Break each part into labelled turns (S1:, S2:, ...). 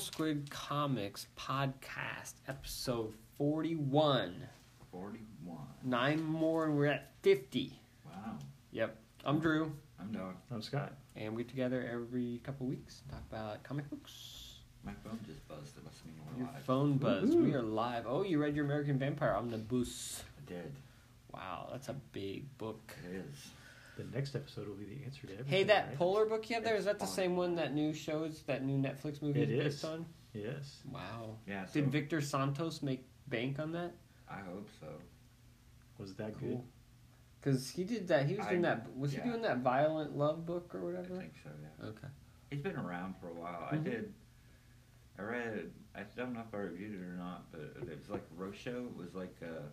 S1: Squid Comics podcast, episode 41.
S2: 41.
S1: Nine more, and we're at 50.
S2: Wow.
S1: Yep. I'm Drew,
S2: I'm Doc.
S3: I'm Scott.
S1: and we get together every couple weeks talk about comic books.
S2: My phone just buzzed. It must mean we're
S1: Your
S2: live.
S1: phone buzz. We
S3: Woohoo.
S1: are live. Oh, you read your American Vampire Omnibus.
S2: I did.
S1: Wow, that's a big book.
S2: It is.
S3: The next episode will be the answer to everything.
S1: Hey, that
S3: right?
S1: polar book you have there, is that the same one that new shows, that new Netflix movie
S3: It
S1: is based
S3: is.
S1: on?
S3: Yes.
S1: Wow.
S2: Yeah. So
S1: Did Victor Santos make bank on that?
S2: I hope so.
S3: Was that
S1: Cool. Because he did that. He was
S2: I-
S1: doing that. Was
S2: yeah.
S1: he doing that violent love book or
S2: I
S1: whatever?
S2: think so, yeah.
S1: Okay.
S2: It's been around for a while. I
S1: Mhm.
S2: did. I read it. I don't know if I reviewed it or not, but it was like Rosho. It was like a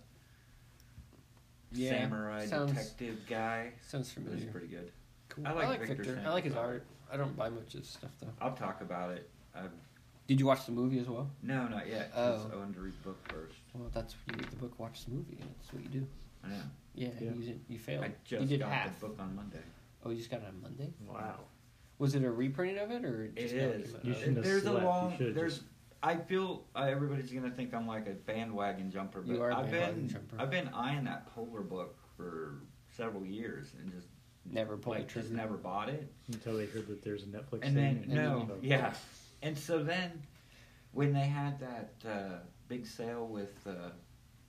S1: Yeah,
S2: samurai
S1: sounds-
S2: detective guy.
S1: Sounds
S2: It was
S1: familiar.
S2: pretty good.
S1: Cool.
S2: I like Victor
S1: I like his
S2: Samuel.
S1: art. I don't buy much of his stuff though.
S2: I'll talk about it. i
S1: Did you watch the movie as well?
S2: no, not yet. 'cause
S1: Oh.
S2: I wanted to read the book first.
S1: Well, that's you read the book, watch the movie. That's what you do.
S2: I know.
S1: Yeah,
S3: Yeah.
S1: you did, you failed.
S2: I
S1: you
S2: just
S1: did
S2: got
S1: half.
S2: the book on Monday.
S1: Oh, you just got it on Monday.
S3: Wow.
S1: Was it a reprint of it or?
S2: It
S1: Just now
S2: is.
S1: came out?
S3: You
S1: Okay.
S3: shouldn't have
S2: there's
S3: slept.
S2: a
S3: You
S2: long.
S3: should have
S2: There's.
S3: just-
S2: I feel uh, everybody's gonna think I'm like a bandwagon jumper, but
S1: You are a
S2: I've
S1: bandwagon
S2: been
S1: jumper.
S2: I've been eyeing that polar book for several years and just
S1: Never pulled
S2: like
S1: the
S2: just
S1: trigger.
S2: never bought it.
S3: Until they heard that there's a
S2: And
S3: Netflix thing.
S2: then
S1: then
S2: no,
S1: you
S3: Oh,
S2: yeah, and so then when they had that uh, big sale with uh,
S1: Oh.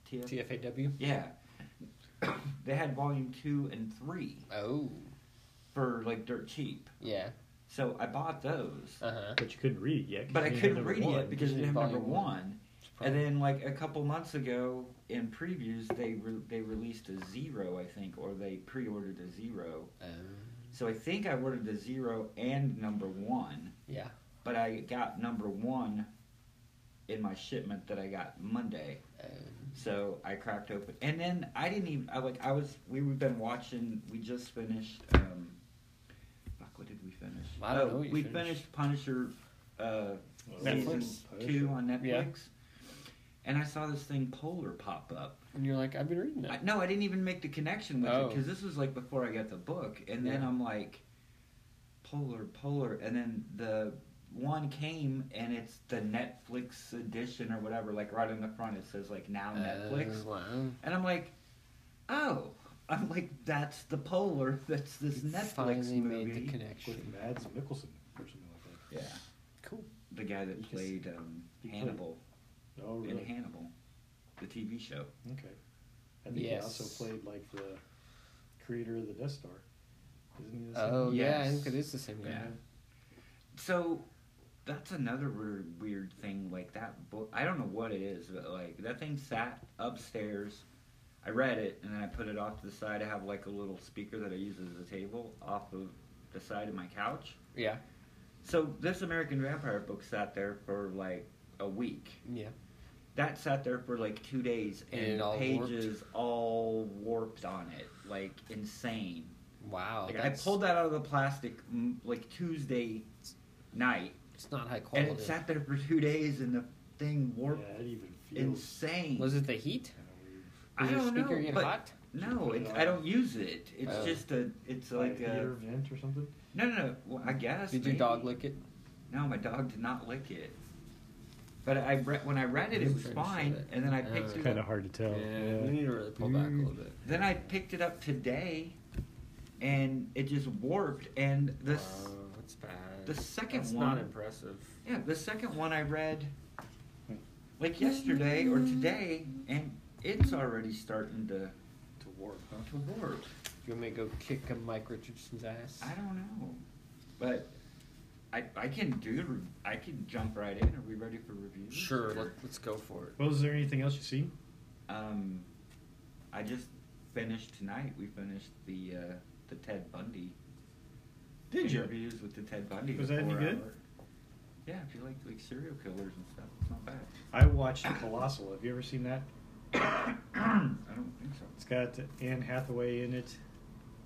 S2: TF,
S1: TFAW.
S2: yeah, they had volume two and three
S1: Oh,
S2: for like dirt cheap.
S1: yeah.
S2: So I bought those,
S1: Uh huh.
S3: But you couldn't read it yet. 'cause
S2: but I
S3: you didn't
S2: couldn't
S3: have
S2: read it
S3: number
S2: yet
S3: one.
S2: because I
S1: Just
S2: didn't have number
S1: volume one.
S2: one. And then, like a couple months ago, in previews, they re- they released a zero, I think, or they pre-ordered a zero.
S1: Um,
S2: So I think I ordered a zero and number one,
S1: yeah.
S2: but I got number one in my shipment that I got Monday.
S1: Um,
S2: So I cracked open, and then I didn't even. I like I was. We we've been watching. We just finished. um Fuck, what did we finish?
S1: I don't
S2: Oh,
S1: know what you
S2: we
S1: finished.
S2: finished Punisher. Uh,
S1: Netflix?
S2: season two on Netflix.
S1: Yeah.
S2: And I saw this thing Polar pop up.
S1: and you're like, I've been reading
S2: I,
S1: that.
S2: no, I didn't even make the connection with it
S1: Oh.
S2: because this was like before I got the book, and then
S1: Yeah.
S2: I'm like, Polar, Polar, and then the one came and it's the Netflix edition or whatever. Like right on the front, it says like now Netflix,
S1: Uh, wow.
S2: and I'm like, oh, I'm like that's the Polar, that's this
S1: You
S2: Netflix
S1: finally
S2: movie.
S1: made the
S4: with
S1: connection.
S4: Mads Mikkelsen or something like
S2: yeah,
S1: Cool.
S2: the guy that
S4: You just-
S2: played um,
S4: He played-
S2: Hannibal
S4: that. Oh,
S2: in
S4: really?
S2: Hannibal, the TV show.
S4: Okay. I think he also
S1: Yes.
S4: played like the creator of the Death Star. Isn't he? The same?
S1: Oh yeah, I
S2: Yes.
S1: think it is the same guy.
S2: Yeah. So that's another weird, weird thing. Like that book, I don't know what it is, but like that thing sat upstairs. I read it and then I put it off to the side. I have like a little speaker that I use as a table off of the side of my couch.
S1: Yeah.
S2: So this American Vampire book sat there for like a week.
S1: Yeah.
S2: That sat there for like two days
S1: And
S2: and,
S1: it all
S2: pages all warped on it, like insane.
S1: Wow.
S2: like I
S1: Oh, that's,
S2: pulled that out of the plastic mm, like Tuesday night
S1: It's not high
S2: and
S1: quality.
S2: it sat there for two days, and the thing warped
S4: Yeah, it even feels
S2: insane.
S1: Was it the heat?
S4: kind of weird.
S2: I
S1: Did your
S2: don't
S1: speaker
S2: know,
S1: get
S2: but
S1: hot?
S2: no, it's, I don't use it. It's
S1: Oh.
S2: just a, it's like uh,
S4: a heater
S2: a,
S4: vent or something.
S2: no, no, no. Well, I guess.
S1: Did
S2: maybe.
S1: your dog lick it?
S2: No, my dog did not lick it. But I re- when I read it, it
S1: I'm
S2: was
S1: trying to
S2: fine,
S1: say that.
S2: and then I
S1: Oh,
S2: picked it
S3: Kind of
S2: up.
S3: hard to tell.
S1: we need to really pull back a little bit.
S2: Then I picked it up today, and it just warped. And the s-
S1: Wow, Oh, that's bad.
S2: the second
S1: That's
S2: one-
S1: not impressive.
S2: Yeah, the second one I read like yesterday or today, and it's already starting to,
S4: To warp, huh?
S2: Oh, to warp.
S1: You want me to go kick a Mike Richardson's ass?
S2: I don't know, but I I can do I can jump right in. Are we ready for reviews?
S1: Sure. Let,
S2: Or-
S1: let's go for it.
S3: Well, is there anything else you see?
S2: Um, I just finished tonight. We finished the uh, the Ted Bundy.
S3: Did you?
S2: interviews with the Ted Bundy?
S3: Was
S2: the
S3: that any
S2: four-hour-
S3: good?
S2: Yeah, if you like like serial killers and stuff, it's not bad.
S3: I watched Colossal. Have you ever seen that?
S2: I don't think so.
S3: It's got Anne Hathaway in it,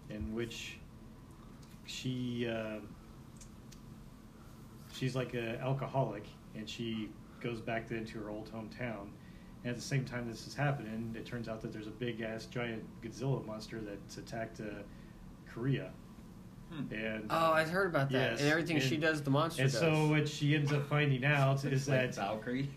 S3: in which she uh, she's like an alcoholic, and she goes back then to her old hometown. And at the same time this is happening, it turns out that there's a big ass giant Godzilla monster that's attacked uh, Korea,
S2: Hmm.
S4: And
S1: Oh, I heard about that.
S4: Yes,
S1: and everything she
S4: and-
S1: does, the monster
S4: and
S1: does.
S4: so what she ends up finding out is
S2: Like
S4: that
S2: Valkyrie?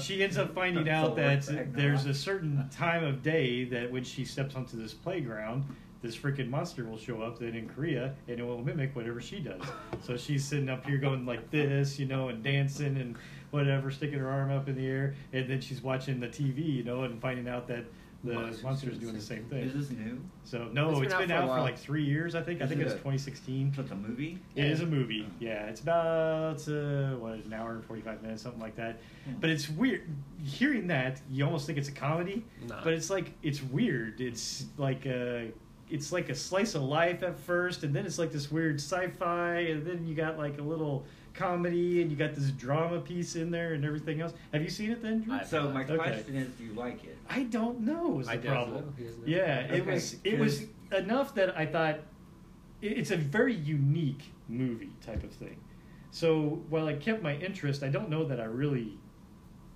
S4: she ends up finding
S2: Thor
S4: out that
S2: Ragnarok.
S4: there's a certain time of day that when she steps onto this playground, this freaking monster will show up then in Korea and it will mimic whatever she does. So she's sitting up here going like this, you know, and dancing and whatever, sticking her arm up in the air, and then she's watching the TV, you know, and finding out that the
S1: Monster's
S4: monster's doing the same
S2: Is
S4: thing.
S2: this new?
S4: So no,
S1: It's been
S4: it's
S1: out
S4: been
S1: for a
S4: out for
S1: while.
S4: like three years, I think. I
S2: Is
S4: think
S2: it
S4: it was
S2: a-
S4: 2016.
S2: So it's a movie?
S4: It is a movie. Yeah, it's about uh, what an hour and forty five minutes, something like that.
S2: Hmm.
S4: But it's weird. Hearing that, you almost think it's a comedy,
S1: Nah.
S4: but it's like it's weird. It's like a it's like a slice of life at first, and then it's like this weird sci-fi, and then you got like a little comedy, and you got this drama piece in there, and everything else. Have you seen it then? Drew?
S1: I've-
S2: So my
S4: Okay.
S2: question is, do you like it?
S4: I don't know. Is the
S1: I don't
S4: problem?
S1: know. He doesn't know.
S4: Yeah, it
S2: Okay,
S4: was. It was enough that I thought it- it's a very unique movie type of thing. So while it kept my interest, I don't know that I really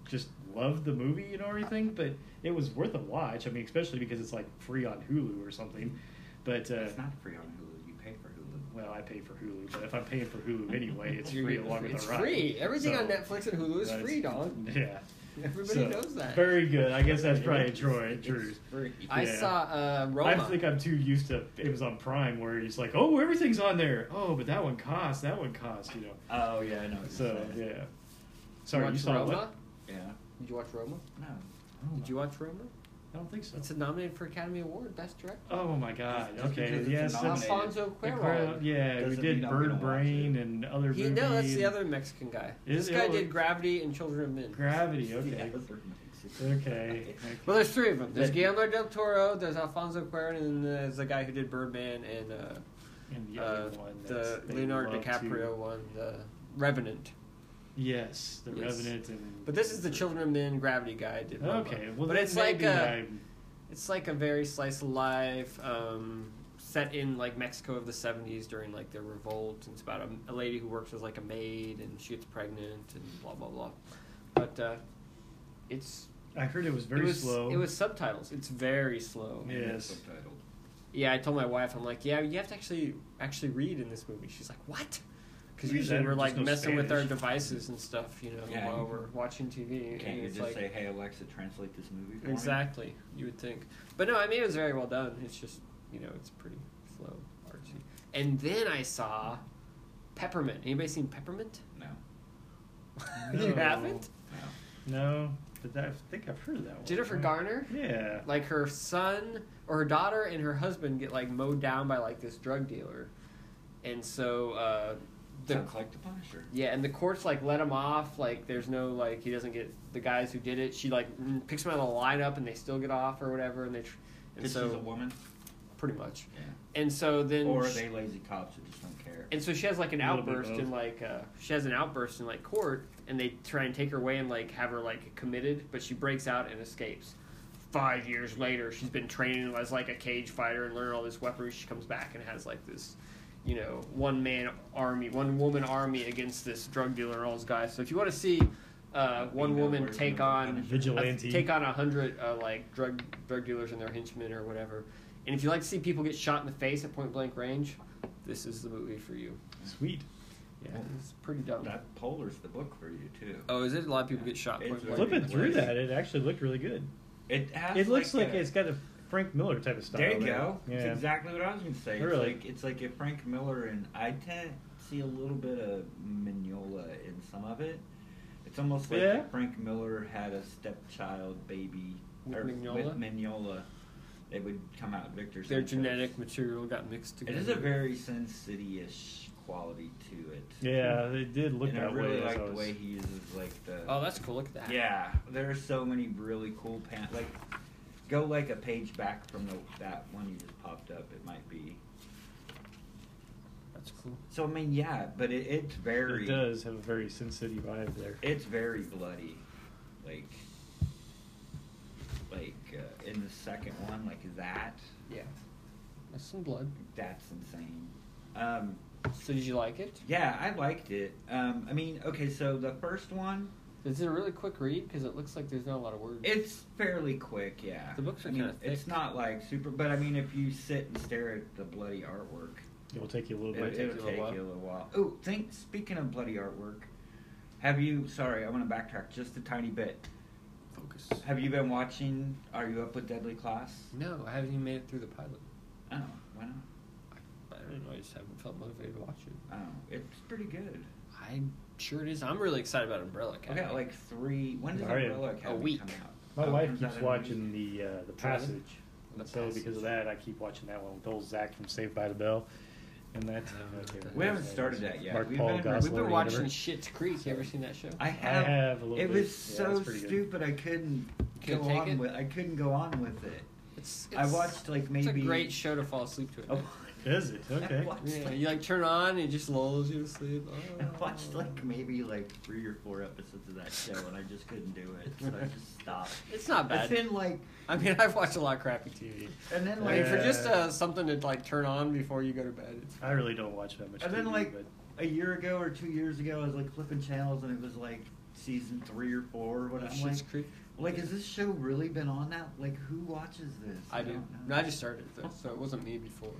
S4: just loved the movie, you know, or anything. But it was worth a watch. I mean, especially because it's like free on Hulu or something. But uh,
S2: it's not free on Hulu. You pay for Hulu.
S4: well, I pay for Hulu, but if I'm paying for Hulu anyway, it's
S1: You're
S4: free
S1: getting
S4: along with
S1: it's
S4: the ride.
S1: free. Everything
S4: So-
S1: on Netflix and Hulu is
S4: That's-
S1: free, dog.
S4: Yeah.
S1: Everybody
S4: So,
S1: knows that.
S4: Very good. I guess that's probably Troy.
S2: It's
S4: True.
S2: free.
S1: I
S4: yeah.
S1: saw uh, Roma.
S4: I think I'm too used to Amazon Prime, where it's like, oh, everything's on there. Oh, but that one costs. That one costs. You know.
S2: Oh yeah, I know. what you're
S4: So
S2: saying.
S4: yeah. Sorry,
S1: watch
S4: you saw
S1: Roma?
S4: what?
S2: Yeah.
S1: Did you watch Roma?
S2: No.
S1: Did you watch Roma?
S4: I don't think so.
S1: It's nominated for Academy Award Best Director.
S4: oh my God.
S2: Just because
S4: Okay.
S2: it's
S4: Yes.
S2: nominated.
S4: it's-
S1: Alfonso
S4: the
S1: Cuarón.
S4: crowd- Yeah, we
S2: Doesn't
S4: did
S2: mean I'm
S4: Bird
S2: gonna watch
S4: Brain
S2: it.
S4: and other
S1: He,
S4: movies.
S1: no, that's the other Mexican guy.
S4: Is
S1: this
S4: it?
S1: guy
S4: Oh,
S1: did
S4: it-
S1: Gravity and Children of Men.
S4: Gravity. Okay.
S2: Yeah, they're amazing.
S4: Okay.
S1: Well, there's three of them. There's
S2: That-
S1: Guillermo del Toro, there's Alfonso Cuarón, and then there's the guy who did Birdman and uh,
S4: And the
S1: uh,
S4: other one.
S1: the
S4: that's- they
S1: Leonardo
S4: love to-
S1: DiCaprio one, the Revenant.
S4: Yes, the
S1: Yes.
S4: Revenant and.
S1: But this is the Children of Men Gravity guy did. Roma.
S4: Okay. Well,
S1: but
S4: then
S1: it's like uh,
S4: maybe
S1: a
S4: I'm-
S1: it's like a very slice of life um, set in like Mexico of the '70s during like the revolt. And it's about a, a lady who works as like a maid and she gets pregnant and blah blah blah. But uh, it's
S4: I heard it was very
S1: it was,
S4: slow.
S1: It was subtitles. It's very slow.
S4: Yeah. Yes.
S2: Subtitled.
S1: Yeah, I told my wife, I'm like, yeah, you have to actually actually read in this movie. She's like, what? Because
S4: Read
S1: usually
S4: that,
S1: we're
S4: just
S1: like
S4: no
S1: messing with our
S4: Spanish.
S1: devices and stuff, you know,
S2: Yeah,
S1: while
S2: you-
S1: we're watching TV.
S2: Can't
S1: and
S2: you
S1: it's
S2: just
S1: like
S2: say, "Hey Alexa, translate this movie"? For me?"
S1: exactly, you would think. But no, I mean it was very well done. It's just you know it's pretty slow, artsy. And then I saw Peppermint. Anybody seen Peppermint?
S2: No.
S1: you
S4: No.
S1: haven't.
S2: No.
S4: No, but that, I think I've heard of that one.
S1: Jennifer
S4: right?
S1: Garner.
S4: Yeah.
S1: Like her son or her daughter and her husband get like mowed down by like this drug dealer, and so uh, the
S2: Sounds like The Punisher.
S1: Yeah, and the courts like let him off. Like, there's no like he doesn't get the guys who did it. She like mm, picks him out of the lineup, and they still get off or whatever. And they, tr- and
S2: Because she's a
S1: so
S2: woman.
S1: pretty much.
S2: Yeah.
S1: And so then,
S2: Or are
S1: sh-
S2: they lazy cops who just don't care?
S1: and so she has like an
S4: A little bit
S1: outburst
S4: both.
S1: in like uh, she has an outburst in like court, and they try and take her away and like have her like committed, but she breaks out and escapes. Five years later, she's been training as like a cage fighter and learned all this weaponry. She comes back and has like this, you know, one man army, one woman army against this drug dealer and all these guys. So if you want to see uh, one
S2: Female
S1: woman
S2: version of
S1: take
S2: The
S1: on
S2: Punisher.
S4: Vigilante.
S1: uh, take on a hundred uh, like drug drug dealers and their henchmen or whatever. And if you like to see people get shot in the face at point blank range, this is the movie for you.
S4: Sweet.
S1: Yeah, it's pretty dumb.
S2: That Polar's the book for you too.
S1: oh, is it? A lot of people get shot.
S2: It's
S1: point blank.
S2: Flip
S4: Flipping
S2: it
S4: through that, it actually looked really good.
S2: It has.
S4: It looks like
S2: a-
S4: it's got a Frank Miller type of style.
S2: There you go.
S4: Yeah.
S2: It's exactly what I was going to say.
S4: Really?
S2: It's like it's like if Frank Miller and I tend to see a little bit of Mignola in some of it. It's almost like
S4: Yeah.
S2: Frank Miller had a stepchild baby
S1: With
S2: or
S1: Mignola?
S2: with Mignola. They would come out victors.
S1: Their
S2: like this.
S1: genetic material got mixed
S2: It
S1: together.
S2: is a very Sin City-ish quality to it.
S4: Yeah, it did look
S2: and
S4: that
S2: I really
S4: way. as
S2: like
S4: I
S2: the
S4: was-
S2: way he uses like the.
S1: Oh, that's cool. Look at that.
S2: Yeah, there are so many really cool pants. Like, go like a page back from the, that one you just popped up. It might be.
S1: that's cool.
S2: So I mean, yeah, but it, it's very.
S4: It does have a very Sin City vibe there.
S2: It's very bloody, like, like uh, in the second one, like that.
S1: Yeah, that's some blood.
S2: That's insane. Um,
S1: So did you like it?
S2: yeah, I liked it. Um, I mean, okay, so the first one,
S1: Is it a really quick read? Because it looks like there's not a lot of words.
S2: It's fairly quick, yeah.
S1: The books are
S2: I mean,
S1: kinda thick.
S2: It's not like super, but I mean, if you sit and stare at the bloody artwork,
S3: It will take you a little
S2: It,
S1: might
S3: bit.
S2: will
S1: take
S2: take
S1: you a
S2: you a
S1: little
S2: little while. Oh, think. Speaking of bloody artwork, have you? Sorry, I want to backtrack just a tiny bit.
S1: Focus.
S2: Have you been watching? Are you up with Deadly Class?
S1: No, I haven't even made it through the pilot.
S2: Oh, why not?
S1: I don't know. I just haven't felt motivated to watch it.
S2: Oh, it's pretty good.
S1: I'm sure it is. I'm really excited about Umbrella
S2: I
S1: Academy.
S2: got like three. When does
S3: All right.
S2: Umbrella Academy
S1: week.
S2: come out?
S3: My
S2: Oh, it
S3: wife
S2: comes out
S3: keeps
S2: in a
S3: watching
S2: week.
S3: the uh, the
S1: Trailer?
S3: passage,
S1: The
S3: and so because
S1: Passage.
S3: of that, I keep watching that one with old Zach from Saved by the Bell, and that's.
S1: I don't know what that is.
S2: We haven't started that yet.
S3: Mark
S2: We've
S3: Paul
S2: been- we've been
S3: Gosselaar,
S1: We've been
S3: whatever.
S1: watching Shit's Creek. You ever seen that show?
S2: I have.
S3: have a little
S2: It
S3: bit.
S2: was
S3: Yeah,
S2: so
S3: that's pretty good.
S2: stupid. I couldn't
S1: Can't
S2: go
S1: take
S2: on
S1: it?
S2: with. I couldn't go on with it.
S1: It's,
S2: I watched like maybe.
S1: It's a great show to fall asleep to. at
S2: Oh,
S1: night.
S3: Is it
S2: I
S3: okay?
S2: watched,
S1: Yeah,
S2: like,
S1: you like turn it on and it just lulls you to sleep.
S2: I
S1: Oh.
S2: watched like maybe like three or four episodes of that show, and I just couldn't do it, so I just stopped.
S1: It's not bad.
S2: It's in like,
S1: I mean, I've watched a lot of crappy TV.
S2: and then
S1: I mean,
S2: like
S1: for
S3: Yeah.
S1: just uh, something to like turn on before you go to bed. It's,
S3: I really don't watch that much.
S2: And then,
S3: TV,
S2: like-
S3: but
S2: a year ago or two years ago, I was like flipping channels, and it was like season three or four or whatever. I'm
S1: Schitt's
S2: like,
S1: Creek.
S2: like, has this show really been on that? Like, who watches this?
S1: I do.
S2: don't
S1: No,
S2: know.
S1: I just started it though, so it wasn't me before.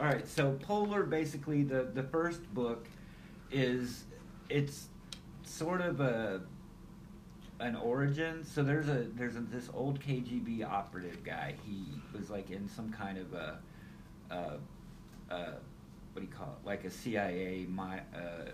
S2: All right, so Polar basically the the first book is it's sort of a an origin. So there's a there's a, this old KGB operative guy. He was like in some kind of a, a, a what do you call it? Like a CIA my uh,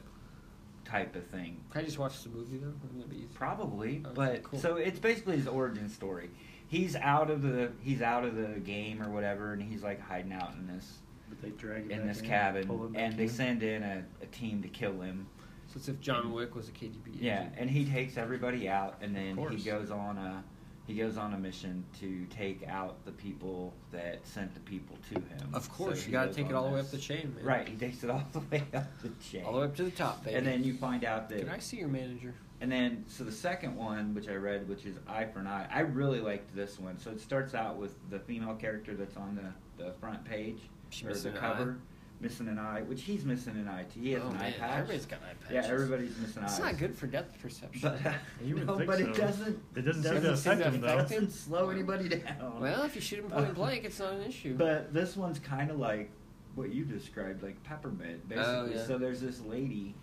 S2: type of thing.
S1: Can I just watch the movie though? Wouldn't that be easy?
S2: Probably,
S1: Okay,
S2: but
S1: cool.
S2: so it's basically his origin story. He's out of the he's out of the game or whatever, and he's like hiding out in this
S3: but they drag him
S2: in
S3: back
S2: this
S3: pull
S2: cabin,
S3: him back
S2: and they
S3: in.
S2: send in a, a team to kill him.
S1: So it's if John Wick was a KGB.
S2: Yeah,
S1: agent.
S2: and he takes everybody out, and then he
S3: course.
S2: goes on a he goes on a mission to take out the people that sent the people to him.
S1: Of course,
S2: So
S1: you
S2: he
S1: got to
S2: goes
S1: take it
S2: on
S1: all the way up
S2: this-
S1: the chain, man.
S2: Right, he takes it all the way up the chain,
S1: All the way up to the top, baby.
S2: and then you find out that
S1: Can I see your manager?
S2: And then, so the second one, which I read, which is Eye for an Eye, I really liked this one. So it starts out with the female character that's on the, the front page,
S1: She
S2: or
S1: missing
S2: the
S1: an
S2: cover, missing an eye, which he's missing an eye too. He has
S1: oh
S2: an eye
S1: man,
S2: patch.
S1: everybody's got eye patches.
S2: yeah, everybody's missing eyes.
S1: It's not good for depth perception.
S2: But, uh,
S3: You would
S2: no,
S3: think
S2: but
S3: so.
S2: it doesn't.
S3: It doesn't seem
S2: doesn't,
S3: to
S1: seem
S3: affect
S1: to
S3: him though.
S1: affect
S2: doesn't slow anybody down.
S1: well, if you shoot him point blank, it's not an issue.
S2: But this one's kind of like what you described, like peppermint, basically.
S1: Oh, yeah.
S2: So there's this lady,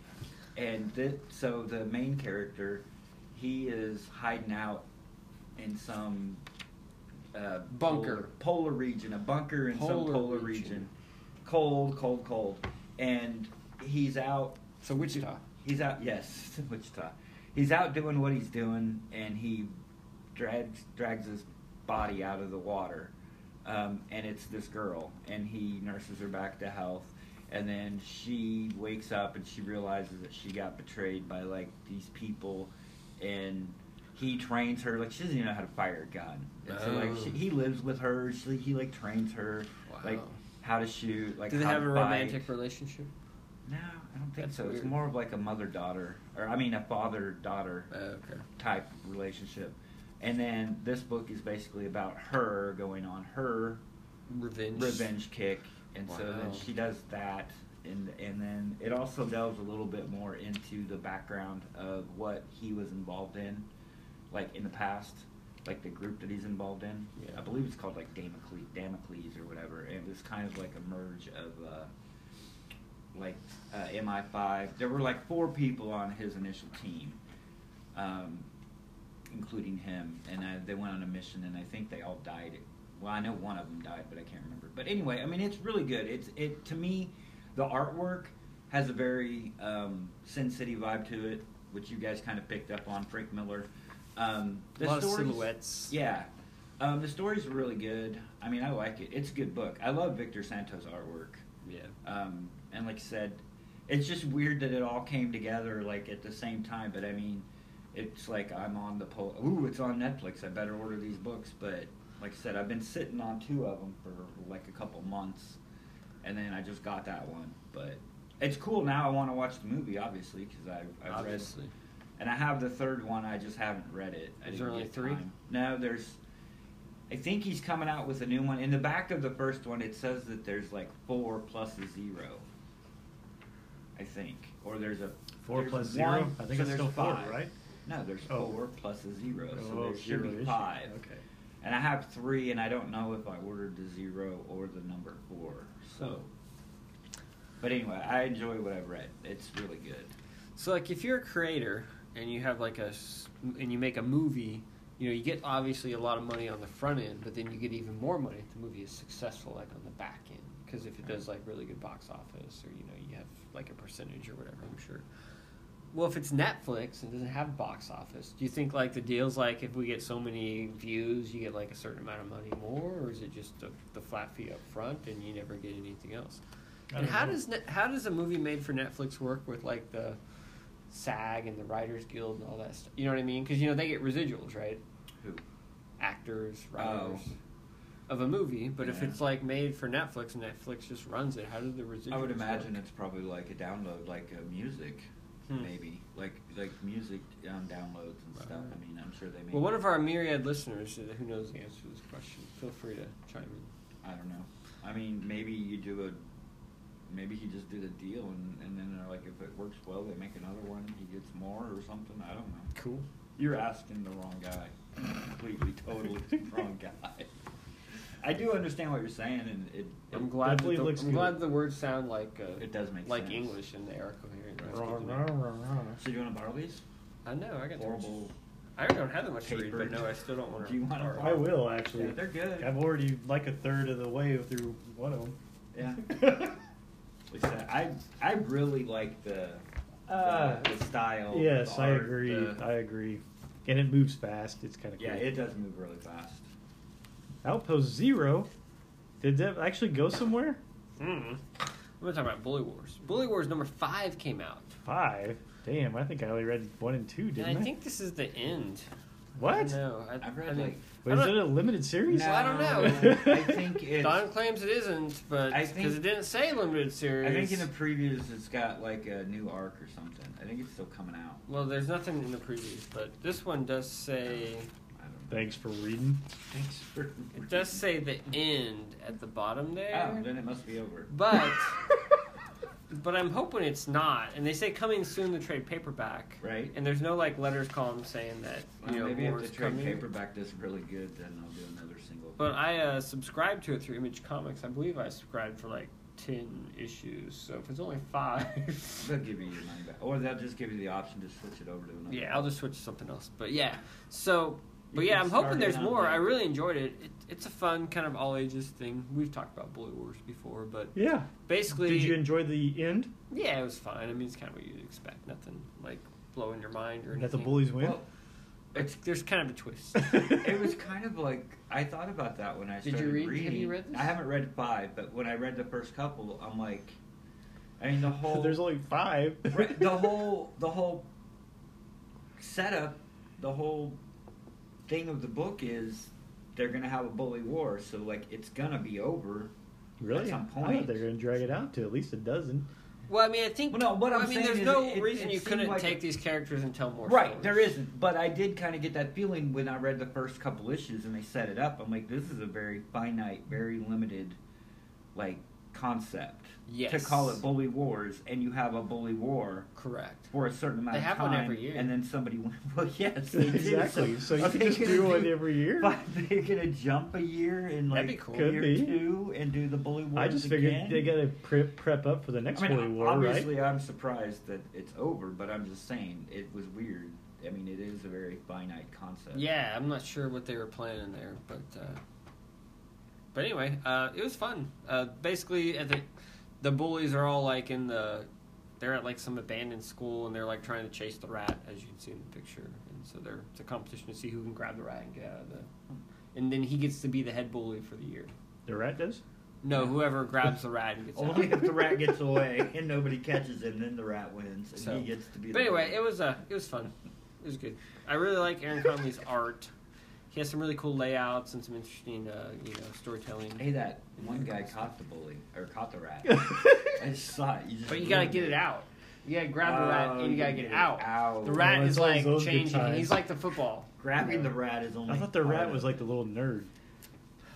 S2: and thi- so the main character, he is hiding out in some uh,
S1: Bunker.
S2: polar, polar region, a bunker in
S1: Polar
S2: some polar
S1: region.
S2: region. cold, cold, cold, and he's out.
S1: so Wichita.
S2: He's out. Yes, Wichita. He's out doing what he's doing, and he drags drags his body out of the water, um, and it's this girl, and he nurses her back to health, and then she wakes up and she realizes that she got betrayed by like these people, and he trains her like she doesn't even know how to fire a gun, and so like
S1: Oh.
S2: she, he lives with her, she, he like trains her like
S1: Wow.
S2: how to shoot, like
S1: Do they
S2: how
S1: have
S2: to
S1: a
S2: fight.
S1: romantic relationship?
S2: No, I don't think
S1: That's
S2: so.
S1: weird.
S2: It's more of like a mother daughter, or I mean, a father daughter
S1: Uh, okay.
S2: type relationship. And then this book is basically about her going on her
S1: Revenge.
S2: revenge kick, and so
S1: Wow.
S2: then she does that, and and then it also delves a little bit more into the background of what he was involved in, like in the past, like the group that he's involved in.
S1: Yeah.
S2: I believe it's called like Damocles, Damocles or whatever, and it's kind of like a merge of. Uh, like uh, MI5, there were like four people on his initial team, um, including him, and uh they went on a mission, and I think they all died. Well, I know one of them died, but I can't remember. But anyway, I mean, it's really good. It's it to me, the artwork has a very um, Sin City vibe to it, which you guys kind of picked up on. Frank Miller, um,
S1: A lot of
S2: stories-
S1: silhouettes.
S2: Yeah. Um, the story's really good. I mean, I like it. It's a good book. I love Victor Santos' artwork.
S1: Yeah.
S2: Um, and like I said, it's just weird that it all came together like at the same time. But I mean, it's like I'm on the pole. Ooh, it's on Netflix. I better order these books. But like I said, I've been sitting on two of them for like a couple months, and then I just got that one. But it's cool now. I want to watch the movie, obviously, because I've, I've read.
S1: Obviously.
S2: And I have the third one. I just haven't read it. I
S1: Is
S2: didn't
S1: there only
S2: get
S1: three?
S2: time. No, there's. I think he's coming out with a new one. In the back of the first one, it says that there's like four plus a zero. I think, or there's a
S3: Four
S2: there's
S3: plus
S2: one,
S3: zero.
S2: so
S3: I think it's
S2: there's
S3: still four,
S2: five.
S3: right?
S2: No, there's
S3: Oh.
S2: four plus a zero, so
S3: Oh,
S2: there should
S3: zero
S2: be
S3: issue.
S2: five.
S3: Okay.
S2: And I have three, and I don't know if I ordered the zero or the number four. So But anyway, I enjoy what I've read. It's really good.
S1: So like if you're a creator and you have like a s- and you make a movie, you know, you get obviously a lot of money on the front end, but then you get even more money if the movie is successful like on the back end because if it does like really good box office or you know, you have like a percentage or whatever, I'm sure. Well, if it's Netflix and doesn't have box office, do you think like the deal's like if we get so many views, you get like a certain amount of money more, or is it just a, the flat fee up front and you never get anything else?
S3: I
S1: And
S3: don't
S1: how
S3: know.
S1: does net, how does a movie made for Netflix work with like the SAG and the Writers Guild and all that stuff? You know what I mean? Because you know they get residuals, right?
S2: Who?
S1: Actors,
S2: Oh.
S1: writers. Of a movie, but if
S2: Yeah.
S1: it's like made for Netflix and Netflix just runs it, how do the residuals?
S2: I would imagine
S1: work?
S2: it's probably like a download, like uh, music,
S1: Hmm.
S2: maybe like like music um, downloads and stuff.
S1: Right.
S2: I mean, I'm sure they. Make
S1: Well, one of our myriad listeners uh, who knows the answer to this question, feel free to chime in.
S2: I don't know. I mean, maybe you do a, maybe he just did a deal, and and then they're like, if it works well, they make another one. He gets more or something. I don't know.
S1: Cool.
S2: You're asking the wrong guy. Completely, totally wrong guy. I do understand what you're saying, and it.
S1: I'm
S2: it-
S1: glad. That
S3: Definitely
S1: the,
S3: looks
S1: I'm
S3: good.
S1: glad the words sound like uh,
S2: It does make
S1: like
S2: sense.
S1: English and they are coherent. That's
S3: Rah,
S1: good to know.
S3: rah, rah, rah.
S2: So you want to borrow these?
S1: I know. I got the-
S2: Horrible.
S1: I don't have that much to read,
S2: paper.
S1: but no, I still don't want to.
S2: Do you wanna
S3: I will actually.
S2: Yeah, they're good.
S3: I've already like a third of the way through one of
S2: Yeah.
S3: them.
S2: Like I said, I I really like the the,
S3: Uh,
S2: the style.
S3: yes,
S2: the
S3: I
S2: art,
S3: agree.
S2: the-
S3: I agree. And it moves fast. It's kind of
S2: yeah,
S3: cool.
S2: it does move really fast.
S3: Outpost Zero. Did that actually go somewhere?
S1: Mm. I'm gonna talk about Bully Wars. Bully Wars number five came out,
S3: Five. Damn, I think I only read one and two, didn't
S1: and I think this is the end.
S3: What?
S1: No, I,
S2: I've read,
S1: I mean,
S2: like-
S1: I
S3: Was
S1: don't-
S3: it a limited series?
S1: No. I don't
S3: know.
S2: I think it's.
S1: Don claims it isn't, but
S2: I
S1: because
S2: think-
S1: it didn't say limited series.
S2: I think in the previews it's got like a new arc or something. I think it's still coming out.
S1: well, there's nothing in the previews, but this one does say.
S2: I don't know.
S3: Thanks for reading.
S2: Thanks for.
S1: It does say the end at the bottom there.
S2: Oh, then it must be over.
S1: But but I'm hoping it's not. And they say coming soon the trade paperback.
S2: Right.
S1: And there's no like letters column saying that
S2: Well,
S1: you know
S2: maybe if
S1: more
S2: the
S1: is
S2: trade
S1: coming.
S2: paperback does really good, then I'll do another single.
S1: But I uh, subscribed to it through Image Comics. I believe I subscribed for like ten issues. So if it's only five,
S2: they'll give you your money back, or they'll just give you the option to switch it over to another.
S1: yeah, I'll just switch to something else. But yeah, so. But
S2: You
S1: yeah,
S2: can
S1: I'm hoping
S2: start
S1: there's
S2: it on
S1: more.
S2: that.
S1: I really enjoyed it. it. It's a fun kind of all ages thing. We've talked about Bully Wars before, but
S3: Yeah.
S1: basically,
S3: Did you enjoy the end?
S1: Yeah, it was fine. I mean, it's kind of what you'd expect. Nothing like blowing your mind or anything.
S3: That the bullies win?
S2: Well,
S1: It's, there's kind of a twist.
S2: it was kind of like I thought about that when I
S1: Did you
S2: started
S1: read- have you
S2: reading.
S1: read this?
S2: I haven't read five, but when I read the first couple, I'm like, I mean the whole
S3: There's only five.
S2: Right, the whole the whole setup, the whole thing of the book is they're gonna have a bully war, so like it's gonna be over.
S3: Really?
S2: At some
S3: I
S2: point.
S3: thought they were going to drag it out to at least a dozen.
S1: well, I mean, I think.
S2: Well, no, what I'm
S1: I mean,
S2: saying
S1: there's
S2: is
S1: no
S2: it- it-
S1: reason
S2: it
S1: you
S2: seemed
S1: couldn't
S2: like
S1: take
S2: a-
S1: these characters and tell more.
S2: Right,
S1: stories.
S2: there isn't, but I did kind of get that feeling when I read the first couple issues and they set it up. I'm like, this is a very finite, very limited, like concept to
S1: Yes.
S2: call it bully wars, and you have a bully war
S1: Correct.
S2: for a certain amount
S1: They
S2: of
S1: have
S2: time,
S1: one every year.
S2: and then somebody went, well, yes, they do,
S3: exactly. So, you
S2: are
S3: can
S2: they
S3: just
S2: gonna
S3: do one every year?
S2: But they're gonna jump a year in
S1: That'd
S2: like
S1: be cool.
S3: Could
S2: year
S3: be.
S2: two and do the bully wars
S3: I just figured
S2: again.
S3: they got to prep, prep up for the next
S2: I mean,
S3: Bully War, right?
S2: obviously, uh, I'm surprised that it's over, but I'm just saying it was weird. I mean, it is a very finite concept.
S1: Yeah, I'm not sure what they were planning there, but uh, but anyway, uh, it was fun. Uh, basically, at the the bullies are all like in the they're at like some abandoned school and they're like trying to chase the rat, as you can see in the picture. And so they're it's a competition to see who can grab the rat and get out of the. And then he gets to be the head bully for the year.
S3: The rat does?
S1: No, whoever grabs the rat and gets out.
S2: Only if the rat gets away and nobody catches him, then the rat wins, and
S1: So-
S2: he gets to be.
S1: But
S2: the
S1: anyway,
S2: bully.
S1: it was uh, it was fun. It was good. I really like Aaron Conley's art. He has some really cool layouts and some interesting, uh, you know, storytelling.
S2: Hey, that one guy caught the bully or caught the rat. I just saw it. You just
S1: But you gotta
S2: ruined
S1: get it out. You gotta grab the rat
S2: Oh,
S1: and you gotta get it out.
S2: out.
S1: The rat
S3: Oh,
S1: is
S3: it's always
S1: like
S3: those good
S1: changing.
S3: times.
S1: He's like the football.
S2: Grabbing the rat is only.
S3: I thought the
S2: part
S3: rat
S2: of
S3: was
S2: it.
S3: like the little nerd.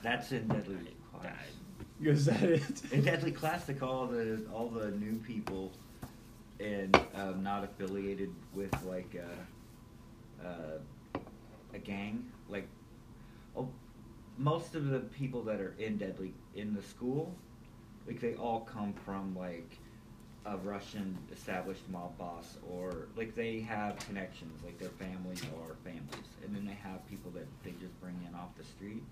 S2: That's in Deadly Class.
S3: Is that it?
S2: In Deadly Class, they call the all the new people and um, not affiliated with like a, uh, a gang. Like, oh, most of the people that are in Deadly in the school, like they all come from like a Russian established mob boss, or like they have connections, like their families are families, and then they have people that they just bring in off the street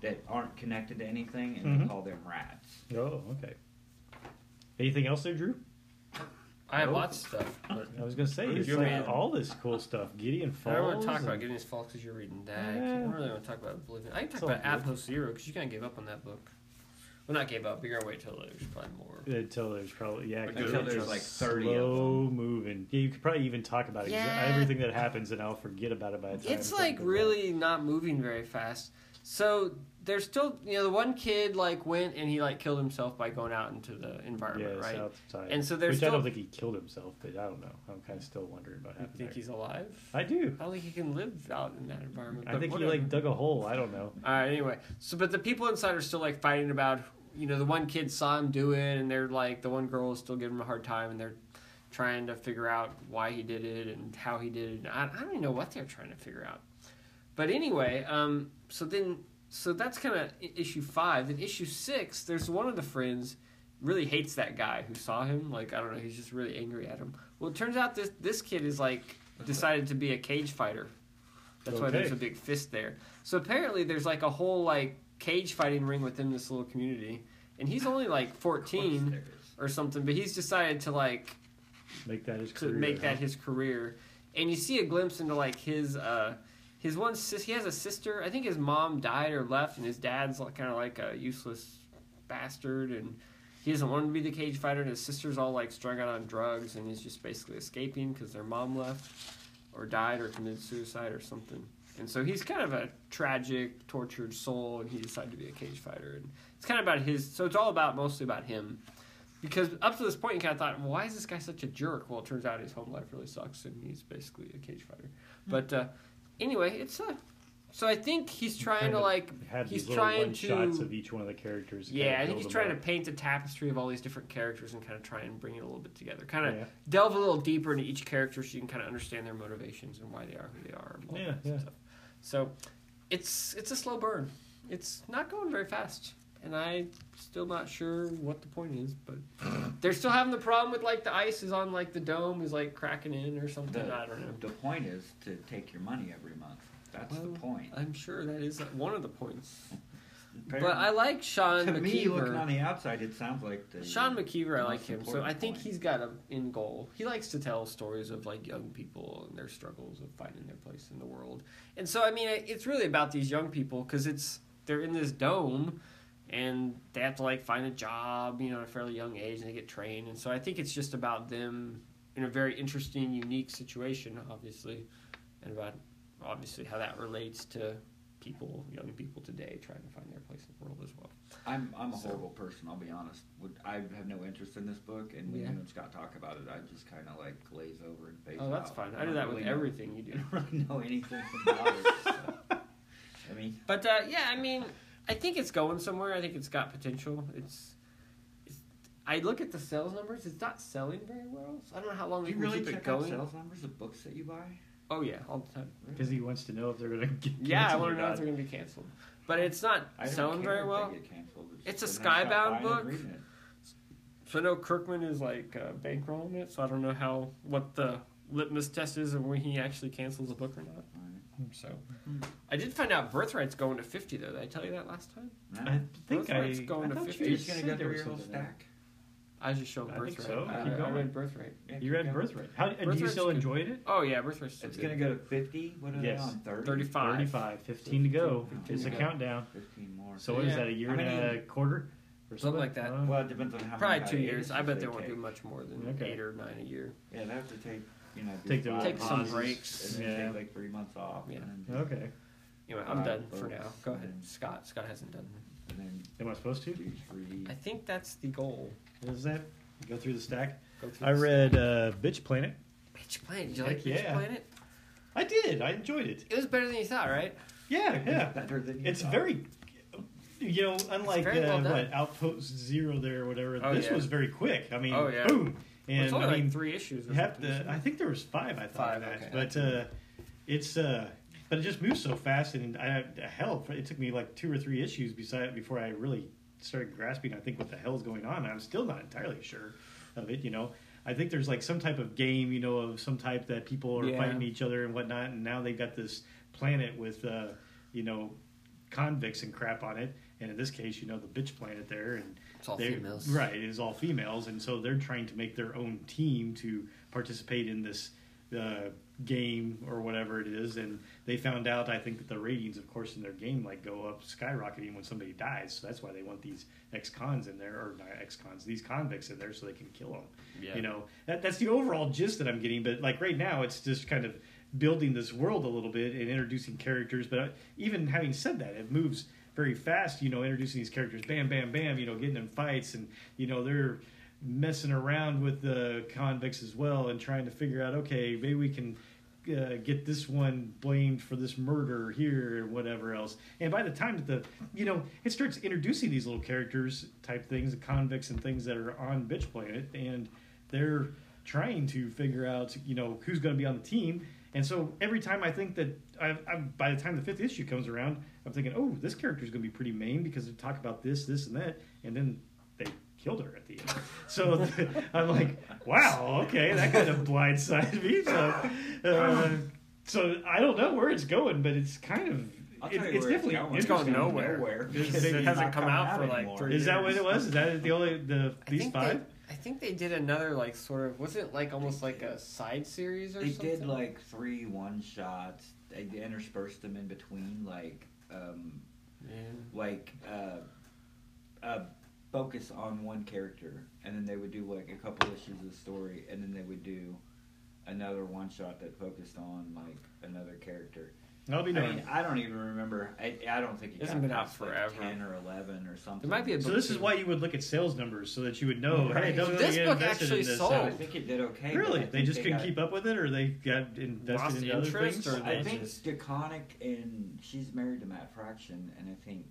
S2: that aren't connected to anything, and they
S4: Mhm.
S2: call them rats.
S4: Oh, okay. Anything else there, Drew?
S1: I have
S2: Oh.
S1: lots of stuff. But
S4: I was gonna say
S1: Where's
S4: it's
S1: your
S4: like
S1: man?
S4: all this cool stuff. Gideon
S1: I
S4: Falls.
S1: don't want to talk
S4: and-
S1: about Gideon's Fall because you're reading that. I
S4: Yeah.
S1: don't really want to talk about Oblivion. I can talk
S4: It's all
S1: about
S4: good.
S1: Apple Zero because you kind of gave up on that book. Well, not gave up. You're gonna wait till there's probably more.
S4: uh, Until there's probably yeah, 'cause
S1: Until
S4: it's
S1: there's
S4: just
S2: like 30 of
S4: slow moving. Yeah, you could probably even talk about exa-
S1: Yeah.
S4: everything that happens, and I'll forget about it by the time.
S1: It's
S4: something
S1: like
S4: goes on.
S1: really not moving very fast. So there's still, you know, the one kid like went and he like killed himself by going out into the environment,
S4: yeah,
S1: right?
S4: Southside.
S1: And so there's
S4: which I
S1: still-
S4: don't think he killed himself, but I don't know. I'm kind of still wondering about
S1: I
S4: happened
S1: think
S4: there.
S1: he's alive.
S4: I do.
S1: I don't think he can live out in that environment.
S4: I
S1: but
S4: think
S1: whatever.
S4: he like dug a hole. I don't know.
S1: All right. Uh, Anyway, so but the people inside are still like fighting about. You know, the one kid saw him do it, and they're like, the one girl is still giving him a hard time, and they're trying to figure out why he did it and how he did it. And I, I don't even know what they're trying to figure out. But anyway, um, so then, so that's kind of issue five. Then issue six, there's one of the friends really hates that guy who saw him. Like I don't know, he's just really angry at him. Well, it turns out this this kid is like decided to be a cage fighter. That's why
S4: Okay.
S1: there's a big fist there. So apparently, there's like a whole like cage fighting ring within this little community, and he's only like
S2: Of course
S1: 14
S2: there is.
S1: or something, but he's decided to like
S4: Make that his
S1: to
S4: career,
S1: make that
S4: huh?
S1: his career. And you see a glimpse into like his uh his one sis he has a sister. I think his mom died or left and his dad's like kind of like a useless bastard and he doesn't want to be the cage fighter and his sister's all like strung out on drugs and he's just basically escaping because their mom left or died or committed suicide or something. And so he's kind of a tragic, tortured soul, and he decided to be a cage fighter. And it's kind of about his. So it's all about mostly about him, because up to this point you kind of thought, well, why is this guy such a jerk? Well, it turns out his home life really sucks, and he's basically a cage fighter.
S4: Hmm.
S1: But uh, anyway, it's a. So I think he's trying
S4: kind
S1: to
S4: of
S1: like
S4: have
S1: he's
S4: these little
S1: trying
S4: one shots
S1: to-
S4: of each one of the characters. to
S1: yeah,
S4: kinda
S1: I think
S4: build
S1: he's
S4: them
S1: trying to
S4: up.
S1: paint a tapestry of all these different characters and kind of try and bring it a little bit together. Kind of
S4: Yeah.
S1: delve a little deeper into each character so you can kind of understand their motivations and why they are who they are. And all
S4: Yeah,
S1: that
S4: yeah.
S1: Stuff. So it's it's a slow burn. It's not going very fast, and I still not sure what the point is, but they're still having the problem with like the ice is on like the dome is like cracking in or something. I don't know.
S2: The point is to take your money every month. That's
S1: Well,
S2: the point.
S1: I'm sure that is one of the points, but I like Sean
S2: to
S1: McKeever.
S2: me, looking on the outside, it sounds like the
S1: Sean McKeever, I
S2: most
S1: like him. So
S2: important
S1: I think
S2: point.
S1: he's got a in goal. He likes to tell stories of like young people and their struggles of finding their place in the world. And so I mean, it- it's really about these young people because it's they're in this dome, and they have to like find a job, you know, at a fairly young age, and they get trained. And so I think it's just about them in a very interesting, unique situation, obviously, and about obviously how that relates to people, young people today, trying to find their place in the world as well.
S2: I'm I'm a
S1: So-
S2: horrible person. I'll be honest. Would- I have no interest in this book, and when
S1: Yeah.
S2: you and Scott talk about it, I just kind of like glaze over and phase
S1: Oh, that's
S2: out.
S1: fine. I do
S2: don't
S1: that with
S2: really know-
S1: everything you
S2: I
S1: do.
S2: don't really know anything about it. so. I mean,
S1: But uh, yeah, I mean, I think it's going somewhere. I think it's got potential. It's, it's. I look at the sales numbers. It's not selling very well. So I don't know how long
S2: do
S1: we
S2: you
S1: can
S2: really
S1: keep
S2: check
S1: it
S2: out
S1: going.
S2: sales numbers of books that you buy?
S1: Oh yeah, all the time.
S4: because he wants to know if they're going to get.
S1: Yeah, I
S4: canceled
S1: want
S4: or
S1: to know if
S4: not.
S1: they're going to be canceled. But it's not
S2: I don't
S1: selling
S2: care
S1: very
S2: if they
S1: well.
S2: get canceled,
S1: It's
S2: just
S1: a
S2: when I stop
S1: Skybound
S2: buying and
S1: book.
S2: reading it.
S1: So I know Kirkman is like uh, bankrolling it. So I don't know how what the litmus test is and when he actually cancels a book or not. So
S2: Mm.
S1: I did find out Birthright's going to fifty though. Did I tell you that last time?
S2: Alright.
S4: I think I.
S1: Birthright's going to
S4: I thought
S1: 50.
S2: You're
S4: you
S2: just gonna
S4: said
S2: go
S4: there
S2: through
S4: was
S2: your whole
S4: something there.
S2: stack.
S1: I was just showing
S4: I think
S1: Birthright.
S4: so.
S1: I,
S4: Keep
S1: I
S4: going.
S1: read Birthright.
S2: Yeah,
S4: You
S2: keep
S4: read
S2: going.
S4: Birthright. How, and you
S1: Birthright's
S4: still
S1: good.
S4: enjoyed it?
S1: Oh yeah, Birthright's still
S2: It's
S1: good.
S2: gonna go to fifty. What are
S4: Yes.
S2: they on? 30?
S1: 35.
S4: 35, 15 to go.
S2: Fifteen
S4: It's
S1: to
S4: a
S1: go.
S4: countdown.
S2: Fifteen more.
S4: So what is
S1: Yeah.
S4: that? A year
S2: How
S4: and
S2: many-
S4: a quarter, or
S1: Something like that.
S4: Uh,
S2: Well, it depends on how.
S1: Probably
S2: many
S1: two years.
S2: hiatuses
S1: I bet they won't
S2: take.
S1: do much more than
S4: Okay.
S1: eight or nine a year.
S2: Yeah, they have to take you know do
S4: Take their
S2: five
S1: Take some
S2: months,
S1: breaks.
S2: and then
S4: Yeah.
S2: take like three months off.
S1: Yeah.
S2: And then,
S4: Oh, okay.
S1: Anyway, I'm
S2: Alright,
S1: done for
S2: folks.
S1: now. Go ahead, Scott. Scott hasn't done.
S2: and then
S4: Am I supposed to?
S2: do three.
S1: I think that's the goal.
S4: Is that go through the stack?
S1: Go through
S4: I
S1: this.
S4: read uh, Bitch Planet.
S1: Bitch Planet. Did you
S4: Heck
S1: like Bitch
S4: yeah.
S1: Planet?
S4: I did. I enjoyed it.
S1: It was better than you thought, right?
S4: Yeah, yeah.
S2: Better than you
S4: It's
S2: thought.
S4: very, you know, unlike
S1: very well
S4: uh,
S1: done.
S4: what Outpost Zero there or whatever.
S1: Oh,
S4: this
S1: yeah.
S4: was very quick. I mean,
S1: Oh, yeah.
S4: boom.
S1: Well,
S4: And
S1: it's only
S4: I mean,
S1: like three issues. or
S4: you have
S1: something,
S4: to.
S1: isn't
S4: I
S1: it?
S4: think there was five. I thought
S1: Five,
S4: of that,
S1: okay.
S4: but uh, it's uh, but it just moves so fast, and I hell, it took me like two or three issues beside before I really started grasping, I think, what the hell's going on. And I'm still not entirely sure of it, you know. I think there's like some type of game, you know, of some type that people are
S2: Yeah.
S4: fighting each other and whatnot. And now they've got this planet with, uh, you know, convicts and crap on it. And in this case, you know, the bitch planet there. And
S1: It's all
S4: they're-
S1: females.
S4: Right, it is all females. And so they're trying to make their own team to participate in this uh, game or whatever it is. And they found out, I think, that the ratings, of course, in their game like go up skyrocketing when somebody dies. So that's why they want these ex cons in there, or not ex cons, these convicts in there so they can kill them.
S1: Yeah.
S4: You know, that, that's the overall gist that I'm getting. But like right now, it's just kind of building this world a little bit and introducing characters. But uh, even having said that, it moves very fast. You know, introducing these characters, bam, bam, bam. You know, getting in fights, and you know they're messing around with the convicts as well and trying to figure out, okay, maybe we can. Uh, get this one blamed for this murder here and whatever else. And by the time that the, you know, it starts introducing these little characters type things, the convicts and things that are on Bitch Planet, and they're trying to figure out you know who's going to be on the team and so every time i think that I've, I've, by the time the fifth issue comes around i'm thinking oh this character's going to be pretty main because they talk about this this and that and then they killed her at the end so i'm like wow okay that kind of blindsided me so, uh, so i don't know where it's going but it's kind
S2: I'll
S4: of
S2: tell
S4: it-
S2: you
S4: it's
S2: where
S4: definitely
S2: going.
S1: It's going
S2: going
S1: nowhere.
S2: because
S4: It
S2: it's
S1: hasn't
S2: not
S1: come
S2: coming
S1: out for, like, three-
S4: is that what it was is that the only the
S1: I
S4: these
S1: think
S4: five
S1: They, I think they did another like sort of was it like almost like a side series or
S2: They
S1: something?
S2: did like three one shots. They interspersed them in between, like um,
S1: Yeah.
S2: like uh, uh, focus on one character, and then they would do like a couple issues of the story, and then they would do another one shot that focused on like another character.
S4: i'll be
S2: I
S4: darned.
S2: mean, I don't even remember. I, I don't think it
S1: It hasn't
S2: got
S1: been out
S2: past, like,
S1: forever.
S2: ten or eleven or something.
S1: There might be a
S4: So
S1: book
S4: this is
S1: two.
S4: why you would look at sales numbers so that you would know. Hey,
S2: Right.
S4: don't
S1: So
S4: really
S1: this
S4: get
S1: book
S4: invested
S1: actually
S4: in this. uh,
S2: So I
S1: sold.
S2: think it did okay. but I
S4: really,
S2: think
S4: they just couldn't
S2: got-
S4: keep up with it, or they got
S1: Lost
S4: invested in other
S1: interest,
S4: things.
S1: or
S2: I
S1: they
S2: think
S1: just-
S2: Draconic and she's married to Matt Fraction, and I think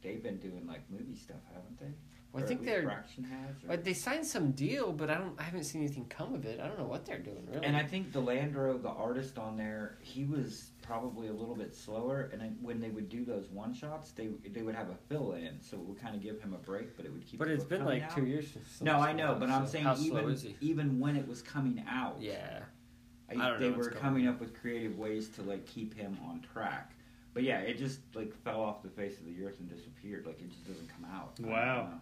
S2: they've been doing like movie stuff, haven't they?
S1: Well, I
S2: Or at
S1: think
S2: least
S1: they're-
S2: Fraction has. or-
S1: But they signed some deal, but I don't. I haven't seen anything come of it. I don't know what they're doing really.
S2: And I think Delandro, the artist on there, he was probably a little bit slower. And I, when they would do those one shots, they they would have a fill in, so it would kind of give him a break, but it would keep.
S1: but
S2: the
S1: it's
S2: book
S1: been
S2: coming
S1: like
S2: out.
S1: two years since.
S2: No, I
S1: something
S2: know, but I'm
S1: so
S2: saying
S1: how
S2: even
S1: slow is he?
S2: even when it was coming out,
S1: Yeah,
S2: I,
S1: I don't know
S2: they
S1: what's
S2: were
S1: going
S2: coming
S1: on.
S2: up with creative ways to like keep him on track. But yeah, it just like fell off the face of the earth and disappeared. Like it just doesn't come out. I don't
S4: Wow.
S2: know.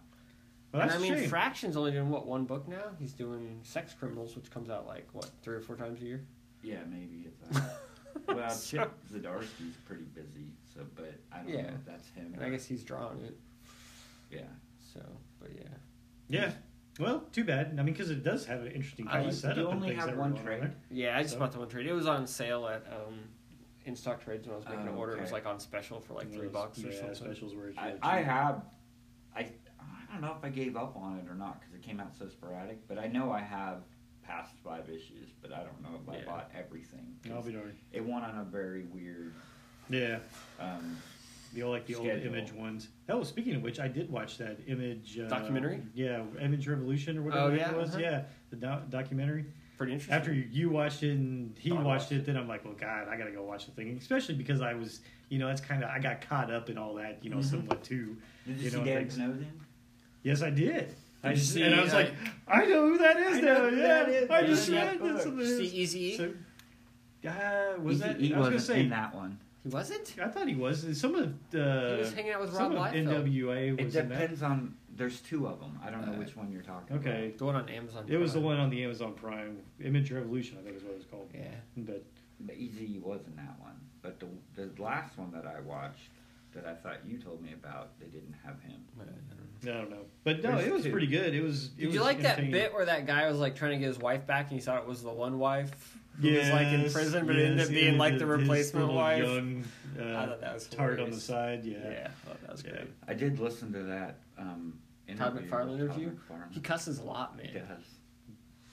S4: Well,
S1: and
S4: that's
S1: I mean,
S4: a shame.
S1: Fraction's only doing what one book now. He's doing Sex Criminals, which comes out like what three or four times a year.
S2: Yeah, maybe it's. Uh, well,
S1: So-
S2: Chip Zdarsky's pretty busy, so but I don't
S1: Yeah.
S2: know if that's him.
S1: And I guess he's drawing it.
S2: yeah.
S1: So, but yeah.
S4: yeah. Well, too bad. I mean, because it does have an interesting
S1: I
S4: kind
S1: mean,
S4: of
S1: you
S4: setup.
S2: you
S4: and
S2: only
S4: things
S2: have
S4: that were
S2: one
S4: going on
S2: trade.
S4: there.
S1: Yeah, I just
S4: So-
S1: bought the one trade. It was on sale at um, in stock trades when I was making an
S2: Oh,
S1: order. It was
S2: okay.
S1: like on special for like
S4: One
S1: three
S4: of those-
S1: bucks or
S4: yeah,
S1: something.
S4: Specials where it's
S2: I,
S4: really
S2: I
S4: cheap.
S2: have, I I don't know if I gave up on it or not because it came out so sporadic. But I know I have past five issues, but I don't know if I
S1: Yeah.
S2: bought everything. 'cause
S4: I'll be darned.
S2: It went on a very weird.
S4: Yeah,
S2: Um,
S4: the old like the old
S2: Schedule.
S4: image ones. Oh, speaking of which, I did watch that image uh,
S1: Documentary?
S4: Yeah, Image Revolution or whatever
S1: Oh,
S4: that
S1: yeah,
S4: was.
S1: uh-huh.
S4: Yeah, the do- documentary.
S1: Pretty interesting.
S4: after you watched it and he
S2: Oh, I
S4: watched
S2: watched
S4: it, then I'm like, well, God, I gotta go watch the thing, especially because I was, you know, it's kind of I got caught up in all that, you know,
S2: Mhm.
S4: somewhat too.
S2: did you,
S4: You
S2: see
S4: know,
S2: Dan
S4: things-
S2: Snowden?
S4: Yes, I did. I
S1: you
S4: just,
S1: see,
S4: and I was
S1: uh,
S4: like, I know who that is
S2: I
S4: now.
S2: know who that
S4: Yeah,
S2: is.
S4: I
S2: Yeah,
S4: just
S2: yeah,
S4: read
S2: of
S4: that's
S2: course.
S4: what it
S1: See E
S4: is.
S1: Easy
S4: So, uh, was
S2: he,
S4: that?
S2: He
S4: I
S2: wasn't
S4: was gonna say.
S2: in that one.
S1: He wasn't?
S4: I thought he was. Some of the.
S1: he was hanging out with Rob
S4: some of
S1: Liefeld.
S4: NWA
S2: It
S4: was in that.
S2: depends on. There's two of them. I don't know
S1: Uh,
S2: which one you're talking about.
S4: Okay,
S1: The one on Amazon.
S4: it was the
S1: Prime.
S4: one on the Amazon Prime, Image Revolution, I think is what it was called.
S1: Yeah.
S4: But
S2: The Easy was in that one, but the the last one that I watched, that I thought you told me about, they didn't have him.
S1: I don't know.
S4: I don't know. But no,
S2: There's
S4: it was
S2: two.
S4: pretty good. It was. It
S1: Did
S4: was
S1: you like that
S4: entertaining.
S1: bit where that guy was like trying to get his wife back and he thought it was the one wife who was like in
S4: Yes,
S1: prison but it ended
S4: yes,
S1: up being like
S4: his
S1: the replacement
S4: little
S1: wife?
S4: Young,
S1: I
S4: uh,
S1: thought that was
S4: tart on the
S1: hilarious.
S4: side, yeah.
S1: Yeah, I thought that was
S4: Yeah.
S1: great.
S2: I did listen to that um,
S1: Todd McFarlane
S2: interview. with Todd
S1: interview?
S2: McFarlane.
S1: He cusses a lot,
S2: He
S1: man.
S2: does.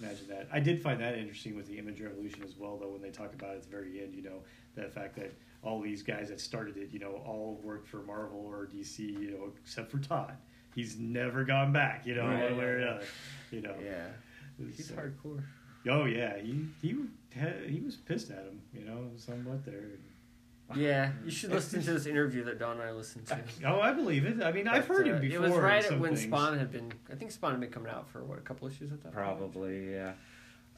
S4: Imagine that. I did find that interesting with the image revolution as well, though, when they talk about it at the very end, you know, the fact that all these guys that started it, you know, all worked for Marvel or DC, you know, except for Todd. He's never gone back, you know,
S1: Right.
S4: one way or another. You know,
S1: Yeah.
S4: It's,
S1: He's
S4: uh,
S1: hardcore.
S4: Oh yeah, he he had, he was pissed at him, you know, somewhat there.
S1: Yeah, you should listen to this interview that Don and I listened to.
S4: Oh, I believe it. I mean, I've
S1: But,
S4: heard
S1: uh,
S4: him before.
S1: It was
S4: in
S1: right
S4: some
S1: when
S4: things.
S1: Spawn had been. I think Spawn had been coming out for what a couple issues at that. point?
S2: Probably, yeah.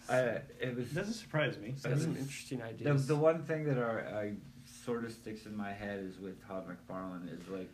S2: I, it was
S4: It doesn't surprise me.
S1: So he had some
S2: It was-
S1: interesting
S2: the,
S1: ideas.
S2: the one thing that are, I sort of sticks in my head is with Todd McFarlane is like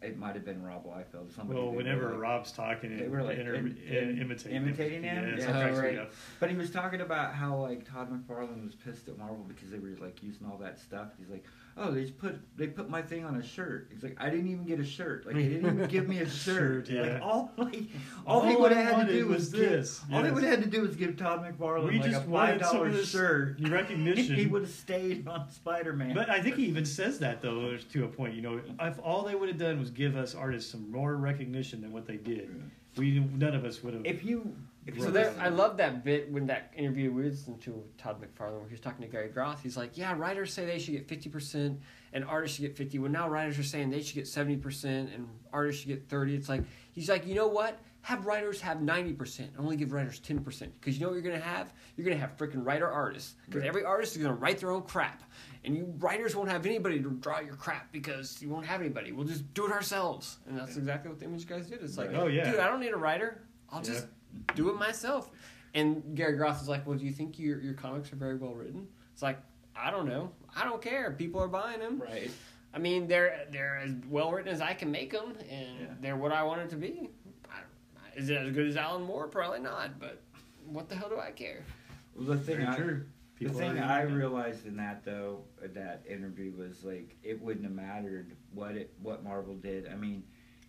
S2: it might have been Rob Liefeld. Somebody
S4: Well,
S2: they were
S4: whenever
S2: like-
S4: Rob's talking
S2: they
S4: and,
S2: were like
S4: inter-
S2: in- in-
S4: in- imitating him.
S2: imitating him?
S4: Yeah,
S2: Yeah,
S4: sometimes we
S1: Oh, right.
S4: go,
S2: But he was talking about how like Todd McFarlane was pissed at Marvel because they were like using all that stuff. He's like, "Oh, they just put they put my thing on a shirt." He's like, "I didn't even get a shirt. Like they didn't even give me a shirt.
S4: Shirt, yeah.
S2: Like all like all, they
S4: All
S2: would
S4: I
S2: have had to
S4: wanted
S2: do was
S4: was
S2: give,
S4: this.
S2: All they
S4: Yes.
S2: would have had to do was give Todd McFarlane
S4: We
S2: like
S4: just
S2: a five
S4: wanted some of
S2: dollar
S4: this
S2: shirt.
S4: recognition.
S2: he would have stayed on Spider Man.
S4: But I think he even says that though to a point. You know, if all they would have done was give us artists some more recognition than what they did, we none of us would have.
S2: if you if
S1: So
S2: you
S1: there,
S2: listen-
S1: I love that bit when that interview we listened to with Todd McFarlane where he was talking to Gary Groth. He's like, "Yeah, writers say they should get fifty percent, and artists should get fifty. Well, now writers are saying they should get seventy percent, and artists should get 30 It's like he's like, you know what? Have writers have ninety percent. Only give writers ten percent because you know what you're gonna have? You're gonna have freaking writer artists because
S2: Right.
S1: every artist is gonna write their own crap, and you writers won't have anybody to draw your crap because you won't have anybody. We'll just do it ourselves, and that's exactly what the image guys did. It's like,
S4: Oh, yeah.
S1: dude, I don't need a writer. I'll just do it myself. And Gary Groth is like, well, do you think your your comics are very well written? It's like, I don't know. I don't care. People are buying them.
S2: right.
S1: I mean, they're they're as well written as I can make them, and
S2: Yeah.
S1: they're what I want it to be. I, is it as good as Alan Moore? Probably not. But what the hell do I care?
S2: Well, the thing
S4: Very
S2: I,
S4: true. People
S2: the thing
S4: are-
S2: I realized in that though, uh, that interview was like it wouldn't have mattered what it what Marvel did. I mean,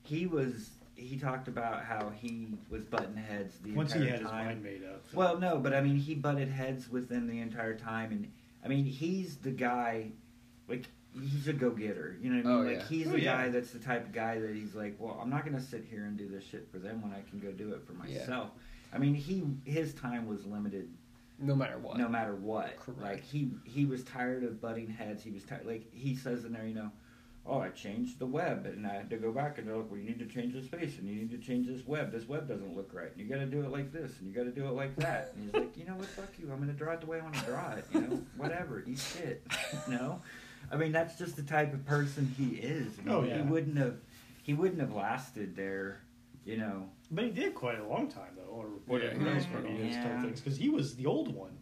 S2: he was he talked about how he was butting heads the
S4: once he
S2: entire
S4: had his
S2: time.
S4: mind made up.
S2: Well, no, but I mean, he butted heads with them the entire time, and I mean, he's the guy, like he's a go-getter. You know what I mean?
S1: Oh,
S2: like
S1: yeah.
S2: he's
S4: Oh,
S2: the
S4: yeah.
S2: guy that's the type of guy that he's like, well, I'm not gonna sit here and do this shit for them when I can go do it for
S1: Yeah.
S2: myself. I mean, he his time was limited
S1: No matter what.
S2: no matter what.
S1: Correct.
S2: Like he he was tired of butting heads. He was tired. Like he says in there, you know, oh, I changed the web, and I had to go back and they're like, well, you need to change this space, and you need to change this web. This web doesn't look right. And you got to do it like this, and you got to do it like that. And he's like, you know what? Fuck you. I'm gonna draw it the way I want to draw it. You know, whatever. Eat shit. You know. I mean, that's just the type of person he is. I mean,
S4: Oh,
S2: He
S4: yeah.
S2: wouldn't have. He wouldn't have lasted there. You know.
S4: but he did quite a long time though, or whatever
S1: Yeah,
S4: else
S1: yeah.
S4: many years
S2: Yeah.
S4: type things, because he was the old one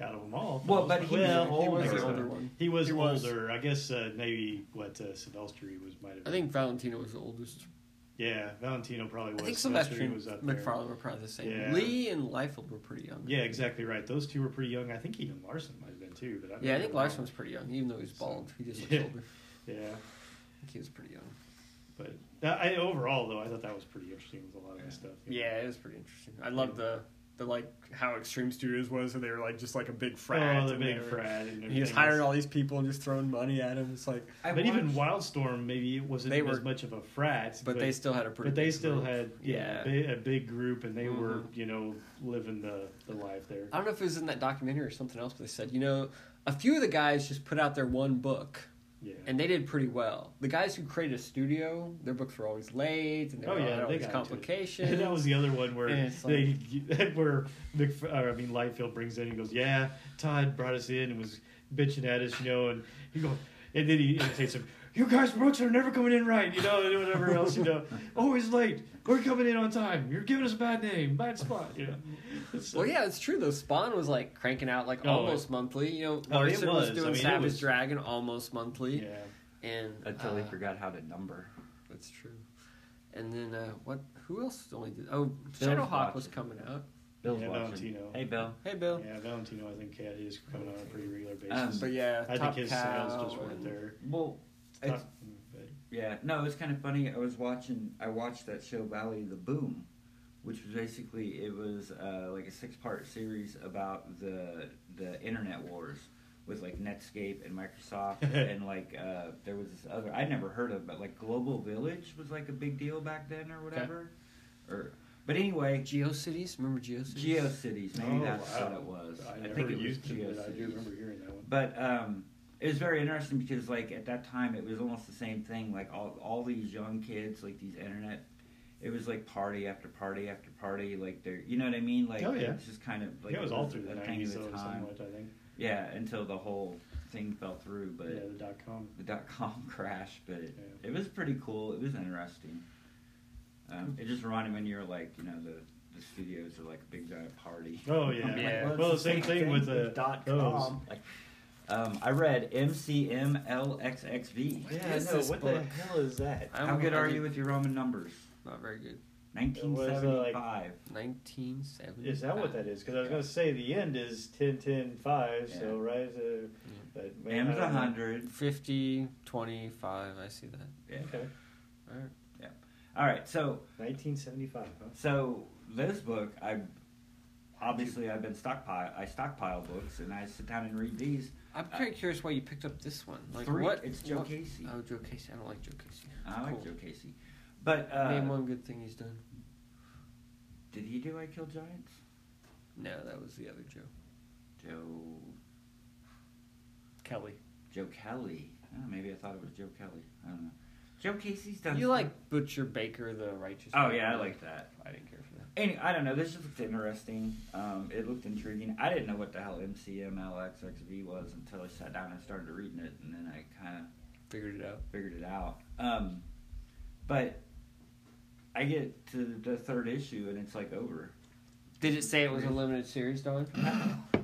S4: out of them all.
S2: Well, but he was-
S4: Well,
S2: he
S4: old-
S2: was
S4: I
S2: the
S4: guess
S1: older
S4: not.
S1: one.
S4: He was
S1: He was.
S4: older. I guess uh, maybe what uh, Silvestri was might have.
S1: I
S4: been.
S1: think Valentino was the oldest.
S4: Yeah, Valentino probably was.
S1: I think
S4: Silvestri
S1: Sylvester and
S4: was up there.
S1: McFarlane were probably the same.
S4: Yeah.
S1: Lee and Liefeld were pretty young.
S4: Yeah, exactly right. Those two were pretty young. I think even Larson might have been too. But I don't
S1: Yeah, I think
S4: know.
S1: Larson was pretty young, even though he's bald. He just looks
S4: Yeah.
S1: older.
S4: Yeah,
S1: I think he was pretty young.
S4: but that, I, overall though, I thought that was pretty interesting with a lot of the stuff. Oh, you know.
S1: Yeah, it was pretty interesting. I love the the like how Extreme Studios was, and they were like just like a big frat.
S4: Oh, the
S1: and they
S4: big
S1: were-
S4: frat. And
S1: and He was
S4: everything
S1: hiring
S4: else.
S1: all these people and just throwing money at him. It's like,
S2: I
S4: but even
S2: watched-
S4: Wildstorm, maybe it wasn't
S1: They
S4: as
S1: were-
S4: much of a frat.
S1: but they still had a pretty.
S4: but they
S1: big
S4: still
S1: group.
S4: had yeah,
S1: Yeah. Mm-hmm.
S4: a, big, a big group, and they were you know living the, the life there.
S1: I don't know if it was in that documentary or something else, but they said, you know, a few of the guys just put out their one book,
S4: Yeah,
S1: and they did pretty well. The guys who created a studio, their books were always late, and they
S4: Oh,
S1: were-
S4: yeah,
S1: had all
S4: they
S1: these
S4: got into it.
S1: complications.
S4: And that was the other one where
S1: And it's
S4: they where Mc, or, I mean Lightfield brings in and goes, "Yeah, Todd brought us in and was bitching at us, you know," and he goes, and then he imitates him. You guys' books are never coming in right, you know, and whatever else, you know. Always late. We're coming in on time. You're giving us a bad name, bad spot, you know. It's, uh,
S1: Well, yeah, it's true though. Spawn was like cranking out like
S4: Oh,
S1: almost monthly. You know, Larson was.
S4: was. I
S1: doing
S4: mean, it
S1: Savage
S4: was-
S1: Dragon almost monthly,
S4: yeah.
S1: and
S2: until he
S1: uh,
S2: forgot how to number.
S1: That's true. And then uh, what? Who else only did? Oh,
S2: Bill's
S1: Shadowhawk was
S2: watching.
S1: coming out.
S2: Bill's
S4: Yeah,
S2: watching.
S4: Valentino.
S2: Hey, Bill.
S1: Hey, Bill.
S4: Yeah, Valentino, I think, yeah, is coming on a pretty regular
S2: Um,
S4: basis.
S1: But yeah,
S4: I
S1: Top
S4: think his
S1: Cow
S4: sales just
S1: and-
S4: weren't there.
S2: Well, it's,
S4: Not- but-
S2: yeah, no, it's kind of funny. I was watching, I watched that show Valley of the Boom, which was basically it was uh, like a six-part series about the the internet wars with like Netscape and Microsoft and like uh, there was this other I never heard of, but like Global Village was like a big deal back then or whatever. Or but anyway,
S1: GeoCities. Remember GeoCities?
S2: GeoCities, maybe
S4: Oh,
S2: that's
S4: wow.
S2: what it was.
S4: I,
S2: I,
S4: never
S2: think it was
S4: used it, but I do
S2: GeoCities.
S4: remember hearing that one.
S2: But um, it was very interesting because, like, at that time, it was almost the same thing. Like, all, all these young kids, like, these internet, it was like party after party after party. Like, they're, you know what I mean? Like,
S4: Oh, yeah.
S2: it's just kind of like
S4: yeah, it was all through the
S2: a thing of
S4: nineties,
S2: the
S4: though,
S2: time.
S4: somewhat. I think.
S2: Yeah, until the whole thing fell through, but
S4: yeah, the dot com.
S2: the dot com crash, but it,
S4: Yeah.
S2: it was pretty cool. It was interesting. Um, it just reminded me when you were like, you know, the, the studios are like a big giant party.
S3: Oh yeah.
S2: I'm
S1: Yeah.
S2: Like,
S3: Well, the same thing with the
S4: dot
S3: those.
S4: com.
S2: um, I read MCMLXXV.
S1: What
S4: Oh, Yeah, I
S1: is
S4: know.
S1: this
S4: What the
S1: book?
S4: hell is that?
S1: I
S2: How
S1: don't-
S2: good
S1: I
S2: are
S1: did-
S2: you with your Roman numbers?
S1: Not very good.
S4: was, uh,
S2: 1975.
S4: like-
S1: Nineteen seventy.
S4: Is that what that is? Because I was gonna say the end is ten ten five.
S2: Yeah.
S4: So right, uh, but man,
S2: M's
S4: I don't know.
S2: 100.
S1: 50, 25, I see that.
S2: Yeah.
S4: Okay,
S1: Alright.
S2: All right, so
S4: nineteen seventy five. Huh?
S2: So this book, I obviously I've been stockpile. I stockpile books, and I sit down and read these.
S1: I'm kind of curious why you picked up this one. Like
S2: Uh, Three.
S1: what?
S2: It's Joe
S1: what-
S2: Casey.
S1: Oh, Joe Casey. I don't like Joe Casey.
S2: I like
S1: Cool.
S2: Joe Casey, but uh,
S1: Name one good thing he's done.
S2: did he do I Kill Giants?
S1: No, that was the other Joe.
S2: Joe
S1: Kelly.
S2: Joe Kelly. Oh, maybe I thought it was Joe Kelly. I don't know. Joe Casey's done.
S1: You like Butcher Baker, the righteous.
S2: Oh
S1: Man.
S2: yeah, I like that.
S1: I didn't care for that.
S2: Anyway, I don't know. This just looked interesting. Um, it looked intriguing. I didn't know what the hell MCMLXXV was until I sat down and started reading it, and then I kind of
S1: Figured it out.
S2: figured it out. Um, but I get to the third issue and it's like over.
S1: Did it say it was a limited series, Don?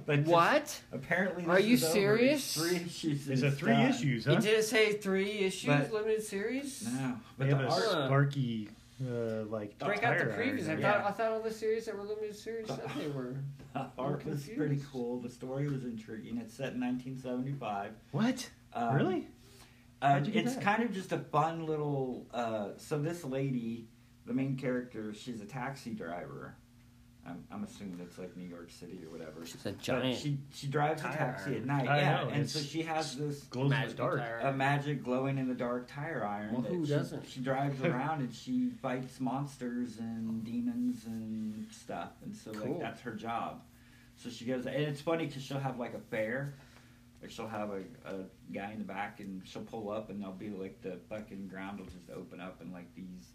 S2: But just-
S1: What?
S2: Apparently,
S1: Are
S2: this
S1: you
S2: is over. It's
S1: serious?
S2: Three issues.
S3: Is
S2: and
S3: it three
S2: done.
S3: issues? Huh?
S1: It did say three issues,
S2: But-
S1: limited series.
S2: No,
S3: They
S2: but
S3: have
S2: the
S3: a
S2: art.
S1: Huh.
S3: sparky, uh, like
S1: Break out the
S3: tire iron
S1: previews. I
S3: there.
S1: thought
S2: Yeah.
S1: I thought all the series that were limited series said they were.
S2: The art was
S1: confused.
S2: pretty cool. The story was intriguing. It's set in 1975.
S3: What?
S2: Um,
S3: really?
S2: Uh,
S3: How'd you do
S2: it's
S3: that?
S2: kind of just a fun little. Uh, so this lady, the main character, she's a taxi driver. I'm, I'm assuming it's like New York City or whatever.
S1: She's a
S2: But she she drives a
S1: tire
S2: taxi at
S1: iron.
S2: night,
S3: I
S2: yeah,
S3: know,
S2: and
S3: it's-
S2: so she has this
S3: Glows in the
S1: Magic
S3: dark.
S1: tire.
S2: a magic glowing in the dark tire iron.
S1: Well,
S2: that
S1: who
S2: she,
S1: doesn't?
S2: She drives around and she fights monsters and demons and stuff, and so
S1: Cool.
S2: like that's her job. So she goes, and it's funny because she'll have like a fair, like she'll have a, a guy in the back, and she'll pull up, and there'll be like the fucking ground will just open up, and like these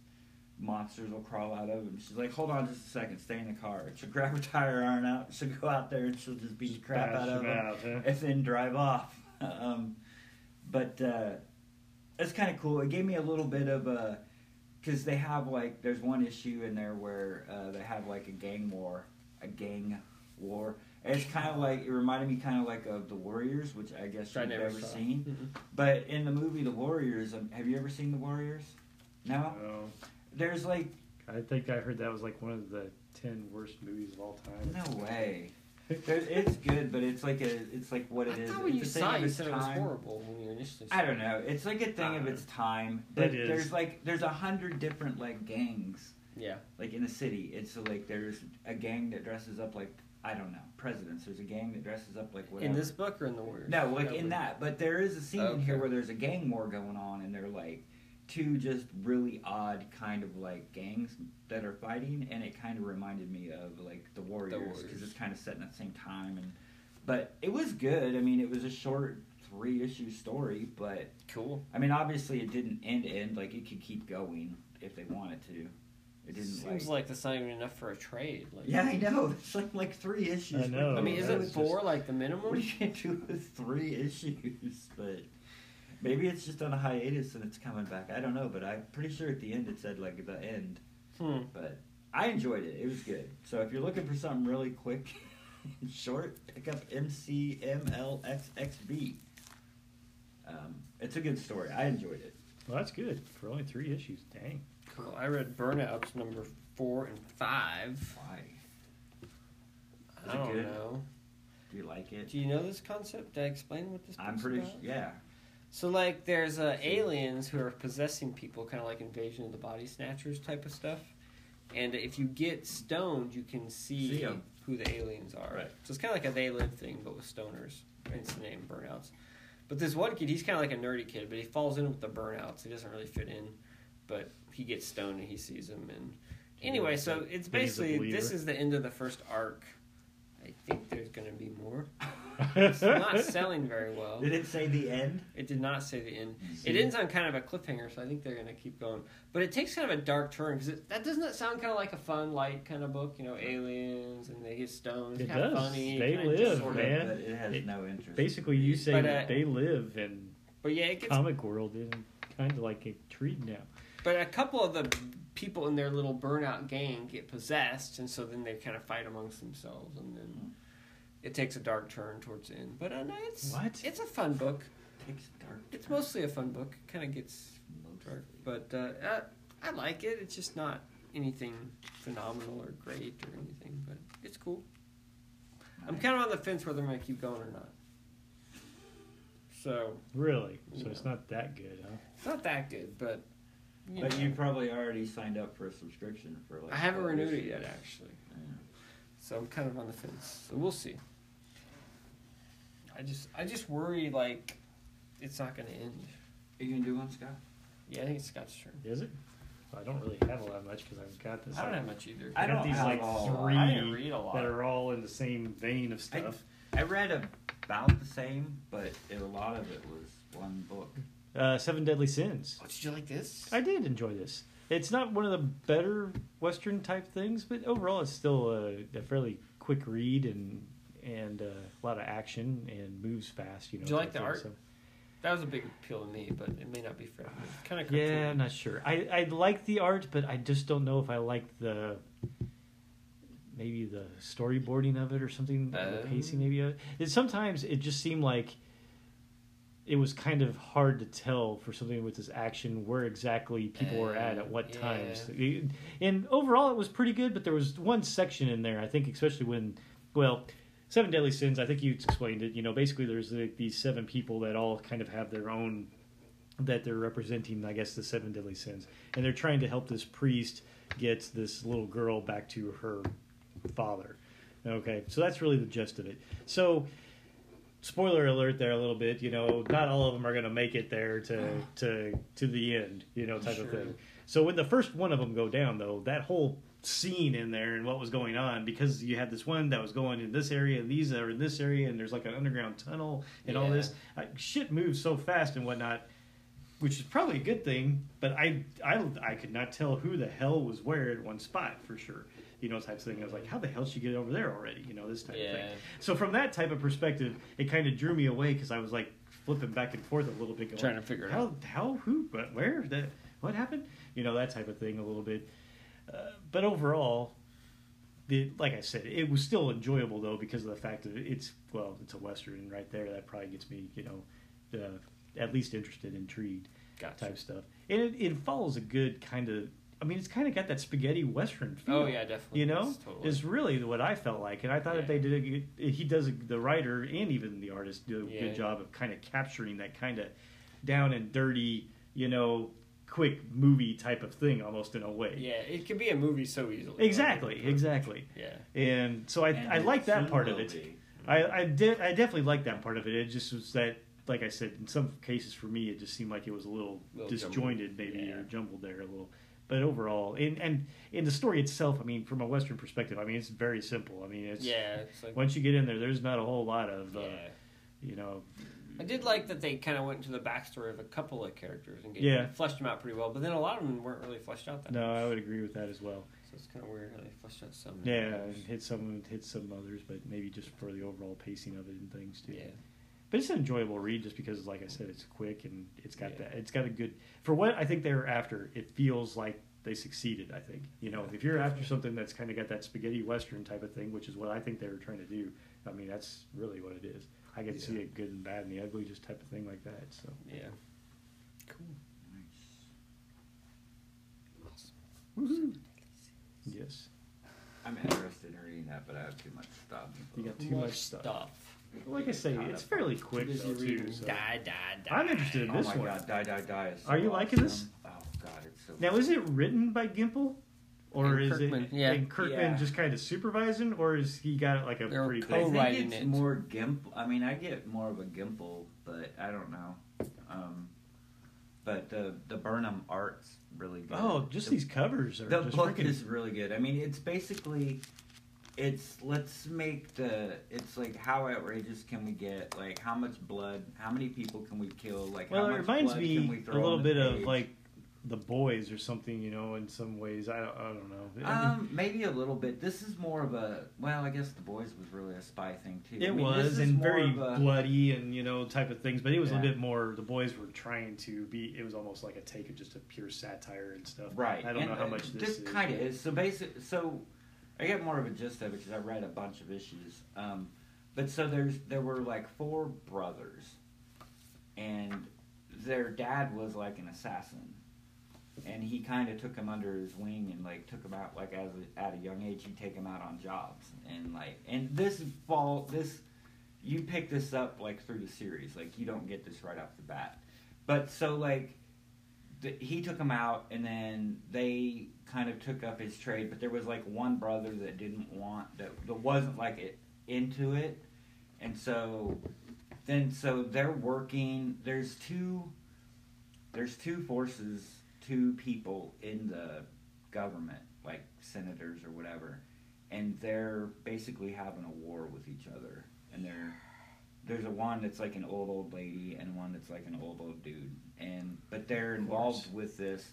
S2: monsters will crawl out of him. She's like, hold on just a second, stay in the car. And she'll grab her tire iron out, she'll go out there, and she'll just beat the crap
S3: Bash
S2: out of
S3: them
S2: him,
S3: out, huh?
S2: and then drive off. um, but uh, it's kind of cool. It gave me a little bit of a. Because they have like, there's one issue in there where uh, they have like a gang war, a gang war. And it's kind of like it reminded me kind of like of the Warriors, which I guess
S1: Which I
S2: you've
S1: never
S2: never,
S1: saw.
S2: seen.
S1: Mhm.
S2: But in the movie The Warriors, um, have you ever seen The Warriors? No.
S3: Oh,
S2: There's like
S3: I think I heard that was like one of the ten worst movies of all time.
S2: No way. There, it's good, but it's like a, it's like what
S1: I
S2: it is.
S1: thought when
S2: It's
S1: you
S2: a thing
S1: saw
S2: of
S1: it, you
S2: its
S1: said it was
S2: time.
S1: horrible when you initially.
S2: I don't know. It's like a thing of its time.
S3: Uh, It
S2: But
S3: is.
S2: there's like there's a hundred different like gangs
S1: Yeah.
S2: like in the city. It's like there's a gang that dresses up like I don't know presidents. There's a gang that dresses up like whatever.
S1: In this book or in the Warriors?
S2: No, like
S1: No,
S2: in
S1: but-
S2: that. But there is a scene in here
S1: Okay.
S2: where there's a gang war going on, and they're like two just really odd kind of like gangs that are fighting, and it kind of reminded me of like the Warriors because
S1: Warriors.
S2: it's kind of set in the same time. And but it was good. I mean, it was a short three issue story, but
S1: Cool.
S2: I mean, obviously it didn't end end like it could keep going if they wanted to. It didn't
S1: Seems
S2: like.
S1: like that's not even enough for a trade. Like,
S2: Yeah, I know. It's like like three issues.
S3: I know.
S1: I mean,
S3: is
S1: isn't
S3: That's
S1: four like the
S2: what are
S1: minimum?
S2: you gonna do with three issues? But maybe it's just on a hiatus and it's coming back. I don't know, but I'm pretty sure at the end it said like the end.
S1: Hmm.
S2: But I enjoyed it. It was good. So if you're looking for something really quick and short, pick up MCMLXXB. Um, it's a good story. I enjoyed it.
S3: Well, that's good for only three issues. Dang.
S1: Cool. I read Burnouts number four and five.
S2: Why? Is
S1: I
S2: it
S1: don't
S2: good?
S1: know.
S2: Do you like it?
S1: Do you know this concept? Did I explain what this?
S2: I'm
S1: book's
S2: pretty.
S1: about?
S2: Sh- yeah.
S1: So like, there's uh, aliens who are possessing people, kind of like Invasion of the Body Snatchers type of stuff. And if you get stoned, you can see,
S2: See 'em.
S1: who the aliens are.
S2: Right.
S1: So it's kind of like a they live thing, but with stoners. Hence the name Burnouts. But this one kid, he's kind of like a nerdy kid, but he falls in with the Burnouts. He doesn't really fit in, but he gets stoned and he sees them. And anyway, so it's
S3: Then he's a
S1: basically this
S3: believer.
S1: is the end of the first arc. I think there's going to be more. It's not selling very well.
S2: Did it say the end?
S1: It did not say the end.
S4: Mm-hmm.
S1: It ends on kind of a cliffhanger, so I think they're going to keep going. But it takes kind of a dark turn because that doesn't that sound kind of like a fun, light kind of book, you know, aliens and they get stoned.
S4: It
S1: kind of
S4: does.
S1: funny.
S4: They
S1: kinda
S4: live,
S1: sort of-
S4: man.
S2: But it has
S4: It-
S2: no interest.
S4: Basically, you say
S1: But,
S4: that
S1: uh,
S4: they live in
S1: But yeah, it gets.
S4: comic world is kind of like intrigued now.
S1: But a couple of the people in their little burnout gang get possessed, and so then they kind of fight amongst themselves, and then it takes a dark turn towards the end. But uh, no, it's
S4: What?
S1: it's a fun book.
S2: takes dark.
S1: It's mostly a fun book. It kind of gets
S2: Mostly.
S1: dark, but uh, uh, I like it. It's just not anything phenomenal or great or anything, but it's cool. I'm kind of on the fence whether I'm going to keep going or not. So
S4: Really? So
S1: Yeah.
S4: it's not that good, huh?
S1: it's not that good, but you
S2: But
S1: know.
S2: you probably already signed up for a subscription for like.
S1: I haven't
S2: 12
S1: renewed it
S2: issues.
S1: yet, actually. So I'm kind of on the fence. So we'll see. I just, I just worry like it's not going to end.
S2: Are you gonna do one, Scott?
S1: Yeah, I think it's Scott's turn.
S4: Is it? I don't really have all that much because I've got this.
S1: I don't
S4: like,
S1: have much either.
S2: I
S4: I
S2: don't
S4: got these
S2: have
S4: like
S2: a lot.
S4: three
S1: I didn't read a lot.
S4: that are all in the same vein of
S2: I-
S4: stuff.
S2: I read about the same, but it, a lot of it was one book.
S4: Uh, Seven Deadly Sins.
S1: Oh, did you like this?
S4: I did enjoy this. It's not one of the better Western type things, but overall, it's still a, a fairly quick read and and uh, a lot of action and moves fast. You know.
S1: Did you like
S4: type
S1: the
S4: thing,
S1: art?
S4: so-
S1: That was a big appeal to me, but it may not be for everyone. It's kind of
S4: Yeah, I'm not sure. I I like the art, but I just don't know if I like the maybe the storyboarding of it or something, or the
S1: Um.
S4: pacing maybe of it. it. Sometimes it just seemed like it was kind of hard to tell for something with this action where exactly people were at at what
S1: Uh,
S4: times. And overall, it was pretty good, but there was one section in there I think, especially when well. Seven Deadly Sins. I think you explained it. You know, basically, there's like these seven people that all kind of have their own that they're representing, I guess, the seven deadly sins. And they're trying to help this priest get this little girl back to her father. Okay, so that's really the gist of it. So, spoiler alert there a little bit, you know, not all of them are going to make it there to, to, to the end, you know, type of
S1: Sure.
S4: thing. So, when the first one of them go down, though, that whole scene in there and what was going on because you had this one that was going in this area and these are in this area and there's like an underground tunnel and all
S1: Yeah.
S4: this I, shit moves so fast and whatnot which is probably a good thing. But I, I, I could not tell who the hell was where at one spot for sure. You know, type of thing. I was like, how the hell did she get over there already? You know, this type of thing.
S1: Yeah.
S4: So from that type of perspective, it kind of drew me away because I was like flipping back and forth a little bit, going,
S1: Trying to figure it
S4: how, how, who, but where, that, what happened? You know, that type of thing a little bit. Uh, but overall, the, like I said, it was still enjoyable though because of the fact that it's well, it's a western right there. That probably gets me, you know, uh, at least interested, intrigued,
S1: Gotcha.
S4: type stuff. And it, it follows a good kind of. I mean, it's kind of got that spaghetti western feel.
S1: Oh, yeah, definitely.
S4: You know,
S1: It's totally-
S4: is really what I felt like, and I thought that
S1: Yeah.
S4: they did. A, good- he does a, the writer and even the artist do a
S1: Yeah.
S4: good job of kind of capturing that kind of down and dirty, you know, quick movie type of thing almost in a way.
S1: Yeah, it could be a movie so easily.
S4: Exactly, exactly.
S1: Yeah.
S4: And so I,
S2: And
S4: I
S2: it
S4: like that
S2: soon
S4: part of
S2: will
S4: it.
S2: be.
S4: I I, did, I definitely like that part of it. It just was that, like I said, in some cases for me, it just seemed like it was a little,
S1: Little jumbled.
S4: disjointed, maybe
S1: Yeah.
S4: or jumbled there a little. But overall, and and in the story itself, I mean, from a Western perspective, I mean, it's very simple. I mean, it's
S1: Yeah. It's like,
S4: once you get in there, there's not a whole lot of, uh,
S1: yeah.
S4: you know,
S1: I did like that they kind of went into the backstory of a couple of characters and get,
S4: Yeah.
S1: fleshed them out pretty well, but then a lot of them weren't really fleshed out that
S4: no,
S1: much.
S4: I would agree with that as well.
S1: So it's kind of weird how they fleshed out some.
S4: Yeah, and hit some, hit some others, but maybe just for the overall pacing of it and things too.
S1: Yeah.
S4: but it's an enjoyable read just because like i said it's quick and it's got
S1: Yeah.
S4: that it's got a good for what i think they were after it feels like they succeeded i think you know if you're after something that's kind of got that spaghetti western type of thing which is what i think they were trying to do i mean that's really what it is i get to see
S1: Yeah.
S4: a good and bad and the ugly just type of thing like that so
S1: Yeah. Cool. Awesome.
S4: yes
S2: I'm interested in reading that, but I have too much stuff.
S4: you got too
S1: More
S4: much stuff like i say it's fairly quick
S1: Busy
S4: though, too,
S1: reading.
S4: so.
S1: Die, die, die.
S4: i'm interested in
S2: oh
S4: this
S2: my
S4: one
S2: god, die, die, die! is so
S4: Are you liking this?
S2: awesome. Oh god, it's so.
S4: Now, is it written by Gimple, or
S1: And
S4: is it
S1: Kirkman, yeah.
S4: and Kirkman
S2: Yeah.
S4: just kind of supervising, or is he got it like a
S1: They're
S4: pretty
S1: co-
S2: I
S4: big?
S2: think
S1: writing
S2: it's
S1: it.
S2: more gimp. I mean, I get more of a gimple, but I don't know. Um, but the the Burnham art's really good.
S4: Oh, just
S2: the,
S4: these covers are
S2: The
S4: just
S2: book
S4: freaking.
S2: is really good. I mean, it's basically it's let's make the it's like how outrageous can we get? Like how much blood? How many people can we kill? Like
S4: Well,
S2: how
S4: it
S2: much
S4: reminds
S2: blood can we
S4: me a
S2: throw on
S4: little
S2: the
S4: bit of
S2: page?
S4: like the boys or something, you know, in some ways. I don't, I don't know.
S2: Um, maybe a little bit. This is more of a well, I guess the boys was really a spy thing too.
S4: it
S2: I mean, this
S4: was
S2: is
S4: and
S2: more
S4: very
S2: of a-
S4: bloody and you know type of things, but it was a
S2: Yeah.
S4: little bit more. The boys were trying to be. It was almost like a take of just a pure satire and stuff.
S2: Right.
S4: I don't
S2: and
S4: know how much this, is.
S2: kind of is. So basic. So I get more of a gist of it because I read a bunch of issues. Um, but so there's there were like four brothers, and their dad was like an assassin, and he kind of took him under his wing and like took him out like as a, at a young age he'd take him out on jobs and like and this fall this you pick this up like through the series like you don't get this right off the bat but so like th- he took him out and then they kind of took up his trade but there was like one brother that didn't want that, that wasn't like it, into it and so then so they're working there's two there's two forces two people in the government like senators or whatever and they're basically having a war with each other and they're there's a one that's like an old old lady and one that's like an old old dude and but they're involved with this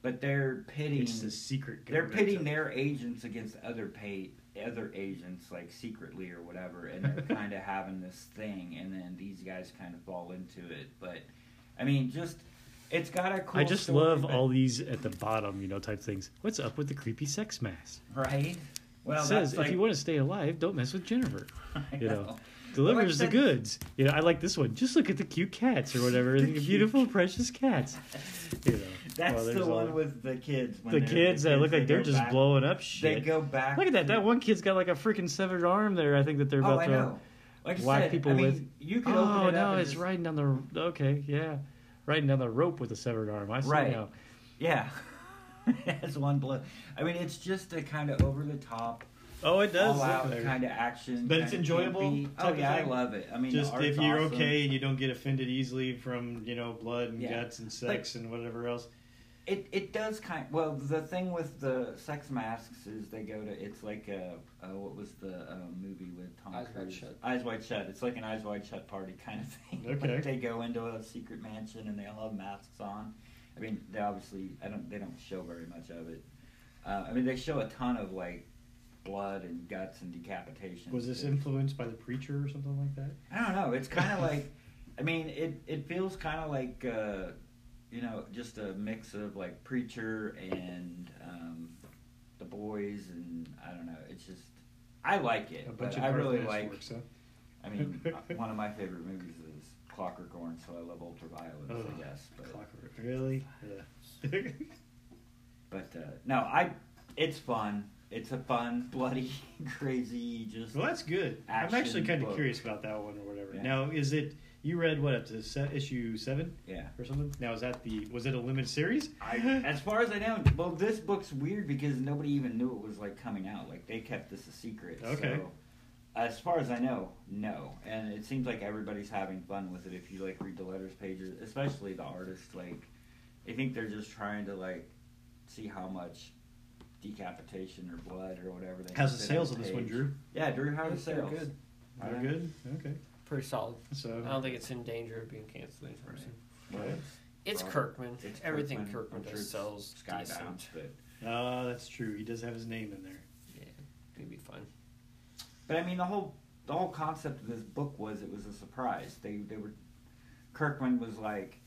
S2: but they're pitting
S4: It's the secret.
S2: they're
S4: government
S2: pitting
S4: of-
S2: their agents against other pay other agents like secretly or whatever and they're kind of having this thing and then these guys kind of fall into it but i mean just it's got a cool
S4: I just
S2: story,
S4: love
S2: but-
S4: all these at the bottom, you know, type things. What's up with the creepy sex mask?
S2: right well
S4: it says
S2: that's like,
S4: if you want to stay alive, don't mess with Jennifer.
S2: I
S4: you know,
S2: know.
S4: delivers the
S2: Like that-
S4: goods. You know, I like this one. Just look at the cute cats or whatever.
S2: The
S4: the
S2: cute
S4: beautiful, precious cats. You know,
S2: that's
S4: well, there's
S2: the
S4: all-
S2: one with the kids when
S4: the
S2: they're-
S4: kids that look
S2: they
S4: like they're
S2: go
S4: just
S2: back-
S4: blowing up
S2: they
S4: shit.
S2: go back
S4: Look at that.
S2: to-
S4: That one kid's got like a freaking severed arm there. I think that they're
S2: oh
S4: about
S2: i
S4: to.
S2: know like I
S4: whack
S2: said,
S4: people
S2: I mean,
S4: with-
S2: you can open
S4: Oh
S2: it up
S4: no,
S2: and
S4: it's
S2: just-
S4: riding down the okay, yeah, riding down the rope with a severed arm. I see
S2: Right.
S4: now.
S2: yeah that's one blow i mean it's just a kind of over the top
S4: Oh, it does.
S2: all
S4: look
S2: out
S4: there.
S2: kind of action.
S3: But it's
S2: kinda
S3: enjoyable
S2: campy.
S3: type
S2: Oh
S3: of
S2: yeah, I
S3: thing?
S2: love it. I mean, the
S3: Just
S2: art's
S3: if you're
S2: awesome.
S3: okay and you don't get offended easily from you know blood and
S2: Yeah.
S3: guts and sex and whatever else.
S2: it it does kind. well, the thing with the sex masks is they go to. It's like a uh, what was the uh, movie with Tom
S1: Eyes Wide
S2: Cruise?
S1: Shut.
S2: Eyes Wide Shut. It's like an Eyes Wide Shut party kind of thing.
S3: Okay.
S2: Like, they go into a secret mansion and they all have masks on. I mean, they obviously I don't they don't show very much of it. Uh, I mean, they show a ton of like blood and guts and decapitation.
S3: Was this influenced by the preacher or something like that?
S2: I don't know. It's kind of like, I mean, it it feels kind of like, uh, you know, just a mix of like preacher and um, the boys, and I don't know. It's just, I like it.
S3: A
S2: but
S3: bunch of
S2: I really
S3: Garth
S2: like.
S3: Brooks, huh?
S2: I mean, uh, one of my favorite movies is Clockwork Orange, so I love Ultraviolence,
S3: Ugh,
S2: I guess. But
S3: Clockwork. Really? Yeah.
S2: but uh, no, I. It's fun. It's a fun, bloody, crazy, just.
S3: well, that's good. I'm
S2: Action
S3: actually kind of
S2: book.
S3: curious about that one or whatever.
S2: Yeah.
S3: Now, is it you read what up to se- issue seven
S2: Yeah.
S3: or something? Now, is that the was it a limited series?
S2: I, as far as I know, well, this book's weird because nobody even knew it was like coming out. Like they kept this a secret.
S3: Okay.
S2: So, as far as I know, no. And it seems like everybody's having fun with it. If you like read the letters pages, especially the artists, like I think they're just trying to like see how much decapitation or blood or whatever. They
S3: How's
S2: can
S3: the
S2: fit on
S3: sales on this one,
S2: page.
S3: Drew?
S2: Yeah, Drew, how are the
S1: They're
S2: sales?
S1: good.
S2: I
S3: They're
S2: know.
S3: good. Okay.
S1: Pretty solid.
S3: So
S1: I don't think it's in danger of being canceled anytime
S2: Right.
S1: soon.
S2: Well,
S1: It's
S2: Right.
S1: Kirkman.
S2: it's
S1: Everything
S2: Kirkman.
S1: Kirkman,
S2: I'm sure
S1: does
S2: it's
S1: sells
S2: Skybound,
S1: decent.
S2: but
S3: Ah, that's true. He does have his name in there.
S1: Yeah, it'd be fun.
S2: But I mean, the whole the whole concept of this book was it was a surprise. They they were Kirkman was like,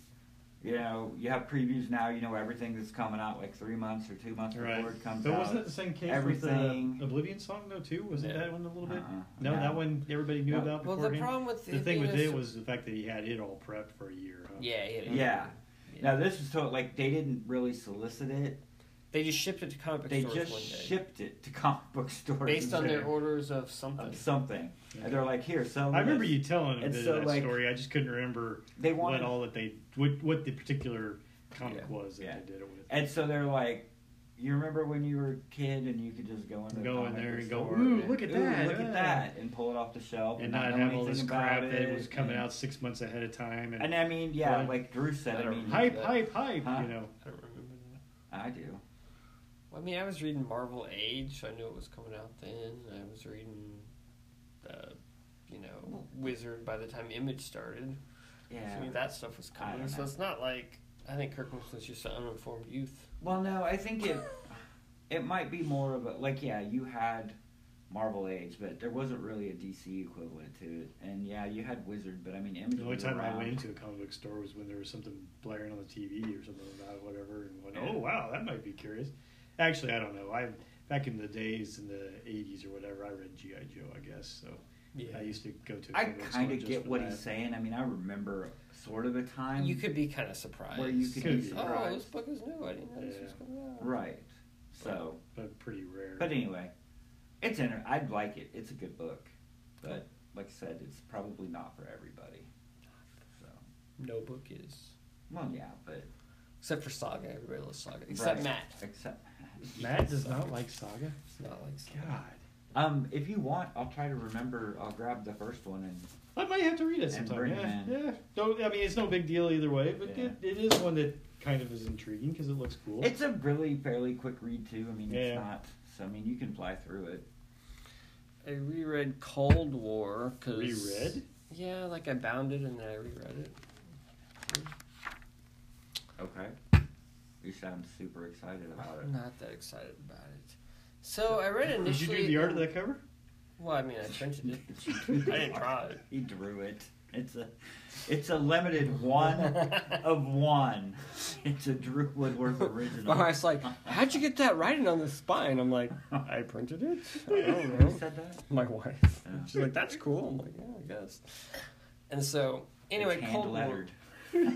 S2: you know, you have previews now. You know everything that's coming out like three months or two months before
S3: Right.
S2: it comes
S3: But
S2: out.
S3: wasn't it the same case with
S2: everything-
S3: the Oblivion song though too? Wasn't
S1: Yeah.
S3: that one a little bit?
S2: Uh-uh.
S3: No,
S2: No.
S3: that one everybody knew
S2: No.
S3: about.
S1: Well, the
S3: beforehand.
S1: problem with
S3: the thing with it was the fact that he had it all prepped for a year. Huh?
S1: yeah, yeah,
S2: Yeah.
S1: Yeah.
S2: Now this was so like they didn't really solicit it.
S1: They just shipped it to comic book
S2: They
S1: stores
S2: just
S1: one day.
S2: shipped it to comic book stores
S1: based on their
S2: of
S1: orders of something.
S2: something. And they're like, here, sell.
S3: I remember
S2: this."
S3: you telling a
S2: And
S3: bit
S2: so,
S3: of that
S2: like,
S3: story. I just couldn't remember
S2: They
S3: what
S2: wanted
S3: all that they what what the particular comic
S2: Yeah.
S3: was that
S2: Yeah.
S3: they did it with.
S2: And so they're like, you remember when you were a kid and you could just go in
S3: Go in there and go, "Ooh,
S2: and,
S3: look at that,
S2: look
S3: yeah."
S2: at that, and pull it off the shelf,
S3: And not
S2: know
S3: have all this
S2: anything
S3: crap
S2: about
S3: that was coming
S2: and-
S3: out six months ahead of time and,
S2: And I mean, yeah,
S3: Right.
S2: like Drew said, I mean,
S3: hype, hype, hype,
S2: Huh?
S3: you know.
S1: I don't remember that.
S2: I do.
S1: Well, I mean, I was reading Marvel Age. I knew it was coming out then. I was reading, uh, you know, Wizard by the time Image started. So, I
S2: Yeah.
S1: mean, that stuff was
S2: I
S1: coming.
S2: don't
S1: So
S2: know.
S1: it's not like I think Kirkman was just an uninformed youth.
S2: Well, no, I think it it might be more of a like yeah, you had Marvel Age, but there wasn't really a DC equivalent to it. And yeah, you had Wizard, but I mean, Image
S3: The only
S2: was
S3: time I
S2: around.
S3: went into a comic book store was when there was something blaring on the TV or something about it, whatever, and went, "Oh wow, that might be curious." Actually, I don't know. I back in the days in the '80s or whatever, I read GI Joe, I guess. So I used to go to. a
S2: I
S3: comic book
S2: kind
S3: store
S2: of
S3: just
S2: get
S3: for
S2: what
S3: that.
S2: he's saying. I mean, I remember sort of a time.
S1: you could be kind of surprised.
S2: Where you could
S3: be
S1: oh,
S2: surprised.
S1: this book is new. I didn't know this was
S3: Yeah.
S1: coming out.
S2: right. So,
S3: but pretty rare.
S2: but anyway, it's inter- I'd like it. It's a good book, but like I said, it's probably not for everybody. So,
S1: No book is.
S2: well, yeah, but
S1: Except for Saga. Everybody loves Saga. Except
S2: right.
S1: Matt.
S2: Except
S4: Matt does not like Saga.
S1: It's not like Saga.
S4: God,
S2: um, if you want, I'll try to remember. I'll grab the first one and
S4: I might have to read it
S2: And
S4: sometime.
S2: bring it
S4: Yeah,
S2: in.
S4: yeah. Don't. I mean, it's no big deal either way, but
S2: Yeah.
S4: it, it is one that kind of is intriguing because it looks cool.
S2: It's a really fairly quick read too. I mean, it's
S4: Yeah.
S2: not. So I mean, you can fly through it.
S1: I reread Cold War because
S4: Reread?
S1: Yeah, like I bound it and then I reread it.
S2: Okay. You sound super excited about
S1: I'm
S2: it.
S1: not that excited about it. So I read
S4: Did you
S1: initially.
S4: do the art of that cover?
S1: Well, I mean, I printed it. I didn't draw it.
S2: He drew it. It's a, it's a limited one of one. It's a Drew Woodworth original.
S1: My wife's like, "How'd you get that writing on the spine?" I'm like, "I printed it." I don't
S2: Who
S1: know.
S2: said that?
S1: My wife.
S2: Yeah.
S1: She's like, "That's cool." I'm like, "Yeah, I guess." And so, anyway,
S2: it's
S1: Cold War.
S2: hand-lettered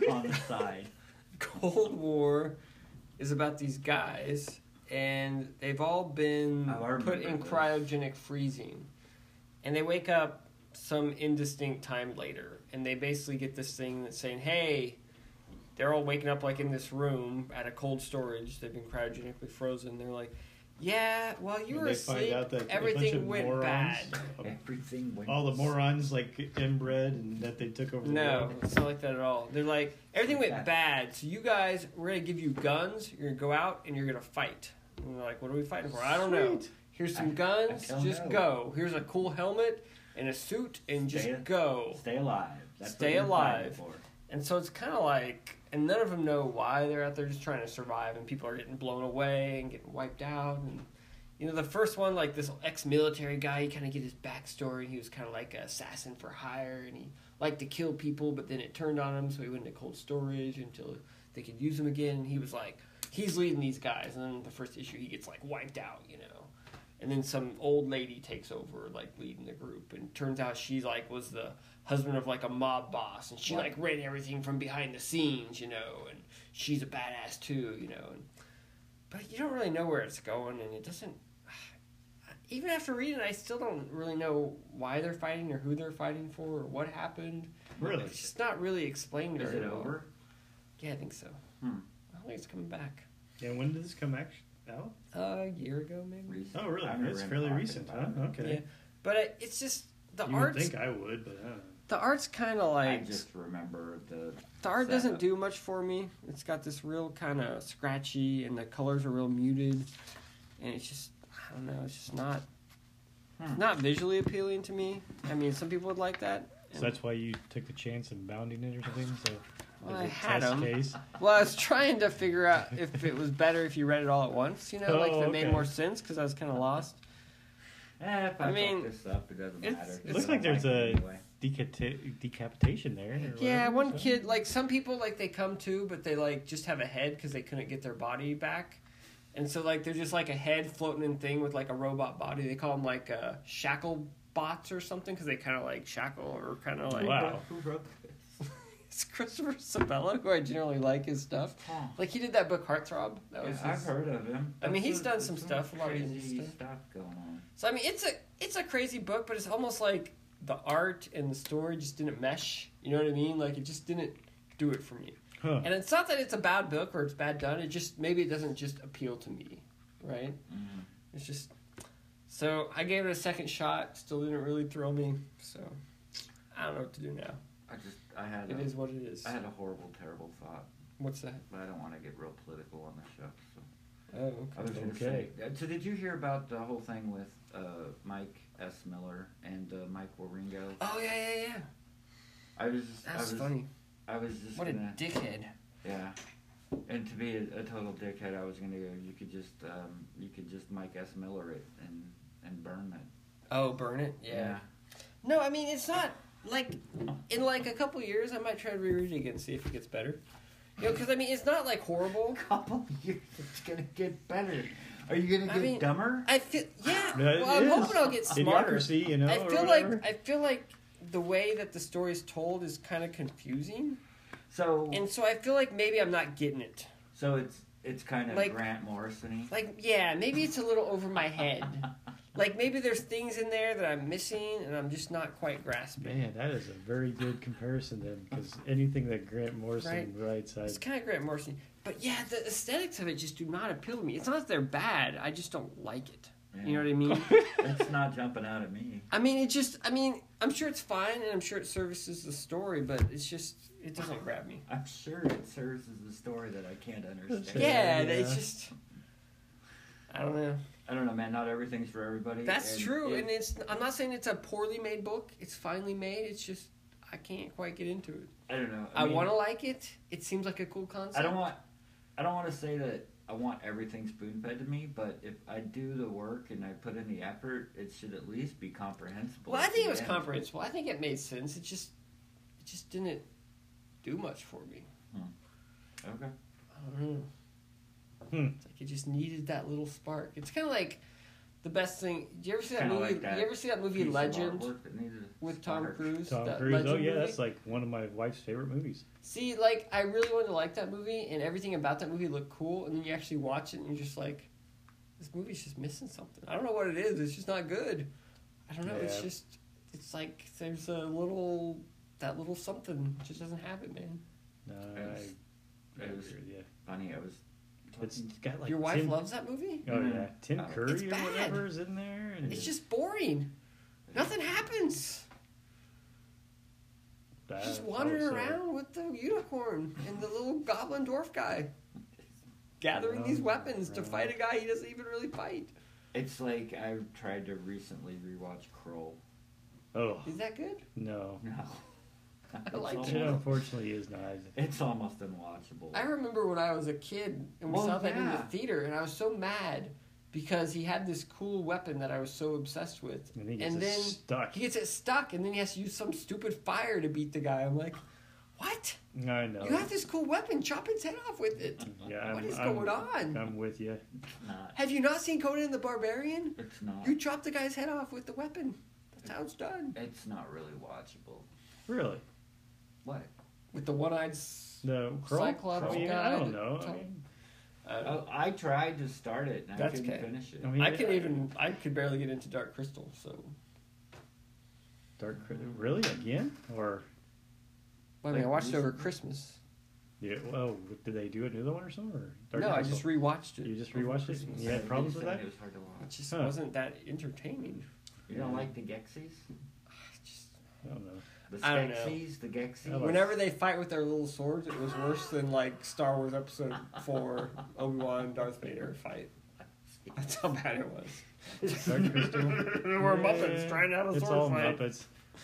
S2: on the side.
S1: Cold War is about these guys, and they've all been
S2: Oh, I
S1: put in
S2: remember this.
S1: cryogenic freezing. And they wake up some indistinct time later, and they basically get this thing that's saying, hey, they're all waking up like in this room at a cold storage. They've been cryogenically frozen. They're like, yeah, while you
S3: When
S1: were
S3: they find
S1: asleep,
S3: out that a bunch of
S1: everything went
S3: morons-
S1: bad.
S2: Everything went.
S3: All the morons like inbred and that they took over. the
S1: No,
S3: world.
S1: it's not like that at all. They're like, everything went
S2: Yeah.
S1: bad, so you guys, we're gonna give you guns, you're gonna go out and you're gonna fight. And they're like, what are we fighting for? I don't know.
S4: Sweet.
S1: Here's
S2: I-
S1: some guns,
S2: I don't
S1: just
S2: know.
S1: go. Here's a cool helmet and a suit, and just
S2: Stay-
S1: go.
S2: Stay alive. That's
S1: Stay
S2: what you're fighting
S1: alive.
S2: For.
S1: And so it's kind of like, and none of them know why they're out there just trying to survive, and people are getting blown away and getting wiped out. And, you know, the first one, like this ex military guy, you kind of get his backstory. He was kind of like an assassin for hire, and he liked to kill people, but then it turned on him, so he went into cold storage until they could use him again. And he was like, he's leading these guys. And then the first issue, he gets like wiped out, you know and then some old lady takes over like leading the group and turns out she like was the husband of like a mob boss and she
S2: Wow.
S1: like ran everything from behind the scenes you know and she's a badass too you know and but you don't really know where it's going and it doesn't even after reading it, i still don't really know why they're fighting or who they're fighting for or what happened
S3: Really?
S1: it's just not really explained
S2: Is
S1: very
S2: it
S1: well.
S2: over?
S1: yeah i think so
S2: Hmm.
S1: i don't think it's coming back
S3: And when did this come act- out?
S1: a year ago maybe
S2: Recent.
S3: Oh, really?
S2: I remember
S3: It's
S2: him
S3: fairly
S2: talking
S3: recent, huh?
S2: about it.
S3: Okay.
S1: Yeah. but I, it's just the
S3: You would
S1: art's
S3: think I would,
S4: uh,
S3: but I don't know.
S1: the art's kind of
S2: I
S1: like
S2: just remember the
S1: The art doesn't
S2: setup.
S1: do much for me. It's got this real kind of scratchy, and the colors are real muted, and it's just I don't know. It's just not
S2: Hmm.
S1: not visually appealing to me. I mean, some people would like that.
S4: So that's why you took the chance of bounding it or something. So
S1: Well,
S4: as
S1: I
S4: a
S1: had
S4: test
S1: 'em.
S4: case.
S1: Well, I was trying to figure out if it was better if you read it all at once. You know, like
S4: Oh,
S1: if it made
S4: okay.
S1: more sense because I was kind of lost.
S2: Eh, if I,
S1: I
S2: mean,
S1: mean,
S2: this up, it doesn't
S1: it's-
S2: matter.
S1: it's-
S2: I
S4: Looks
S2: don't
S4: like there's
S2: it
S4: a-
S2: anyway.
S4: Decapita- decapitation there. or
S1: Yeah,
S4: whatever,
S1: one
S4: so.
S1: kid like some people like they come to, but they like just have a head because they couldn't get their body back, and so like they're just like a head floating in thing with like a robot body. They call them like uh, shackle bots or something because they kind of like shackle or kind of like.
S4: Wow.
S2: Who wrote this?
S1: It's Christopher Sabella, who I generally like his stuff.
S2: Huh.
S1: Like he did that book Heartthrob. That was
S2: Yeah, I've
S1: his-
S2: heard of him.
S1: I mean, he's
S2: There's
S1: done some stuff, a lot of
S2: crazy
S1: interesting
S2: stuff. going on.
S1: So I mean, it's a it's a crazy book, but it's almost like the art and the story just didn't mesh. You know what I mean? Like it just didn't do it for me.
S4: Huh.
S1: And it's not that it's a bad book or it's bad done. It just maybe it doesn't just appeal to me, right?
S2: Mm.
S1: It's just so I gave it a second shot. Still didn't really throw me. So I don't know what to do now.
S2: I just, I had,
S1: It
S2: a,
S1: is what it is.
S2: I had a horrible, terrible thought,
S1: What's that?
S2: but I don't want to get real political on the show. So
S1: Oh,
S2: That was
S4: Okay.
S2: interesting. Uh, So did you hear about the whole thing with uh, Mike S. Miller and uh, Michael Ringo?
S1: Oh yeah, yeah, yeah.
S2: I was just, I
S1: That's
S2: was,
S1: funny.
S2: I was just
S1: What a
S2: gonna,
S1: dickhead.
S2: yeah. And to be a, a total dickhead, I was gonna go. You could just, um, you could just Mike S. Miller it and and burn it.
S1: Oh, burn it. yeah. No, I mean it's not like in like a couple years I might try to reread it again see if it gets better. You know, because I mean it's not like horrible.
S2: couple years, it's gonna get better. Are you gonna
S1: I
S2: get
S1: mean-
S2: dumber?
S1: I feel yeah.
S4: No, it
S1: well, I'm
S4: is.
S1: hoping I'll get smarter.
S4: Idiocracy, you know.
S1: I
S4: or
S1: feel
S4: whatever.
S1: like I feel like the way that the story is told is kind of confusing,
S2: So,
S1: and so I feel like maybe I'm not getting it.
S2: so it's it's kind of
S1: Like-
S2: Grant Morrison.
S1: Like yeah, maybe it's a little over my head. Like maybe there's things in there that I'm missing and I'm just not quite grasping.
S4: Man, that is a very good comparison then, because anything that Grant Morrison writes, I
S1: It's kind of Grant Morrison, but yeah, the aesthetics of it just do not appeal to me. It's not that they're bad; I just don't like it. You know what I mean?
S2: it's not jumping out at me.
S1: I mean, it just, I mean, I'm sure it's fine and I'm sure it services the story, but it's just, it doesn't grab me.
S2: I'm sure it serves as a story that I can't understand.
S1: Yeah,
S4: Yeah.
S1: it's just, I don't know.
S2: I don't know, man. Not everything's for everybody.
S1: That's
S2: and
S1: true,
S2: it-
S1: and it's, I'm not saying it's a poorly made book, it's finely made, it's just, I can't quite get into it.
S2: I don't know.
S1: I,
S2: mean,
S1: want to like it, it seems like a cool concept.
S2: I don't want. I don't want to say that I want everything spoon fed to me, but if I do the work and I put in the effort, it should at least be comprehensible.
S1: Well, I
S2: at
S1: think
S2: the
S1: it was
S2: end.
S1: comprehensible. I think it made sense. It just, it just didn't do much for me.
S2: Okay.
S1: I don't know.
S4: Hmm.
S1: It's like it just needed that little spark. It's kind of like the best thing. Do you ever see that
S2: Kinda
S1: movie?
S2: like that
S1: you ever see that movie
S2: Piece of
S1: Legend
S2: artwork that needed a
S1: with Tom
S2: spark.
S1: Cruise?
S4: Tom
S1: that
S4: Cruise. Oh
S1: Legend
S4: yeah,
S1: movie?
S4: that's like one of my wife's favorite movies.
S1: See, like I really wanted to like that movie, and everything about that movie looked cool. And then you actually watch it, and you're just like, this movie's just missing something. I don't know what it is. It's just not good. I don't know. It's
S4: Yeah.
S1: just, it's like there's a little that little something just doesn't happen, man.
S4: No,
S2: Yes.
S4: Uh, I, I
S2: It
S4: agree
S2: was
S4: with you.
S2: funny. I was.
S4: It's got like
S1: Your wife
S4: Tim,
S1: loves that movie.
S4: Oh
S2: Mm.
S4: yeah, Tim
S2: Oh.
S4: Curry
S1: It's
S4: or
S1: bad.
S4: whatever is in there, and
S1: It's just boring. Nothing happens.
S4: bad.
S1: She's wandering
S4: Also,
S1: around with the unicorn and the little goblin dwarf guy, gathering these weapons to fight a guy he doesn't even really fight.
S2: It's like I tried to recently rewatch Kroll.
S4: Oh
S1: Is that good?
S4: no,
S2: No. It's
S1: liked
S2: almost-
S1: it.
S4: it unfortunately is not.
S2: It's almost unwatchable.
S1: I remember when I was a kid and we
S2: Well,
S1: saw that in the
S2: yeah.
S1: theater, and I was so mad because he had this cool weapon that I was so obsessed with,
S4: I think it's
S1: and then
S4: stuck.
S1: he gets it stuck, and then he has to use some stupid fire to beat the guy. I'm like, what?
S4: I know.
S1: You have this cool weapon, chop its head off with it.
S4: yeah,
S1: what
S4: I'm,
S1: is
S4: I'm-
S1: going on?
S4: I'm with you.
S2: It's not.
S1: Have you not seen Conan the Barbarian?
S2: It's not.
S1: You chopped the guy's head off with the weapon. That's how it's done.
S2: It's not really watchable.
S4: Really?
S2: What?
S1: With the one-eyed.
S4: No, Kroll?
S1: Cyclops
S4: I, mean,
S1: guy
S4: I
S1: that-
S4: don't know. I
S1: Tom-
S4: mean,
S2: Oh, I tried to start it and I
S1: That's
S2: couldn't
S1: okay.
S2: finish it.
S4: I mean,
S1: I could even. I could barely get into Dark Crystal. So.
S4: Dark Crystal. Really again? Or
S1: Well, I mean, I
S2: Like,
S1: watched it over
S2: recently?
S1: Christmas.
S4: yeah? Oh, did they do another one or something? Or Dark
S1: no, I
S4: Crystal?
S1: just rewatched it.
S4: You just
S1: over
S4: rewatched it?
S1: Christmas.
S4: You had problems with that?
S2: It was hard to
S1: It
S2: watch.
S1: just
S4: Huh.
S1: wasn't that entertaining.
S2: You don't like the Gexies?
S1: I just-
S4: I don't know.
S2: The
S1: I don't know.
S2: Skeksis? The Gexies?
S4: I like-
S1: Whenever they fight with their little swords, it was worse than like Star Wars Episode Four, Obi Wan, Darth Vader fight. That's how bad it was.
S4: Dark Crystal.
S1: there were Muppets trying out a
S4: It's
S1: sword
S4: all
S1: fight.
S4: Muppets.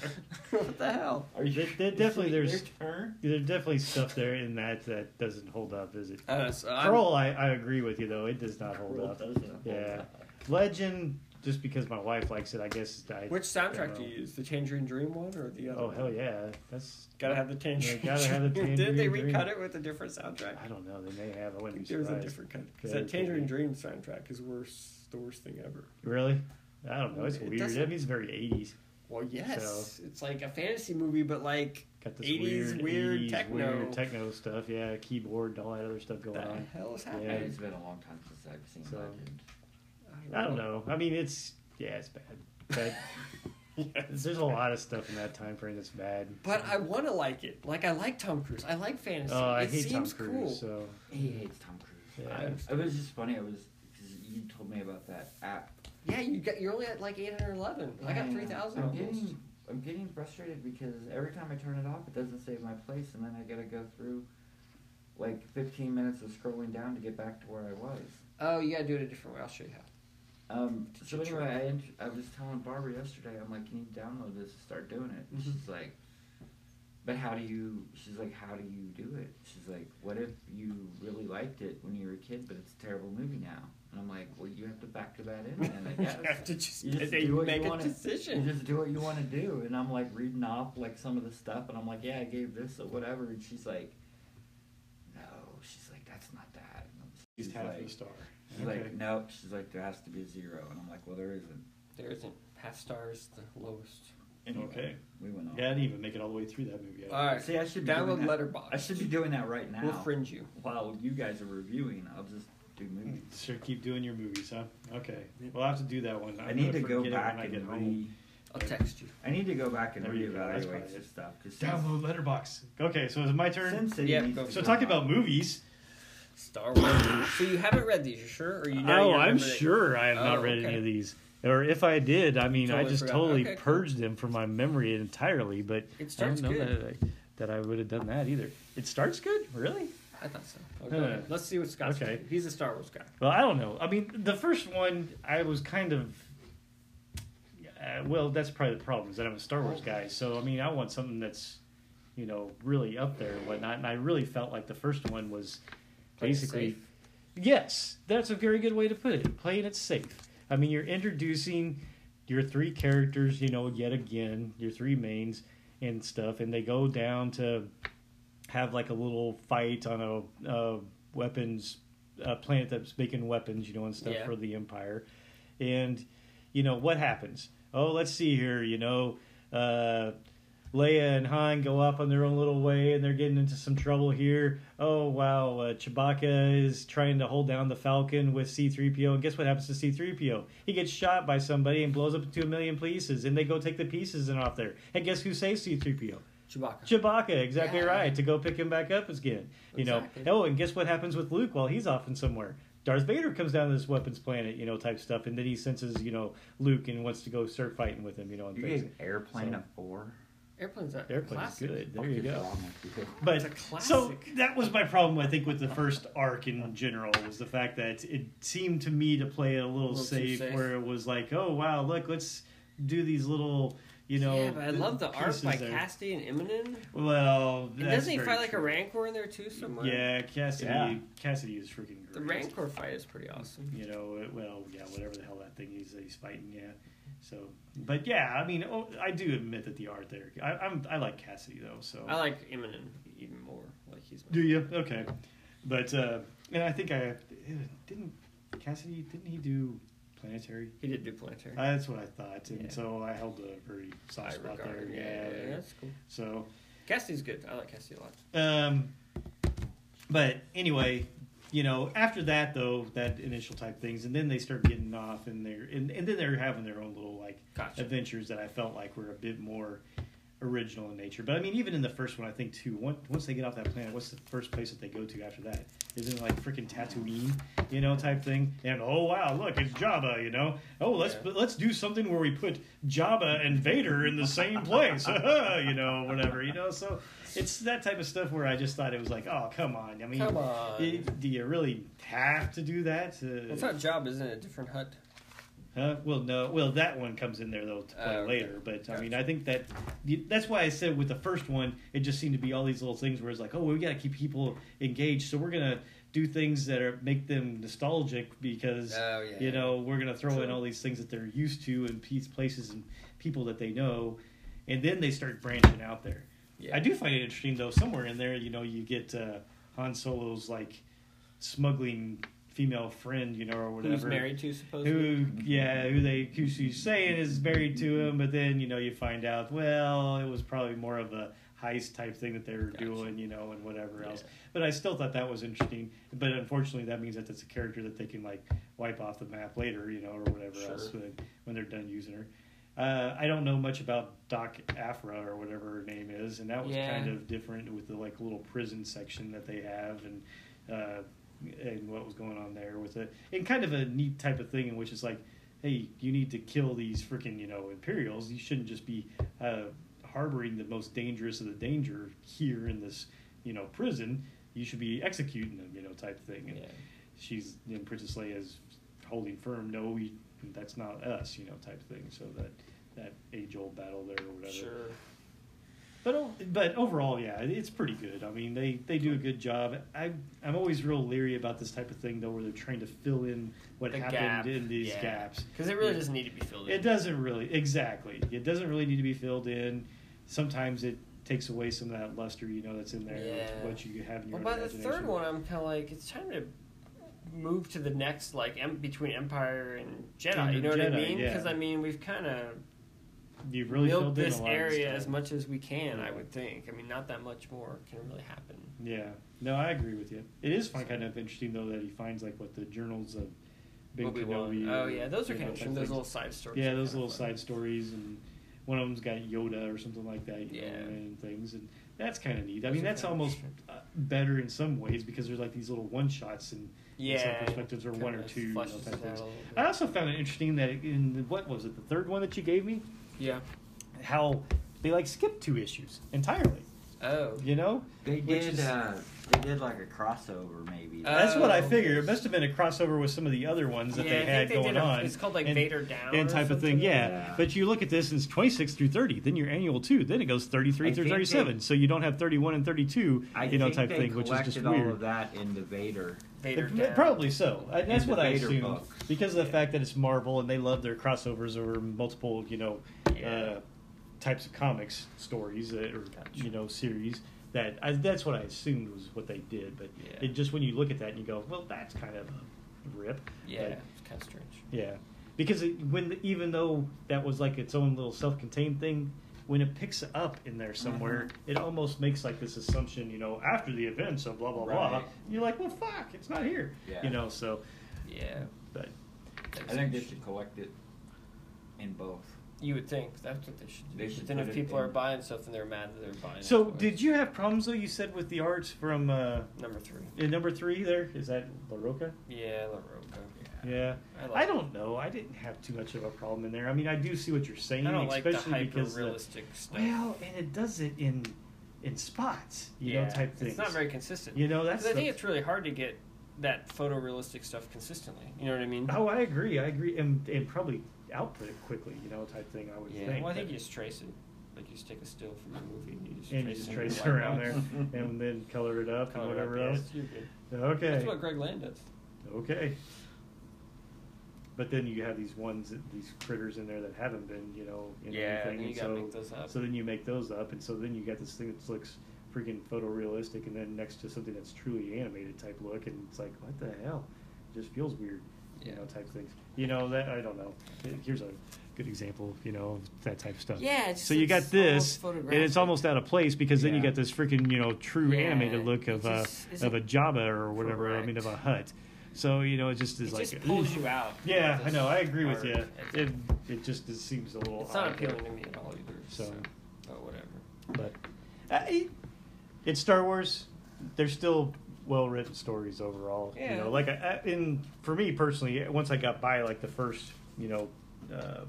S1: what the hell?
S2: Are
S4: There- there definitely-
S2: Is it
S4: there's-
S2: Their turn?
S4: There's definitely stuff there in that that doesn't hold up, is it?
S1: Uh, so I'm-
S4: Kroll, I, I agree with you though. It does not hold
S2: Roll
S4: up.
S2: doesn't hold
S4: Yeah.
S2: up.
S4: Legend, just because my wife likes it, I guess. I,
S1: Which soundtrack
S4: don't
S1: do you
S4: know.
S1: use? The Tangerine Dream one or the other?
S4: Oh
S1: one?
S4: hell yeah, that's.
S1: Gotta have the Tangerine.
S4: Yeah, gotta have the
S1: Dream. Did they
S4: Tangerine
S1: recut
S4: Dream.
S1: it with a different soundtrack?
S4: I don't know. They may have. I
S1: I
S4: wouldn't
S1: think
S4: be
S1: there was a
S4: surprised.
S1: different cut because
S4: Yeah,
S1: that Tangerine
S4: yeah.
S1: Dream soundtrack is worse, the worst thing ever.
S4: Really? I don't know. It's
S1: It
S4: weird.
S1: doesn't-
S4: That means very 80s.
S1: Well, yes, it's like a fantasy movie, but like
S4: Got this
S1: 80s
S4: weird,
S1: weird
S4: 80s
S1: techno.
S4: weird techno stuff. Yeah, keyboard, all that other stuff
S1: what
S4: going
S1: the
S4: on.
S1: hell is
S4: Yeah.
S1: happening?
S2: It's been a long time since I've seen
S4: So-
S2: Legend.
S4: I don't know. I mean, it's yeah, it's bad. But there's a lot of stuff in that time frame that's bad.
S1: But I want to like it. Like I like Tom Cruise. I like fantasy.
S4: oh, I
S1: it
S4: hate Tom
S1: seems
S4: Cruise.
S1: cool.
S4: So
S2: He hates Tom Cruise.
S4: Yeah.
S2: I, it was just funny. I was because you told me about that app.
S1: Yeah, you got you're only at like 811. I got
S2: And
S1: 3,000
S2: I'm
S1: almost.
S2: getting I'm getting frustrated because every time I turn it off, it doesn't save my place, and then I gotta go through like 15 minutes of scrolling down to get back to where I was.
S1: Oh, you gotta do it a different way. I'll show you how.
S2: Um, so
S1: Teacher.
S2: anyway, I, int- I was telling Barbara yesterday, I'm like, you need to download this and start doing it.
S1: Mhm.
S2: She's like, but how do you, she's like, how do you do it? She's like, what if you really liked it when you were a kid, but it's a terrible movie now? And I'm like, well, you have to factor that in, and I
S1: You
S2: guess.
S1: have to just,
S2: You just
S1: they
S2: do what
S1: make
S2: you
S1: a
S2: wanna- You
S1: decision.
S2: just do what you want to do. And I'm like reading off like some of the stuff, and I'm like, yeah, I gave this or whatever. And she's like, no. She's like, that's not that. And I'm-
S3: He's half
S2: like,
S3: the star.
S2: she's
S3: Okay.
S2: like, nope. She's like, there has to be a zero. And I'm like, well, there isn't.
S1: There isn't half stars the lowest.
S2: Anyway,
S3: Okay.
S2: We went on.
S3: Yeah, I didn't even make it all the way through that movie.
S1: All right.
S2: See, I should be doing
S1: Download
S2: that.
S1: Letterbox.
S2: I should be doing that right now.
S1: We'll fringe you.
S2: While you guys are reviewing, I'll just do movies.
S3: Sure, keep doing your movies, huh? Okay. We'll have to do that one.
S2: i
S3: Hmm. I'm
S2: need to
S3: gonna
S2: go
S3: forget it when
S2: back
S3: I get
S2: and
S3: home.
S2: re.
S1: I'll text you.
S2: I need to go back and
S3: There you go, that's
S2: reevaluate
S3: probably
S2: some
S3: it.
S2: stuff. 'cause since-
S3: Download Letterbox. Okay, so it's my turn.
S2: Sin City
S1: Yeah,
S2: needs
S1: go.
S2: to
S3: So
S2: go
S3: talking
S2: back.
S3: about movies.
S1: Star Wars. so you haven't read these, you sure? Or you now
S4: No,
S1: you
S4: Oh, I'm
S1: remember that-
S4: sure I have
S1: Oh,
S4: not read
S1: okay.
S4: any of these. Or if I did, I mean, I
S1: Totally
S4: just
S1: forgot.
S4: totally
S1: Okay, cool.
S4: purged them from my memory entirely. But
S1: It starts
S4: I don't know
S1: good.
S4: That, I, that I would have done that either. It starts good, really.
S1: I thought so. Okay.
S4: Uh,
S1: Let's see what Scott's
S4: okay.
S1: doing. He's a Star Wars guy.
S4: Well, I don't know. I mean, the first one, I was kind of. Uh, well, that's probably the problem is that I'm a Star Wars guy, so I mean, I want something that's, you know, really up there and whatnot. And I really felt like the first one was
S1: Play it
S4: basically.
S1: safe.
S4: Yes, that's a very good way to put it. Playing it safe. I mean, you're introducing your three characters, you know, yet again, your three mains and stuff, and they go down to have like a little fight on a, uh weapons uh planet that's making weapons, you know, and stuff
S1: Yeah.
S4: for the Empire. And you know what happens? Oh, let's see here. You know, uh, Leia and Han go off on their own little way, and they're getting into some trouble here. Oh wow, uh, Chewbacca is trying to hold down the Falcon with C-3PO, and guess what happens to C-3PO? He gets shot by somebody and blows up into a million pieces, and they go take the pieces and off there. And guess who saves C-3PO?
S1: Chewbacca.
S4: Chewbacca, exactly
S1: Yeah.
S4: right. To go pick him back up again. You
S1: Exactly.
S4: know. Oh, and guess what happens with Luke while he's off in somewhere? Darth Vader comes down to this weapons planet, you know, type stuff, and then he senses, you know, Luke and wants to go start fighting with him, you know, and
S2: You
S4: things.
S2: gave Airplane
S4: So-
S2: a four.
S1: Airplane's a
S4: Airplane's
S1: classic.
S4: good. There you
S2: Fuck is
S4: go.
S2: wrong with you?
S4: But
S1: It's a
S4: so
S1: classic.
S4: that was my problem, I think, with the first arc in general was the fact that it seemed to me to play it a little,
S1: little too
S4: safe,
S1: safe.
S4: where it was like, oh wow, look, let's do these little, you know.
S1: yeah, but I love the art
S4: pieces
S1: by
S4: there.
S1: Cassidy and Eminem.
S4: Well,
S1: And
S4: that's
S1: doesn't he
S4: very
S1: fight like a
S4: true.
S1: Rancor in there too somewhere?
S4: Yeah, Cassidy.
S2: Yeah.
S4: Cassidy is freaking great.
S1: The Rancor fight is pretty awesome.
S4: You know, it- well, yeah, whatever the hell that thing is that he's fighting, yeah. So, but yeah, I mean, oh, I do admit that the art there. I, I'm I like Cassidy though. So
S1: I like Eminem even more. Like he's my
S4: do you? Okay, but uh, and I think I uh, didn't Cassidy didn't he do planetary?
S1: he did do Planetary.
S4: Uh, that's what I thought, and
S1: Yeah.
S4: so I held a very soft
S1: I
S4: spot
S1: regard.
S4: there.
S1: Yeah,
S4: Yeah.
S1: yeah,
S4: there.
S1: that's cool.
S4: So,
S1: Cassidy's good. I like Cassidy a lot.
S4: um, but anyway. You know, after that though, that initial type things, and then they start getting off, and they're and, and then they're having their own little like
S1: Gotcha.
S4: adventures that I felt like were a bit more original in nature. But I mean, even in the first one, I think too. on- Once they get off that planet, what's the first place that they go to after that? Isn't it like freaking Tatooine, you know, type thing? And oh wow, look, it's Jabba, you know. Oh, let's
S1: Yeah.
S4: let's do something where we put Jabba and Vader in the same place, you know, whatever, you know. So it's that type of stuff where I just thought it was like, oh come on. I mean,
S1: Come on.
S4: i- do you really have to do that? Uh,
S1: Well, it's not job, isn't it? A different hut.
S4: Huh? Well, no. Well, that one comes in there though to play
S1: Oh, okay.
S4: later. But I
S1: Gotcha.
S4: mean, I think that that's why I said with the first one, it just seemed to be all these little things where it's like, oh, well, we got to keep people engaged, so we're gonna do things that are make them nostalgic because
S1: Oh, yeah.
S4: you know we're gonna throw in
S1: True.
S4: all these things that they're used to and piece places and people that they know, and then they start branching out there.
S1: Yeah.
S4: I do find it interesting though. Somewhere in there, you know, you get uh, Han Solo's like smuggling female friend, you know, or whatever
S1: Who's married to supposedly?
S4: who yeah who they who she's saying is married to him but then you know you find out well it was probably more of a heist type thing that they were
S1: Gotcha.
S4: doing you know and whatever else
S1: Yeah.
S4: but i still thought that was interesting but unfortunately that means that that's a character that they can like wipe off the map later you know or whatever
S1: Sure.
S4: else when, when they're done using her uh, I don't know much about Doc Afra or whatever her name is, and that was
S1: Yeah.
S4: kind of different with the like little prison section that they have, and uh, and what was going on there with it, and kind of a neat type of thing in which it's like, hey, you need to kill these freaking you know Imperials. You shouldn't just be uh, harboring the most dangerous of the danger here in this you know prison. You should be executing them, you know, type thing. And,
S1: Yeah.
S4: she's in Princess Leia's holding firm. No, we, that's not us, you know, type thing. So that that age old battle there or whatever.
S1: Sure.
S4: But o- but overall, yeah, it- it's pretty good. I mean, they, they do a good job. I I'm always real leery about this type of thing though, where they're trying to fill in what
S1: The
S4: happened
S1: gap,
S4: in these
S1: yeah.
S4: gaps.
S1: Because it really
S4: Yeah.
S1: doesn't need to be filled in.
S4: It doesn't really exactly. It doesn't really need to be filled in. Sometimes it takes away some of that luster, you know, that's in there.
S1: Yeah.
S4: What you have in your
S1: Well,
S4: own
S1: by the
S4: imagination.
S1: third one, I'm kind of like, it's time to move to the next, like, em- between Empire and Jedi.
S4: And
S1: you know what I
S4: Jedi,
S1: mean?
S4: yeah.
S1: Because, I mean, we've kind of
S4: you really
S1: milked
S4: filled in a
S1: this
S4: lot of
S1: area
S4: stuff.
S1: as much as we can, I
S4: Yeah.
S1: would think. I mean, not that much more can really happen.
S4: Yeah. No, I agree with you. It is fun, kind of interesting though that he finds like what the journals of Ben
S1: Obi-Wan.
S4: Kenobi.
S1: Oh,
S4: or,
S1: yeah, those are
S4: you
S1: kind
S4: know,
S1: of
S4: type
S1: interesting. Those
S4: things.
S1: little side stories.
S4: Yeah,
S1: are
S4: those
S1: kinda
S4: little
S1: fun.
S4: side stories, and one of them's got Yoda or something like that. You
S1: Yeah.
S4: know, and things, and that's kind of neat. I
S1: Those
S4: mean,
S1: are
S4: that's
S1: kinda
S4: almost
S1: interesting.
S4: uh, better in some ways because there's like these little one shots and
S1: Yeah.
S4: perspectives or
S1: kinda
S4: one or two, Ah! you know,
S1: flushes it
S4: type
S1: out
S4: things.
S1: a little bit.
S4: I also found it interesting that in the, what was it the third one that you gave me,
S1: Yeah.
S4: how they like skipped two issues entirely.
S1: Oh.
S4: You know,
S2: They
S4: Which
S2: did.
S4: is-
S2: Uh, they did like a crossover, maybe.
S1: Uh,
S4: That's what I
S1: Oh.
S4: figured. It must have been a crossover with some of the other ones that
S1: yeah,
S4: they
S1: I
S4: had
S1: think they
S4: going
S1: did a,
S4: on.
S1: It's called, like,
S4: and,
S1: Vader Down.
S4: and
S1: or
S4: type of
S1: something.
S4: thing. Yeah.
S2: Yeah.
S4: but you look at this, and it's twenty six through thirty. Then your annual two. Then it goes thirty
S2: I
S4: three through
S2: think they-
S4: thirty seven. So you don't have thirty one and thirty two.
S2: I
S4: You know,
S2: think
S4: type
S2: they
S4: thing, which is just
S2: collected all
S4: weird.
S2: of that into Vader.
S1: Vader
S4: It-
S1: Down.
S4: probably so. I, that's
S2: the
S4: what I
S2: Vader
S4: assumed
S2: book.
S4: because of the
S1: Yeah.
S4: fact that it's Marvel and they love their crossovers over multiple, you know,
S1: Yeah.
S4: uh, types of comics stories that, or
S1: Gotcha.
S4: you know series. That I, that's what I assumed was what they did. But
S1: Yeah.
S4: it, just when you look at that and you go, well, that's kind of a rip.
S1: Yeah.
S4: But,
S1: It's kind of strange.
S4: yeah, because it, when even though that was like its own little self-contained thing, when it picks up in
S1: Uh-huh.
S4: there somewhere, it almost makes like this assumption, you know, after the events of blah blah blah.
S2: Right.
S4: You're like, well, fuck, it's not here.
S2: Yeah.
S4: You know, so
S1: Yeah.
S4: but
S2: I think they should collect it in both.
S1: You would think that's what they should do.
S2: They
S1: but
S2: should
S1: then
S2: put
S1: if
S2: it
S1: people
S2: in-
S1: are buying stuff and they're mad that they're buying.
S4: so
S1: it for
S4: did you have problems though? You said with the arts from uh,
S1: Number three.
S4: in number three there is that La Roca?
S1: Yeah, La Roca.
S4: Yeah,
S1: I
S4: I,
S1: like-
S4: don't know. I didn't have too much of a problem in there. I mean, I do see what you're saying,
S1: I don't like the
S4: especially
S1: hyper
S4: because the-
S1: realistic stuff.
S4: well, and it does it in in spots, you
S1: yeah,
S4: know, type things.
S1: It's not very consistent.
S4: You know,
S1: 'Cause
S4: that's
S1: I
S4: the-
S1: think it's really hard to get that photorealistic stuff consistently. You know what I mean?
S4: Oh, I agree. I agree, and and probably output it quickly, you know, type thing. I would
S1: yeah.
S4: think.
S1: Well, I think
S4: but-
S1: you just trace it. Like you just take a still from the movie and you just
S4: and you
S1: trace
S4: just
S1: it
S4: trace it
S1: in a
S4: around
S1: white
S4: there,
S1: box.
S4: and then color it up
S1: Color it
S4: and whatever
S1: up, yeah,
S4: else.
S1: it's- you're good.
S4: Okay.
S1: That's what Greg Land does.
S4: Okay. But then you have these ones, that, these critters in there that haven't been, you know, in
S1: Yeah,
S4: anything.
S1: then you
S4: and
S1: gotta
S4: so,
S1: make those up.
S4: So then you make those up, and so then you got this thing that looks freaking photorealistic, and then next to something that's truly animated type look, and it's like, what the hell? It just feels weird,
S1: Yeah.
S4: you know, type things. You know that I don't know. Here's a good example, you know, of that type of stuff.
S1: Yeah, it's-
S4: so you got
S1: it's
S4: this,
S1: almost
S4: and it's almost out of place because then you
S2: Yeah.
S4: got this freaking, you know, true
S1: Yeah,
S4: animated look
S1: it
S4: of a
S1: just isn't
S4: of a Jabba or whatever. I mean,
S1: correct.
S4: of a hut. So you know, it just is
S1: It
S4: like
S1: just pulls you out.
S4: Yeah,
S1: Like
S4: I know. I
S1: this
S4: agree with
S1: art.
S4: you.
S1: It's-
S4: It it just it seems a little.
S1: It's not
S4: odd, but-
S1: appealing to me at all either. So,
S4: So-
S1: but whatever.
S4: But uh, it, it's Star Wars. They're still well written stories overall.
S1: Yeah.
S4: You know, like I, I, in for me personally, once I got by like the first, you know, uh,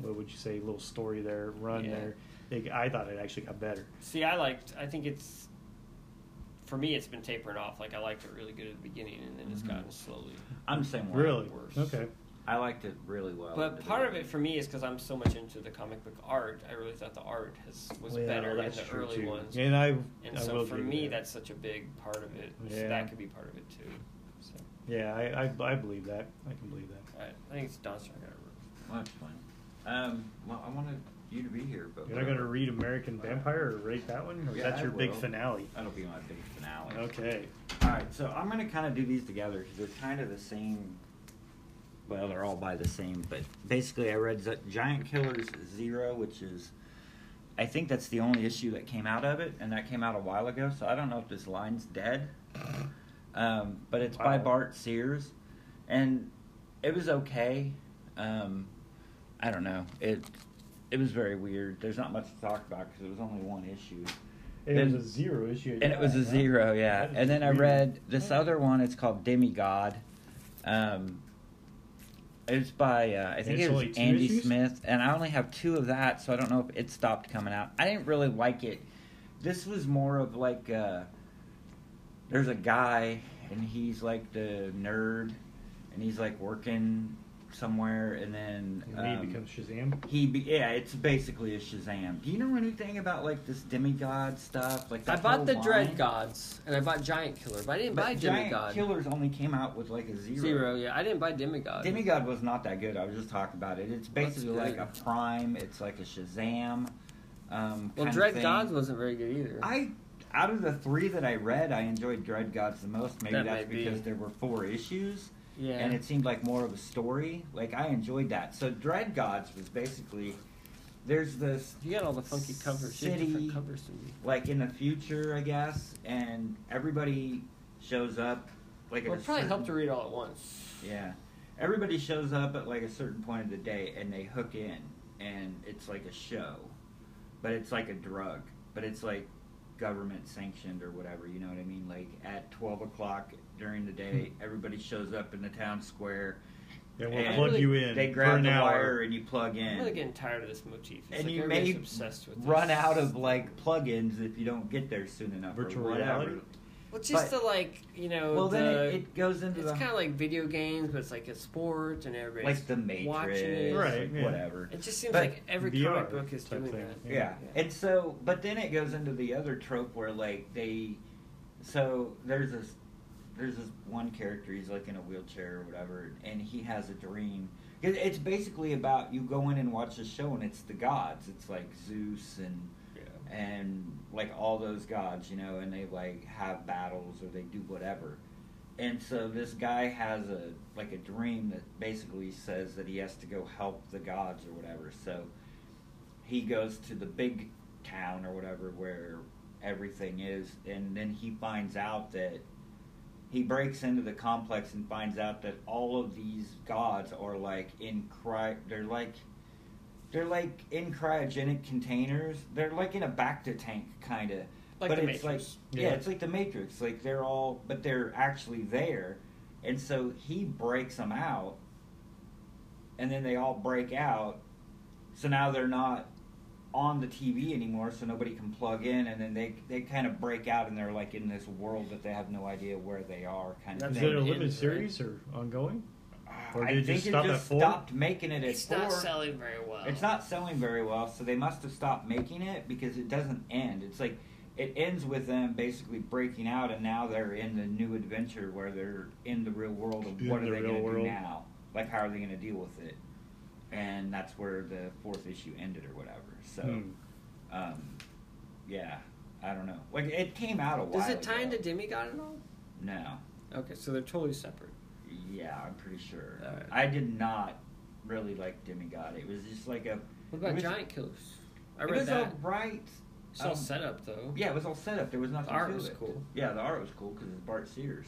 S4: what would you say, little story there, run
S1: Yeah.
S4: there, it, I thought it actually got better.
S1: See, I liked. I think it's for me. It's been tapering off. Like I liked it really good at the beginning, and then it's
S4: Mm-hmm.
S2: Mhm.
S1: gotten slowly.
S2: I'm the same way.
S4: Really?
S1: worse.
S4: Okay.
S2: I liked it really well.
S1: But part of it for me is because I'm so much into the comic book art. I really thought the art has, was
S4: Well,
S1: better in
S4: that's
S1: the
S4: true,
S1: early
S4: too.
S1: ones.
S4: And I
S1: And
S4: I
S1: so
S4: will
S1: for
S4: agree with
S1: me,
S4: that.
S1: that's such a big part of it. So
S4: Yeah.
S1: that could be part of it too. So
S4: yeah. I, I I believe that. I can believe that.
S1: I, I think it's Don's turn. I gotta re-
S2: Well, that's fine. Um, well, I wanted you to be here, but
S4: You're not gonna read American Vampire or rate that one, or
S2: Yeah,
S4: that's
S2: I
S4: your big
S2: will.
S4: finale.
S2: That'll be my big finale.
S4: Okay.
S2: All right, so I'm gonna kind of do these together 'cause they're kind of the same. Well, they're all by the same, but basically, I read Z- Giant Killers Zero, which is, I think that's the only issue that came out of it, and that came out a while ago. So I don't know if this line's dead, um, but it's by
S4: Wow.
S2: Bart Sears, and it was okay. Um, I don't know. It it was very weird. There's not much to talk about because it was only one issue.
S4: It
S2: Then-
S4: was a zero issue.
S2: and it was a zero, yeah. And then I read this
S4: other.
S2: other one. It's called Demigod. Um, it's by uh, I think
S4: it's
S2: it was
S4: only two
S2: Andy
S4: issues?
S2: Smith, and I only have two of that, so I don't know if it stopped coming out. I didn't really like it. This was more of like uh, there's a guy and he's like the nerd, and he's like working somewhere, and then
S3: And then
S2: um,
S3: he becomes Shazam.
S2: He be, yeah, it's basically a Shazam. Do you know anything about like this demigod stuff? Like
S1: I
S2: that whole
S1: bought the
S2: line?
S1: Dread Gods and I bought Giant Killer, but I didn't
S2: But
S1: buy
S2: Giant
S1: Demigod.
S2: Killers only came out with like a zero.
S1: Zero, yeah. I didn't buy Demigod.
S2: Demigod was not that good. I was just talking about it. It's basically like
S1: good.
S2: a prime. It's like a Shazam. Um, kind
S1: well,
S2: of
S1: Dread
S2: thing.
S1: Gods wasn't very good either.
S2: I out of the three that I read, I enjoyed Dread Gods the most. Maybe
S1: That
S2: that's
S1: might be.
S2: because there were four issues,
S1: yeah.
S2: and it seemed like more of a story. Like I enjoyed that. So Dread Gods was basically there's this
S1: you got all the funky covers. You had
S2: City-
S1: different covers than me.
S2: like in the future, I guess, and everybody shows up like
S1: Well,
S2: at a
S1: it probably
S2: certain,
S1: helped to read all at once.
S2: Yeah, everybody shows up at like a certain point of the day, and they hook in, and it's like a show, but it's like a drug, but it's like government sanctioned or whatever. You know what I mean? Like at twelve o'clock during the day,
S1: Hmm.
S2: everybody shows up in the town square.
S3: They will
S2: and
S3: plug you in.
S2: They
S3: for
S2: grab
S3: an
S2: the
S3: hour.
S2: wire and you plug in
S1: I'm really getting tired of this motif. It's
S2: and
S1: like
S2: you
S1: everybody's
S2: may
S1: obsessed with this.
S2: run out of like plugins if you don't get there soon enough.
S3: Virtual
S2: or whatever.
S3: reality?
S1: Well, just
S2: but-
S1: the like, you know,
S2: Well,
S1: the,
S2: then it, it goes into
S1: it's
S2: the
S1: kind of like video games, but it's like a sport and everybody's
S2: like the Matrix,
S1: watching it.
S3: Right.
S2: like,
S3: yeah.
S2: whatever.
S1: It just seems
S2: But
S1: like every
S3: VR
S1: comic book is
S3: type
S1: doing
S3: thing.
S1: that.
S2: Yeah. and so but then it goes into the other trope where like they, so there's this there's this one character he's like in a wheelchair or whatever, and he has a dream. It- It's basically about you go in and watch the show, and it's the gods. It's like Zeus and and like all those gods, you know, and they like have battles or they do whatever. And so this guy has a like a dream that basically says that he has to go help the gods or whatever. So he goes to the big town or whatever where everything is and then he finds out that he breaks into the complex and finds out that all of these gods are like in cry they're like they're like in cryogenic containers. They're like in a Bacta tank kind of.
S1: Like
S2: but
S1: the
S2: it's
S1: Matrix.
S2: like yeah.
S3: Yeah.
S2: it's like the Matrix. Like they're all but they're actually there. And so he breaks them out and then they all break out. So now they're not on the TV anymore, so nobody can plug in, and then they they kind of break out, and they're like in this world that they have no idea where they are, kind
S1: That's
S2: of
S3: Is
S2: thing. Ah,
S3: it a
S1: Ends,
S3: limited
S1: right?
S3: series or ongoing? Or
S2: I
S3: did it
S2: think
S3: just stop
S2: it
S3: at
S2: just
S3: four?
S2: stopped making it at
S1: It's
S2: four.
S1: not selling very well.
S2: It's not selling very well, so they must have stopped making it because it doesn't end. It's like it ends with them basically breaking out, and now they're in the new adventure where they're in the real world. Of
S3: In
S2: what
S3: the
S2: are they
S3: real
S2: going to do
S3: world.
S2: now? Like, how are they going to deal with it? And that's where the fourth issue ended, or whatever. So,
S3: Hmm.
S2: um, yeah, I don't know. Like, it came out a while.
S1: Does it tie
S2: ago.
S1: into Demigod at all?
S2: No.
S1: Okay, so they're totally separate.
S2: Yeah, I'm pretty sure.
S1: All right.
S2: I did not really like Demigod. It was just like a.
S1: What
S2: it
S1: about
S2: was-
S1: Giant Killers? I
S2: it
S1: read
S2: was
S1: that.
S2: all right.
S1: It's all
S2: um,
S1: set up though.
S2: Yeah, it was all set up. There was nothing.
S1: The art
S2: to
S1: was
S2: it.
S1: cool.
S2: Yeah, the art was cool because it's Bart Sears.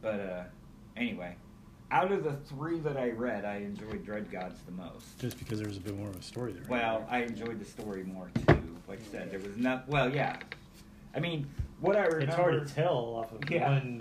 S2: But uh, anyway, out of the three that I read, I enjoyed Dread Gods the most.
S3: Just because there was a bit more of a story there.
S2: Well, I enjoyed the story more too. Like I said, there was not. Well, yeah. I mean, what I remember.
S3: it's hard to tell off of
S2: Yeah.
S3: one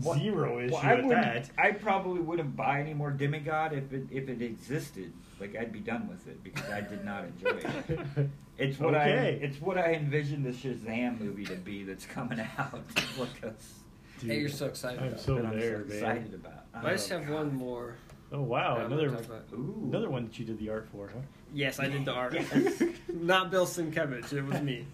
S2: What-
S3: zero issue
S2: Well, I
S3: at
S2: wouldn't-
S3: that.
S2: I probably wouldn't buy any more Demigod if it if it existed. Like I'd be done with it because I did not enjoy it. It's what
S3: Okay.
S2: I it's what I envisioned the Shazam movie to be that's coming out. Look, that's
S3: Dude,
S1: hey, you're so excited.
S3: I'm
S1: about
S3: so
S2: that I'm
S3: there,
S2: so
S3: man.
S2: excited about.
S1: it. I just
S2: Oh,
S1: have
S2: God.
S1: one more.
S3: Oh wow,
S1: that I wanna
S3: another
S1: talk about.
S2: Ooh.
S3: another one that you did the art for, huh?
S1: Yes, I did the art.
S2: Yes.
S1: Not Bill Sienkiewicz. It was me.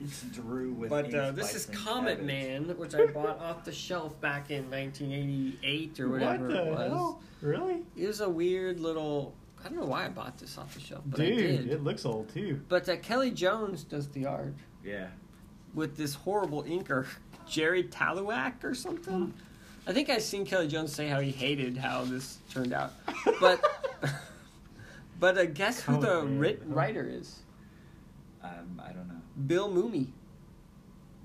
S2: it's Drew with.
S1: But uh,
S2: ink
S1: this is
S2: spikes and
S1: Comet
S2: feathers.
S1: Man, which I bought off the shelf back in 1988 or whatever
S3: what the
S1: it was.
S3: hell? Really?
S1: It was a weird little. I don't know why I bought this off the shelf, but I
S3: Dude,
S1: did.
S3: it looks old too.
S1: But uh, Kelly Jones does the art
S2: Yeah.
S1: with this horrible inker, Jerry Talowak or
S3: Hmm.
S1: something. I think I've seen Kelly Jones say how he hated how this turned out. But but uh, guess who the
S3: Comet Man,
S1: writ-
S3: huh?
S1: writer is?
S2: Um, I don't know.
S1: Bill Mooney.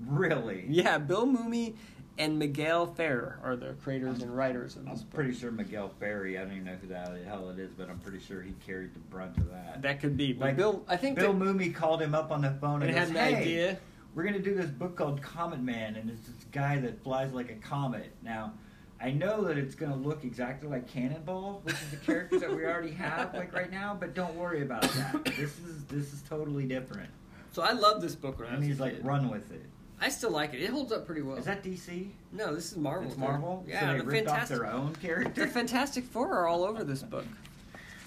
S2: Really.
S1: Yeah, Bill Mooney and Miguel Ferrer are the creators and writers of
S2: I'm
S1: this book.
S2: pretty sure Miguel Ferry. I don't even know who the hell it is, but I'm pretty sure he carried the brunt of that.
S1: That could be. But
S2: Like,
S1: Bill, I think
S2: Bill
S1: that-
S2: Mooney called him up on the phone and,
S1: and had
S2: goes,
S1: an
S2: hey,
S1: idea.
S2: We're gonna do this book called Comet Man, and it's this guy that flies like a comet. Now, I know that it's gonna look exactly like Cannonball, which is the character that we already have like right now. But don't worry about that. This is this is totally different.
S1: So I love this book when I
S2: And
S1: was a
S2: he's like,
S1: kid.
S2: run with it.
S1: I still like it. It holds up pretty well.
S2: Is that DC?
S1: no, this is Marvel.
S2: It's
S1: dude.
S2: Marvel.
S1: Yeah,
S2: so they
S1: the
S2: ripped
S1: fantastic.
S2: off their own
S1: The
S2: character.
S1: Fantastic Four are all over this book.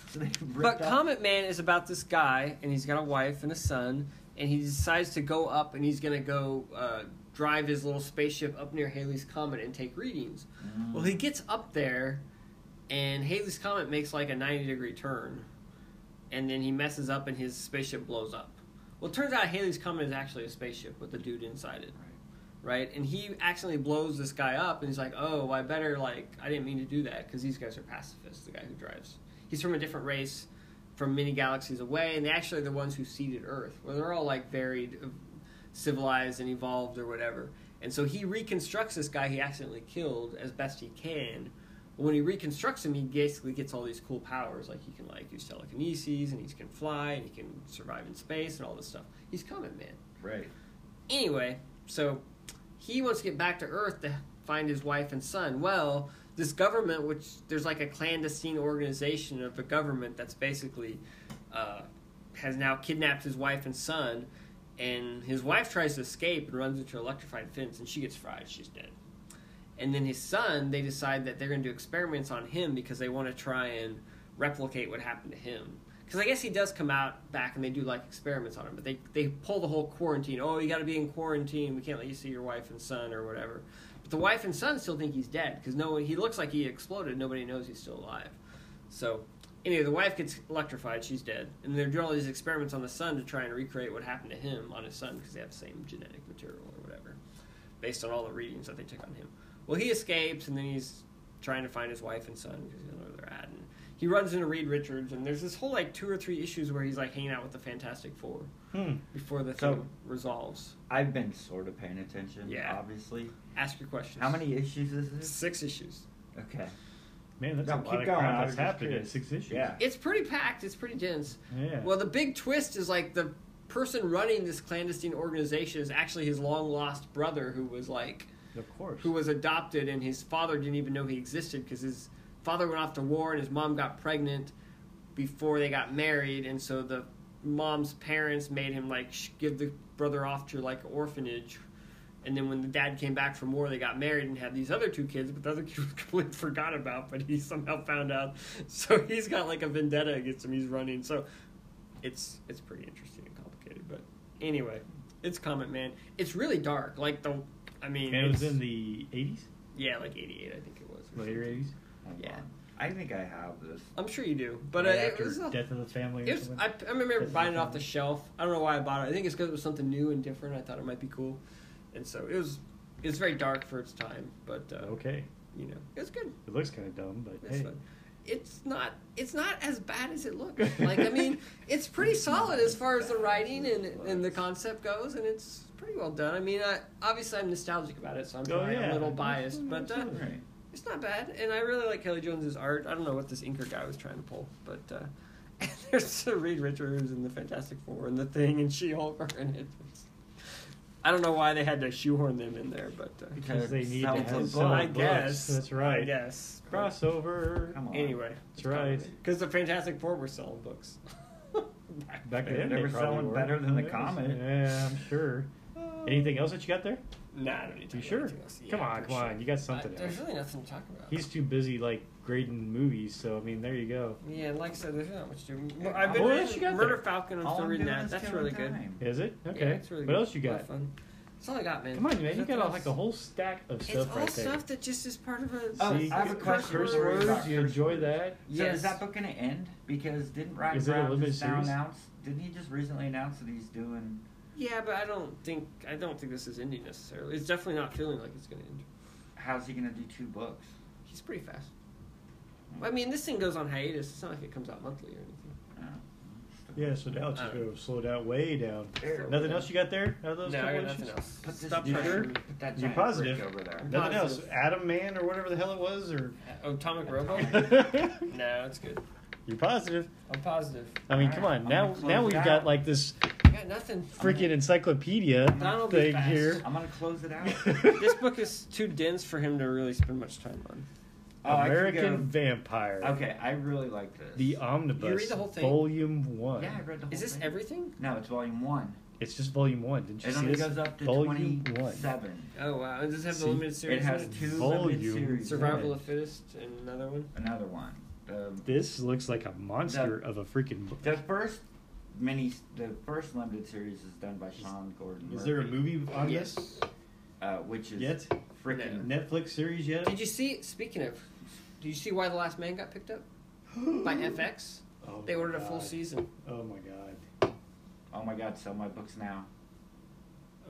S2: So they
S1: But
S2: ripped off-
S1: Comet Man is about this guy, and he's got a wife and a son, and he decides to go up and he's going to go uh, drive his little spaceship up near Haley's Comet and take readings.
S2: Mm,
S1: Well, he gets up there, and Haley's Comet makes like a 90 degree turn, and then he messes up and his spaceship blows up. Well, it turns out Haley's Comet is actually a spaceship with a dude inside it. Right, and he accidentally blows this guy up, and he's like, "Oh, I better like I didn't mean to do that because these guys are pacifists." The guy who drives, he's from a different race, from many galaxies away, and they actually are the ones who seeded Earth. Well, they're all like varied, uh, civilized, and evolved, or whatever. And so he reconstructs this guy he accidentally killed as best he can. But when he reconstructs him, he basically gets all these cool powers, like he can like use telekinesis, and he can fly, and he can survive in space, and all this stuff. He's Comet Man.
S2: Right.
S1: Anyway, so he wants to get back to Earth to find his wife and son. Well, this government, which there's like a clandestine organization of a government that's basically uh, has now kidnapped his wife and son, and his wife tries to escape and runs into an electrified fence, and she gets fried. She's dead. And then his son, they decide that they're going to do experiments on him because they want to try and replicate what happened to him. Because I guess he does come out back and they do like experiments on him, but they they pull the whole quarantine. Oh, you got to be in quarantine. We can't let you see your wife and son or whatever. But the wife and son still think he's dead because no one. He looks like he exploded. Nobody knows he's still alive. So anyway, the wife gets electrified. She's dead, and they're doing all these experiments on the son to try and recreate what happened to him on his son because they have the same genetic material or whatever, based on all the readings that they took on him. Well, he escapes, and then he's trying to find his wife and son because he doesn't know where they're at. And he runs into Reed Richards, and there's this whole like two or three issues where he's like hanging out with the Fantastic Four
S4: Hmm.
S1: before the
S2: So-
S1: thing resolves.
S2: I've been sort of paying attention.
S1: Yeah.
S2: Obviously.
S1: Ask your questions.
S2: How many issues is this?
S1: Six issues.
S2: Okay.
S4: Man, that's
S2: No,
S4: a
S2: keep
S4: lot of
S2: going. I
S4: crap
S2: was
S4: that's
S2: just
S4: happened in
S2: curious.
S4: six issues.
S2: Yeah.
S1: It's pretty packed. It's pretty dense.
S4: Yeah.
S1: Well, the big twist is like the person running this clandestine organization is actually his long lost brother, who was like
S4: of course.
S1: who was adopted, and his father didn't even know he existed because his father went off to war and his mom got pregnant before they got married, and so the mom's parents made him like sh- give the brother off to like an orphanage. And then when the dad came back from war, they got married and had these other two kids, but the other kid was completely forgot about, but he somehow found out. So he's got like a vendetta against him. He's running. So it's it's pretty interesting and complicated. But anyway, it's Comet Man. It's really dark. Like the, I mean,
S4: and it was
S1: it's-
S4: in the 80s,
S1: yeah, like 88, I think it was. or
S4: later
S1: something.
S4: 80s,
S2: Hold
S1: Yeah.
S2: on. I think I have this.
S1: I'm sure you do. But uh,
S4: right
S1: it
S4: after
S1: was, a,
S4: Death of the Family.
S1: it
S4: or
S1: was
S4: something.
S1: I, I remember
S4: That's
S1: buying it off
S4: something.
S1: the shelf. I don't know why I bought it. I think it's because it was something new and different. I thought it might be cool. And so it was It's very dark for its time, but uh,
S4: okay,
S1: you know, it was good.
S4: it looks kind of dumb, but
S1: It's
S4: hey, Oh,
S1: fun. It's not it's not as bad as it looks. Like I mean, it's pretty solid as far as the writing and, and the concept goes, and it's pretty well done. I mean, I, obviously I'm nostalgic about it, so I'm
S4: Oh,
S1: probably a
S4: yeah.
S1: little biased, but uh,
S4: Absolutely.
S2: Right.
S1: It's not bad, and I really like Kelly Jones's art. I don't know what this inker guy was trying to pull, but uh, there's the Reed Richards and the Fantastic Four and the Thing and She Hulk are in it. I don't know why they had to shoehorn them in there, but uh,
S4: because they need to
S2: Sell
S4: have
S2: the
S4: sell
S2: books.
S4: the
S1: I
S4: books.
S1: guess
S4: that's right.
S1: I guess
S4: Crossover.
S2: Come on.
S1: anyway,
S4: That's right.
S1: because the Fantastic Four were selling books.
S4: Back
S2: They-
S4: then,
S2: they were
S4: probably
S2: selling
S4: were.
S2: better than the
S4: Yes.
S2: Comet.
S4: Yeah, I'm sure. Anything else that you got there?
S1: nah, I don't need to
S4: You
S1: talk
S4: sure?
S1: about anything else. Yeah,
S4: come on,
S1: pretty
S4: come
S1: sure.
S4: on. You got something
S1: I-
S4: else.
S1: there's really nothing to talk about.
S4: He's too busy like grading movies, so I mean, there you go.
S1: yeah, and like I said, there's not much to.
S2: Yeah,
S1: I've been
S4: what else you
S1: reading
S4: got
S1: Murder
S4: there?
S1: Falcon. I'm
S2: All
S1: still
S2: I'm
S1: reading
S2: doing
S1: that.
S2: is
S1: That's
S2: killing
S1: really good.
S2: time.
S4: Is it okay?
S1: Yeah, it's really
S4: what
S1: good.
S4: else
S1: A
S4: you
S1: lot
S4: got?
S1: of fun. That's all I got, man.
S4: Come on, man. You
S1: Nothing
S4: got
S1: else.
S4: like a whole stack of
S1: It's
S4: stuff
S1: all
S4: right there.
S1: stuff that just is part of a.
S2: Oh,
S4: See,
S2: I have a question.
S4: Curse
S2: Curse words.
S4: words. You
S2: Curse
S4: enjoy
S2: words.
S4: that?
S2: So
S1: Yes.
S2: is that book gonna end? Because didn't Ryan
S4: Is it a
S2: Brown
S4: limited
S2: just now
S4: series?
S2: announce? Didn't he just recently announce that he's doing?
S1: yeah, but I don't think I don't think this is ending necessarily. It's definitely not feeling like it's going to end.
S2: How's he gonna do two books?
S1: He's pretty fast. I mean, this thing goes on hiatus. It's not like it comes out monthly or anything.
S2: Oh.
S4: Yeah. So now it's just
S1: I don't
S4: gonna slow down, way down.
S2: There.
S4: Nothing else you got there? Out of those
S1: no, I
S4: couple
S1: got
S4: issues?
S1: nothing else.
S2: Put this
S1: Stop
S2: giant-
S1: pressuring me.
S2: Put that
S4: You're
S2: giant
S4: positive.
S2: brick over there.
S4: Nothing else.
S1: Positive.
S4: Adam Man or whatever the hell it was, or
S1: Atomic Robo?
S2: Oh.
S1: no, it's good.
S4: you're positive.
S1: I'm positive.
S4: I mean,
S2: All
S4: come
S2: right,
S4: on.
S2: I'm
S4: Now,
S2: gonna close
S4: now
S2: it
S4: we've
S2: out.
S4: got like this
S1: I got nothing.
S4: freaking encyclopedia
S1: That'll be
S4: thing
S1: fast.
S4: here.
S2: I'm gonna close it out. Oh,
S1: this book is too dense for him to really spend much time on.
S2: Oh, I could
S5: American
S2: go-
S5: Vampire.
S2: Okay, I really like this.
S5: The Omnibus.
S1: You read the whole thing?
S5: Volume one.
S2: yeah, I read the whole
S1: Is this
S2: thing.
S1: everything?
S2: No, it's volume one.
S5: It's just volume one. Didn't you
S2: It
S5: see
S2: only
S5: this?
S2: goes up to
S5: volume one.
S2: twenty-seven.
S1: Oh wow! Does it have
S5: See,
S1: the limited series?
S2: It has
S1: in
S2: two limited
S5: Volume.
S2: series.
S1: Survival of the fittest and another one.
S2: Another one. Um,
S5: This looks like a monster of a freaking book.
S2: the first mini, the first limited series is done by Sean Gordon.
S4: Is there a
S2: Murphy,
S4: movie on this
S1: Yes.
S2: Uh, which is
S4: yet?
S2: freaking
S4: Netflix series yet?
S1: Did you see? Speaking of, did you see why the Last Man got picked up by FX?
S4: Oh
S1: They
S4: my
S1: ordered a full
S4: God.
S1: season.
S4: Oh my god!
S2: Oh my God! Sell my books now.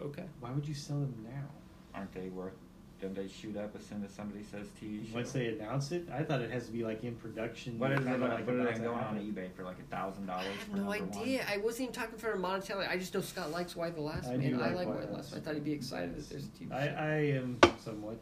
S1: Okay.
S4: Why would you sell them now?
S2: Aren't they worth? Don't they shoot up as soon as somebody says TV show?
S4: Once they announce it, I thought it has to be like in production.
S2: What is
S4: kind
S2: it
S4: of
S2: like?
S4: like about
S2: What is
S4: to
S2: going on
S4: happen.
S2: eBay for like a thousand
S1: I
S2: dollars?
S1: have no idea. I wasn't even talking for a monetarily. I just know Scott likes Why the Last
S4: I
S1: Man.
S4: do
S1: I
S4: like
S1: like
S4: Why
S1: Why
S4: the
S1: the Last
S4: Last
S1: Man. I thought he'd be excited that there's a TV
S4: I,
S1: show.
S4: I am somewhat,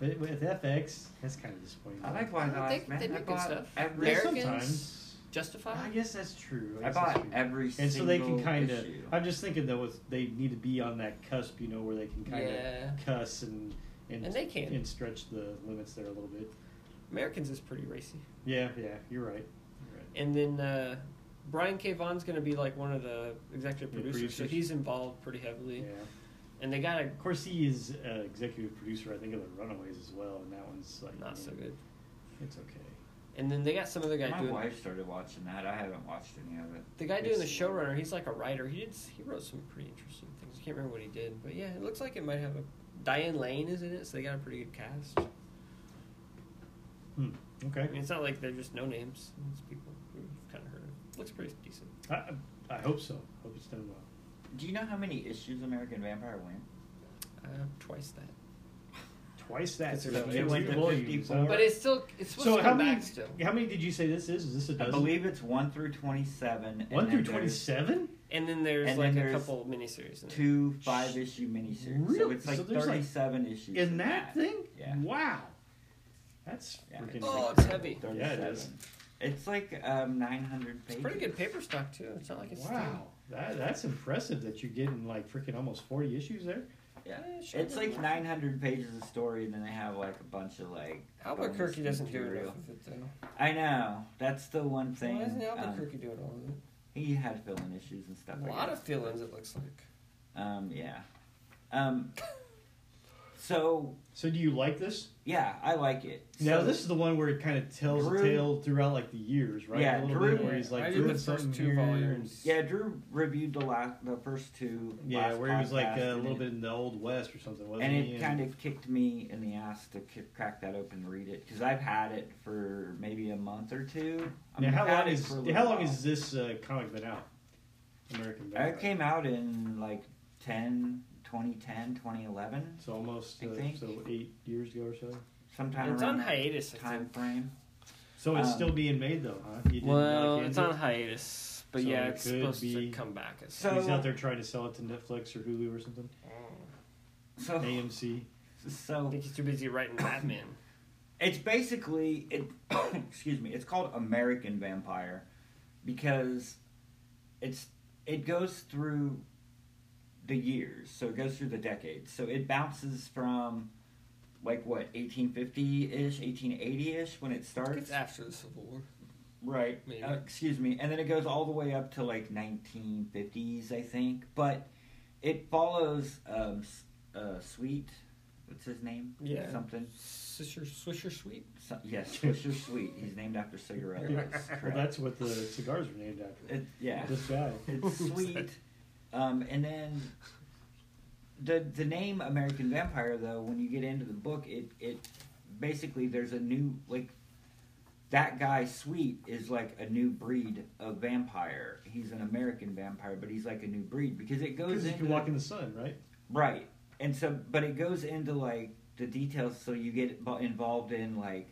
S4: but with FX, that's kind of disappointing.
S2: I like why
S1: They-
S2: the last man.
S1: they
S2: I
S1: make good
S2: bought
S1: stuff.
S2: every.
S4: Well,
S1: Americans?
S4: Sometimes. I
S1: Justified?
S4: guess that's true.
S2: I
S4: guess that's
S2: bought
S4: true.
S2: every.
S4: and so they can
S2: single
S4: kind of.
S2: issue.
S4: I'm just thinking though, with they need to be on that cusp, you know, where they can kind of
S1: Yeah.
S4: cuss and and,
S1: And they can.
S4: and stretch the limits there a little bit.
S1: Americans is pretty racy.
S4: Yeah, yeah, you're right. You're right.
S1: And then uh, Brian K. Vaughn's going to be like one of the executive
S4: The
S1: producers, so
S4: producers.
S1: he's involved pretty heavily.
S4: Yeah.
S1: And they got a
S4: Of course, he is uh, executive producer, I think, of The Runaways as well, and that one's like
S1: not so good.
S4: It's okay.
S1: And then they got some other guy
S2: My
S1: doing
S2: wife started watching that. I haven't watched any of it.
S1: the guy doing the
S4: It's-
S1: showrunner. He's like a writer. He did s- he wrote some pretty interesting things. I can't remember what he did, but yeah, it looks like it might have a Diane Lane is in it, so they got a pretty good cast.
S4: Hmm.
S1: I
S4: Okay.
S1: mean, it's not like they're just no names. It's people we've kind of heard of. Looks pretty decent.
S4: I, I- I hope so. Hope it's done well.
S2: Do you know how many issues American Vampire went?
S1: Uh, twice that,
S4: Twice that.
S1: Consider
S4: so
S1: that
S4: two
S1: it went
S2: to
S4: volumes,
S2: 54.
S4: huh?
S1: but it's still it's supposed
S4: so
S1: to
S4: how
S1: come
S4: many?
S1: back still.
S4: How many did you say this is? Is this a
S2: I
S4: dozen?
S2: believe it's one through twenty-seven. and
S4: One
S2: then
S4: through
S2: there's
S4: twenty-seven.
S1: And then there's
S2: And
S1: like
S2: then
S1: a
S2: there's
S1: couple miniseries. In there.
S2: Two five-issue miniseries. So
S4: Really?
S2: it's like
S4: So there's like-
S2: thirty-seven issues
S4: in that thing?
S2: Yeah.
S4: Wow. That's
S2: Yeah,
S4: freaking.
S2: it's
S1: Oh,
S2: like
S1: it's heavy.
S2: thirty-
S4: Yeah, it is.
S2: 37. It's like um, nine hundred pages.
S1: It's pretty good paper stock too. It's not like it's
S4: wow. That, that's impressive that you're getting like freaking almost 40 issues there.
S2: Yeah.
S1: Eh, sure
S2: It's
S1: doesn't
S2: like
S1: matter.
S2: 900 pages of story, and then they have like a bunch of like.
S1: Albuquerque
S2: bonus
S1: doesn't do
S2: material.
S1: enough of it though.
S2: I know. That's the one thing.
S1: Why isn't
S2: um,
S1: Albuquerque doing all of it?
S2: he had filling issues and stuff.
S1: A
S2: I
S1: lot
S2: guess.
S1: of feelings. It looks like.
S2: Um. Yeah. Um. So
S4: So do you like this?
S2: yeah, I like it.
S4: Now
S2: So-
S4: this is the one where it kind of tells
S2: Drew-
S4: the tale throughout like the years, right?
S2: Yeah,
S4: a little
S2: Drew-
S4: bit where he's like
S1: I did
S4: doing
S1: the first
S4: something
S1: two
S4: here
S1: volumes.
S2: Yeah, Drew reviewed the last, the first two.
S4: and- Yeah,
S2: last
S4: where he was like
S2: podcast,
S4: uh, a
S2: and
S4: little
S2: it-
S4: bit in the old west or something, wasn't
S2: And
S4: he?
S2: it kind of kicked me in the ass to ki crack that open and read it because I've had it for maybe a month or two. I
S4: Now,
S2: mean,
S4: how
S2: I've had
S4: long
S2: it
S4: is
S2: for a little
S4: how long
S2: while.
S4: has this uh, comic been out? American Vampire.
S2: It came out in like 10, 2010, 2011,
S4: So almost
S2: I
S4: uh,
S2: think.
S4: so eight years ago or so.
S2: sometime
S1: It's
S2: around
S1: on
S2: that
S1: hiatus, I
S2: time
S1: think.
S2: frame.
S4: So it's
S2: Um,
S4: still being made though, huh? You didn't,
S1: Well,
S4: like,
S1: it's
S4: end
S1: on
S4: it?
S1: hiatus, but
S4: So
S1: yeah,
S4: it
S1: it's
S4: could
S1: supposed to
S4: be-
S1: come back. As
S2: So-
S4: He's out there trying to sell it to Netflix or Hulu or something.
S2: So,
S4: AMC.
S1: I
S2: so
S1: think he's too busy writing Batman.
S2: it's basically it. excuse me. It's called American Vampire because it's it goes through the years, so it goes through the decades. So it bounces from like what 1850 ish, 1880 ish when it starts.
S1: It's after the Civil War.
S2: Right.
S1: Maybe.
S2: Uh, excuse me. And then it goes all the way up to like 1950s, I think. But it follows um, S- uh, Sweet. What's his name?
S1: Yeah.
S2: Something.
S1: Swisher, Swisher Sweet.
S2: So, yes, Swisher Sweet. He's named after cigarettes. Correct.
S4: Well, that's what the cigars were named after.
S2: It- yeah.
S4: This guy.
S2: It's sweet. Um, and then the the name American Vampire though, when you get into the book, it it basically there's a new like that guy Sweet is like a new breed of vampire. He's an American vampire, but he's like a new breed because it goes
S4: Because you
S2: into
S4: can walk in the sun, right?
S2: right. And so, but it goes into like the details, so you get bu- involved in like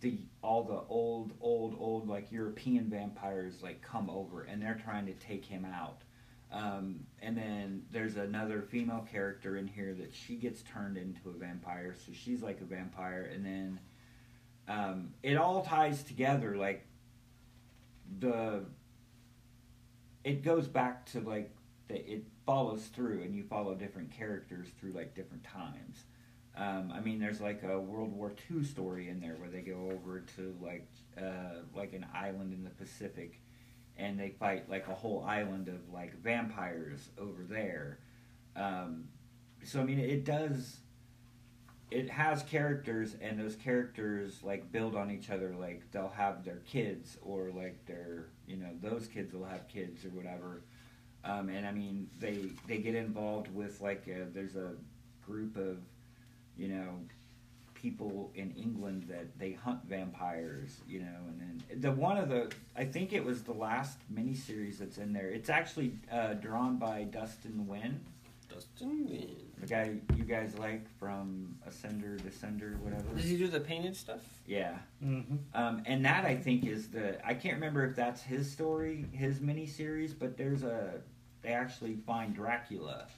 S2: the all the old, old, old like European vampires like come over and they're trying to take him out. Um, and then there's another female character in here that she gets turned into a vampire, so she's like a vampire. And then um, it all ties together, like the it goes back to like the, it follows through, and you follow different characters through like different times. Um, I mean, there's like a World War II story in there where they go over to like uh, like an island in the Pacific, and they fight like a whole island of like vampires over there. Um, so I mean, it does. It has characters, and those characters like build on each other. Like they'll have their kids, or like their you know those kids will have kids or whatever. Um, and I mean, they they get involved with like a, there's a group of you know, people in England that they hunt vampires, you know, and then the one of the I think it was the last miniseries that's in there. It's actually uh, drawn by Dustin Wynn,
S6: Dustin Wynn.
S2: the guy you guys like from Ascender, Descender, whatever.
S6: Does he do the painted stuff?
S2: Yeah,
S4: Mm-hmm.
S2: um, and that I think is the I can't remember if that's his story, his miniseries, but there's a they actually find Dracula.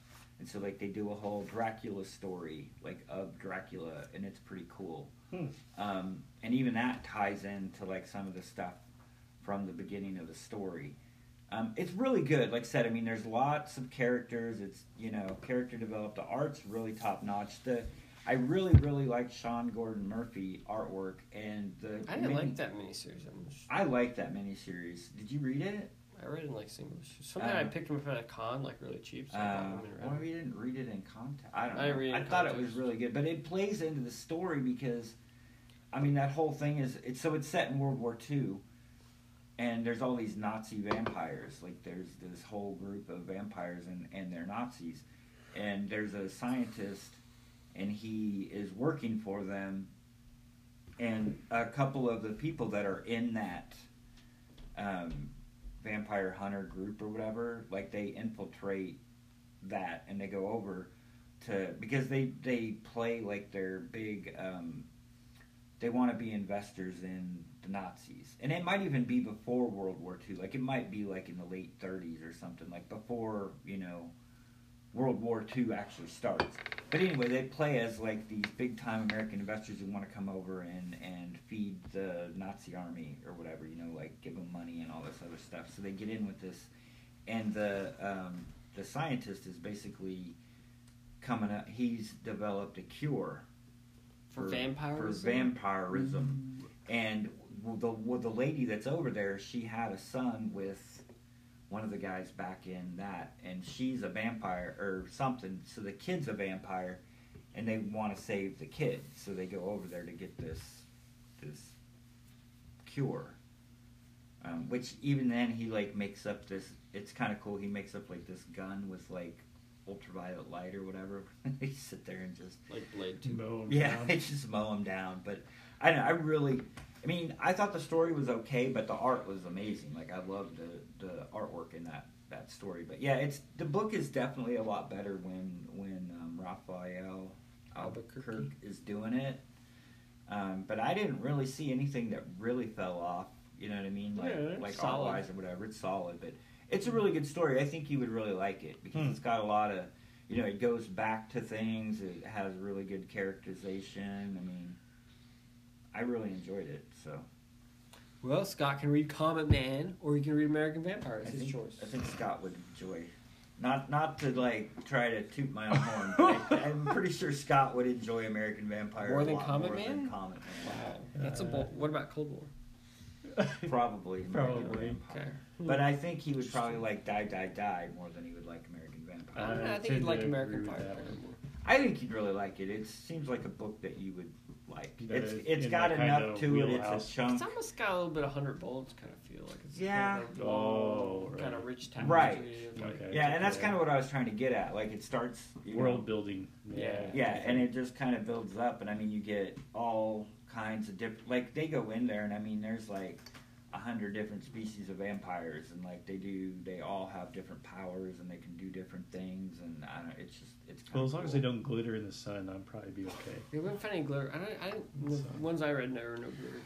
S2: And so, like, they do a whole Dracula story, like, of Dracula, and it's pretty cool.
S4: Hmm.
S2: Um, and even that ties into, like, some of the stuff from the beginning of the story. Um, it's really good. Like I said, I mean, there's lots of characters. It's, you know, character developed. The art's really top notch. The I really, really like Sean Gordon Murphy artwork. And the.
S6: I didn't
S2: mini-
S6: like that miniseries that much.
S2: I like that miniseries. Did you read it?
S6: I read in like singles. Sometimes I
S2: Uh,
S6: picked them up at a con, like really cheap. So I
S2: Uh,
S6: bought them and read
S2: why
S6: them.
S2: we didn't read it in context? I don't know.
S6: I
S2: I,
S6: didn't read it in
S2: thought it was
S6: context.
S2: really good, but it plays into the story because, I mean, that whole thing is it's so it's set in World War II, and there's all these Nazi vampires. Like there's this whole group of vampires, and and they're Nazis, and there's a scientist, and he is working for them, and a couple of the people that are in that. Um, vampire hunter group or whatever like they infiltrate that and they go over to because they they play like they're big um they want to be investors in the Nazis. And it might even be before World War II. Like it might be like in the late 30s or something like before, you know, World War II actually starts. But anyway, they play as like these big time American investors who want to come over and and feed the Nazi army or whatever, you know, like give them money and all this other stuff. So they get in with this and the um, the scientist is basically coming up. He's developed a cure
S6: For vampirism?
S2: For vampirism, and well, the well, the lady that's over there, she had a son with one of the guys back in that, and she's a vampire or something. So the kid's a vampire, and they want to save the kid, so they go over there to get this this cure. Um, which even then he like makes up this. It's kind of cool. He makes up like this gun with like ultraviolet light or whatever. they sit there and just
S6: Like Blade Two.
S3: Boom.
S2: yeah,
S3: down.
S2: they just mow them down. But I don't know. I really. I mean, I thought the story was okay, but the art was amazing. Like I loved the the artwork in that that story. But yeah, it's the book is definitely a lot better when when um, Raphael
S6: Albuquerque.
S2: Albuquerque is doing it. Um, but I didn't really see anything that really fell off. You know what I mean? Like
S4: Yeah, it's
S2: like
S6: solid.
S2: art wise or whatever. It's solid, but it's a really good story. I think you would really like it because
S3: Hmm.
S2: it's got a lot of you know, it goes back to things. It has really good characterization. I mean, I really enjoyed it. So
S6: Well, Scott can read Comet Man, or you can read American Vampire.
S2: I
S6: It's his
S2: think,
S6: choice.
S2: I think Scott would enjoy. Not not to like try to toot my own horn, but I, I'm pretty sure Scott would enjoy American Vampire
S6: More
S2: a
S6: than
S2: lot
S6: Comet
S2: more
S6: Man?
S2: Than Comet
S6: Wow,
S2: Man.
S6: that's a bold. What about Cold War?
S2: Probably. American
S4: Probably.
S2: Vampire.
S6: Okay,
S2: But I think he would probably like Die Die Die more than he would like American
S6: I,
S2: Vampire.
S6: don't know, I
S3: I
S6: think you'd
S3: tend
S6: like
S3: to
S6: American
S3: agree with
S6: Vampire
S3: that one.
S6: more.
S2: I think he'd really like it. It seems like a book that you would like.
S3: That
S2: It's
S3: is
S2: it's
S3: in
S2: got
S3: that kind
S2: enough
S3: of
S2: to it. It's
S3: wheelhouse.
S2: a chunk.
S6: It's
S4: Um,
S6: almost got a little bit of hundred bullets kind of feel. Like it's
S2: Yeah.
S6: Kind of,
S3: Oh, right.
S6: kind of rich tapestry.
S2: Right.
S6: of, like,
S4: Okay.
S2: Yeah, and that's kind of what I was trying to get at. Like it starts you know,
S4: World building.
S6: Yeah.
S2: yeah, and it just kind of builds up, and I mean, you get all kinds of different. Like they go in there, and I mean, there's like a hundred different species of vampires, and like they do, they all have different powers, and they can do different things, and I don't. It's just it's. Kind
S4: Well,
S2: of
S4: as long as
S2: cool.
S4: they don't glitter in the sun, I'd probably be
S6: We wouldn't find any glitter. I don't. I don't,
S4: So-
S6: The ones I read never no glitter.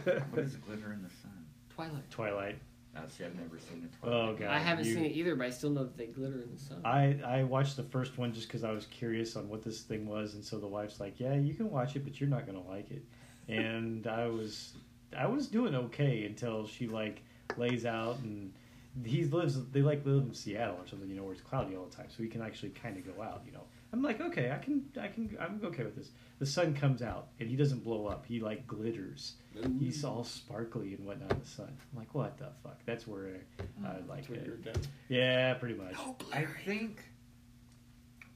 S6: okay.
S4: okay.
S2: What is glitter in the sun?
S6: Twilight.
S4: Twilight.
S2: No, see, I've never seen it.
S4: Oh god.
S6: I haven't
S4: you-
S6: seen it either, but I still know that they glitter in the sun.
S4: I, I watched the first one just because I was curious on what this thing was, and so the wife's like, "Yeah, you can watch it, but you're not gonna like it." And I was I was doing okay until she like lays out and he lives they like live in Seattle or something, you know, where it's cloudy all the time, so he can actually kind of go out, you know. I'm like, okay, I can, I can, I'm okay with this. The sun comes out and he doesn't blow up. He like glitters. He's all sparkly and whatnot in the sun. I'm like, what the fuck? That's where I like
S6: That's what you're
S4: it.
S6: done.
S4: Yeah, pretty much.
S2: I think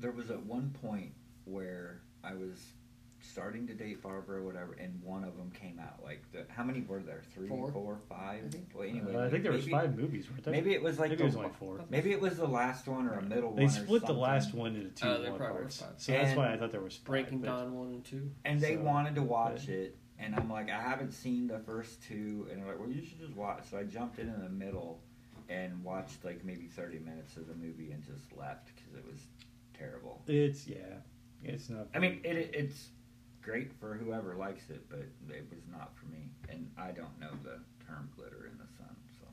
S2: there was at one point where I was starting to date Barbara or whatever, and one of them came out. Like, the, how many were there? Three, four,
S6: Four.
S2: five.
S6: I think.
S2: Well, anyway,
S4: Uh, I think there was
S2: maybe-
S4: five movies, weren't there?
S2: Maybe it was like
S4: Maybe
S2: the,
S4: it was only four.
S2: Maybe it was the last one or a middle one.
S4: They
S2: or
S4: split the
S2: something.
S4: last one into two
S6: Oh, there
S4: one
S6: probably were
S4: parts,
S6: five.
S4: so that's why I
S2: And
S4: thought there was five,
S6: Breaking
S4: but-
S6: Dawn one and two.
S2: and they
S4: So-
S2: wanted to watch it and i'm like i haven't seen the first two and they're like well you should just watch so i jumped in in the middle and watched like maybe 30 minutes of the movie and just left because it was terrible
S4: It's yeah, it's not.
S2: i mean it, it's great for whoever likes it but it was not for me and i don't know the term glitter in the sun so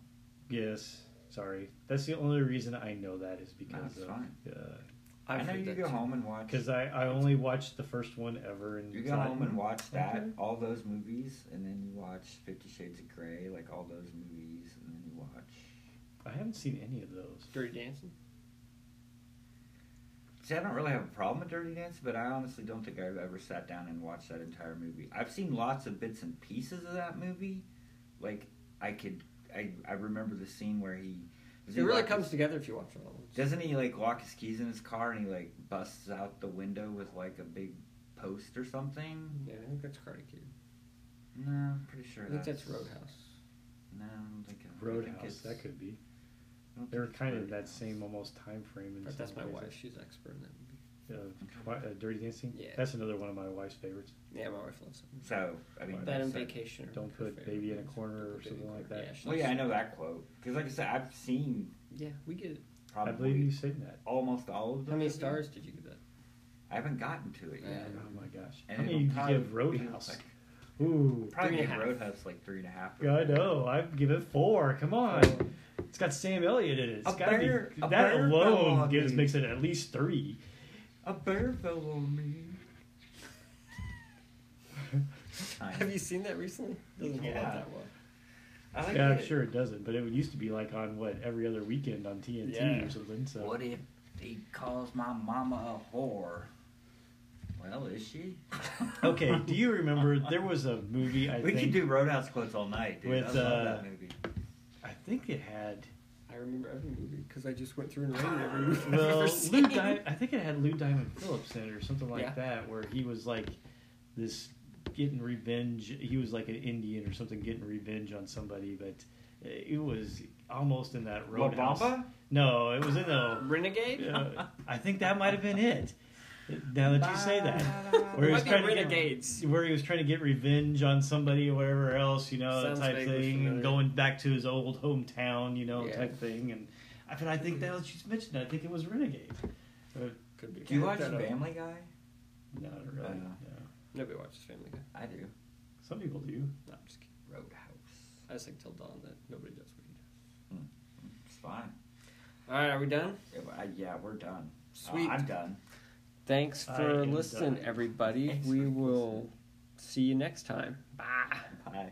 S4: yes, sorry. That's the only reason I know that is because
S2: That's fine.
S4: of
S2: i,
S6: I've
S2: know
S6: heard
S2: you
S6: that
S2: go
S6: too.
S2: home and watch
S4: because I I only watched the first one ever and
S2: you
S4: it's
S2: go
S4: not-
S2: home and watch that
S4: Okay.
S2: all those movies and then you watch 50 shades of gray like all those movies and then you watch
S4: "Hmm, I haven't seen any of those.
S6: Dirty Dancing.
S2: See, I don't really have a problem with Dirty Dancing, but I honestly don't think I've ever sat down and watched that entire movie. I've seen lots of bits and pieces of that movie. Like I could, I I remember the scene where he. does
S6: It
S2: he
S6: really
S2: lock
S6: comes
S2: his-
S6: together if you watch all of them.
S2: doesn't he like lock his keys in his car and he like busts out the window with like a big post or something?
S6: Yeah, I think that's Karate Kid.
S2: No, I'm pretty sure.
S6: I think that's
S2: that's
S6: Roadhouse.
S2: No, I don't think it- I think
S4: Roadhouse,
S2: it's-
S4: that could be.
S2: I don't
S4: They were
S2: think it's
S4: kind of that
S2: Roadhouse.
S4: same almost time frame. in
S6: But
S4: some
S6: that's my
S4: ways.
S6: wife. She's an expert in that movie.
S4: Uh, Twi- uh, Dirty Dancing.
S6: Yeah.
S4: that's another one of my wife's favorites.
S6: Yeah, my wife loves it.
S2: So I mean
S6: That and
S2: so-
S6: Vacation. are
S4: Don't
S6: her
S4: put
S6: favorite
S4: baby in a
S6: movies.
S4: corner
S6: Don't
S4: or
S6: put Baby
S4: something
S6: in a
S4: like
S6: Corner.
S4: that.
S6: she
S2: Well, Oh, yeah, I
S6: loves-
S2: know that quote because like I said, I've seen
S6: Yeah, we get it.
S2: probably.
S4: I believe you said that.
S2: almost all of them.
S6: How many stars did you give that?
S2: I haven't gotten to it yet.
S6: Yeah.
S4: Oh my gosh!
S2: And
S4: How many
S2: it'll
S4: you
S2: probably
S4: give
S2: be
S4: Roadhouse?
S2: like-
S4: Ooh,
S2: Probably
S6: Three
S2: give
S6: and a half.
S2: Roadhouse like three and a half. or
S4: I
S2: four.
S4: know. I'd give it four. Come on. It's got Sam Elliott in it. It's
S2: A
S4: gotta be-
S2: bear- a
S4: that
S2: bear fell
S4: alone
S2: on
S4: gives
S2: me.
S4: makes it at least three.
S2: A bear fell on me.
S6: Have you seen that recently? Doesn't hold
S4: Yeah.
S6: up that well.
S2: I like
S4: yeah, I'm
S2: it.
S4: sure it doesn't, but it used to be like on what every other weekend on TNT
S6: Yeah.
S4: or something. So
S2: What if he calls my mama a whore? Well, is she?
S4: okay, do you remember there was a movie I
S2: we
S4: think
S2: could do Roadhouse quotes all night, dude. I love
S4: With, uh,
S2: that movie.
S4: I think it had
S6: I remember every movie because I just went through and rated every movie. I've
S4: well
S6: ever
S4: Lou
S6: seen.
S4: Di- I think it had Lou Diamond Phillips in it or something like
S6: Yeah.
S4: that where he was like this getting revenge. He was like an Indian or something getting revenge on somebody, but it was almost in that
S2: La
S4: roadhouse.
S2: Bamba?
S4: No, it was in the
S6: Renegade?
S4: Uh, I think that might have been it. Now that you say that,
S6: It
S4: where he was
S6: might
S4: trying
S6: be
S4: to get,
S6: Renegades.
S4: where he was trying to get revenge on somebody or whatever else, you know,
S6: Sounds
S4: that type
S6: vaguely
S4: thing,
S6: familiar.
S4: and going back to his old hometown, you know,
S6: Yeah.
S4: type thing. And I mean, I think that was you mentioned. that. I think it was Renegade. uh,
S6: Could be.
S2: Do you
S6: Look
S2: watch
S6: that up.
S2: Family Guy?
S4: No, not really.
S2: Uh,
S4: no.
S6: Nobody watches Family Guy.
S2: I do.
S4: Some people do.
S6: No, I'm just kidding.
S2: Roadhouse.
S6: I just like till dawn that nobody does what he does.
S2: It's fine.
S6: All right, are we done?
S2: Yeah, I- yeah, we're done. Uh,
S6: Sweet.
S2: I'm done.
S6: Thanks
S4: I
S6: for
S4: am
S6: listening,
S4: done.
S6: everybody.
S2: Thanks
S6: we
S2: for
S6: will see you next time. Bye.
S2: Bye.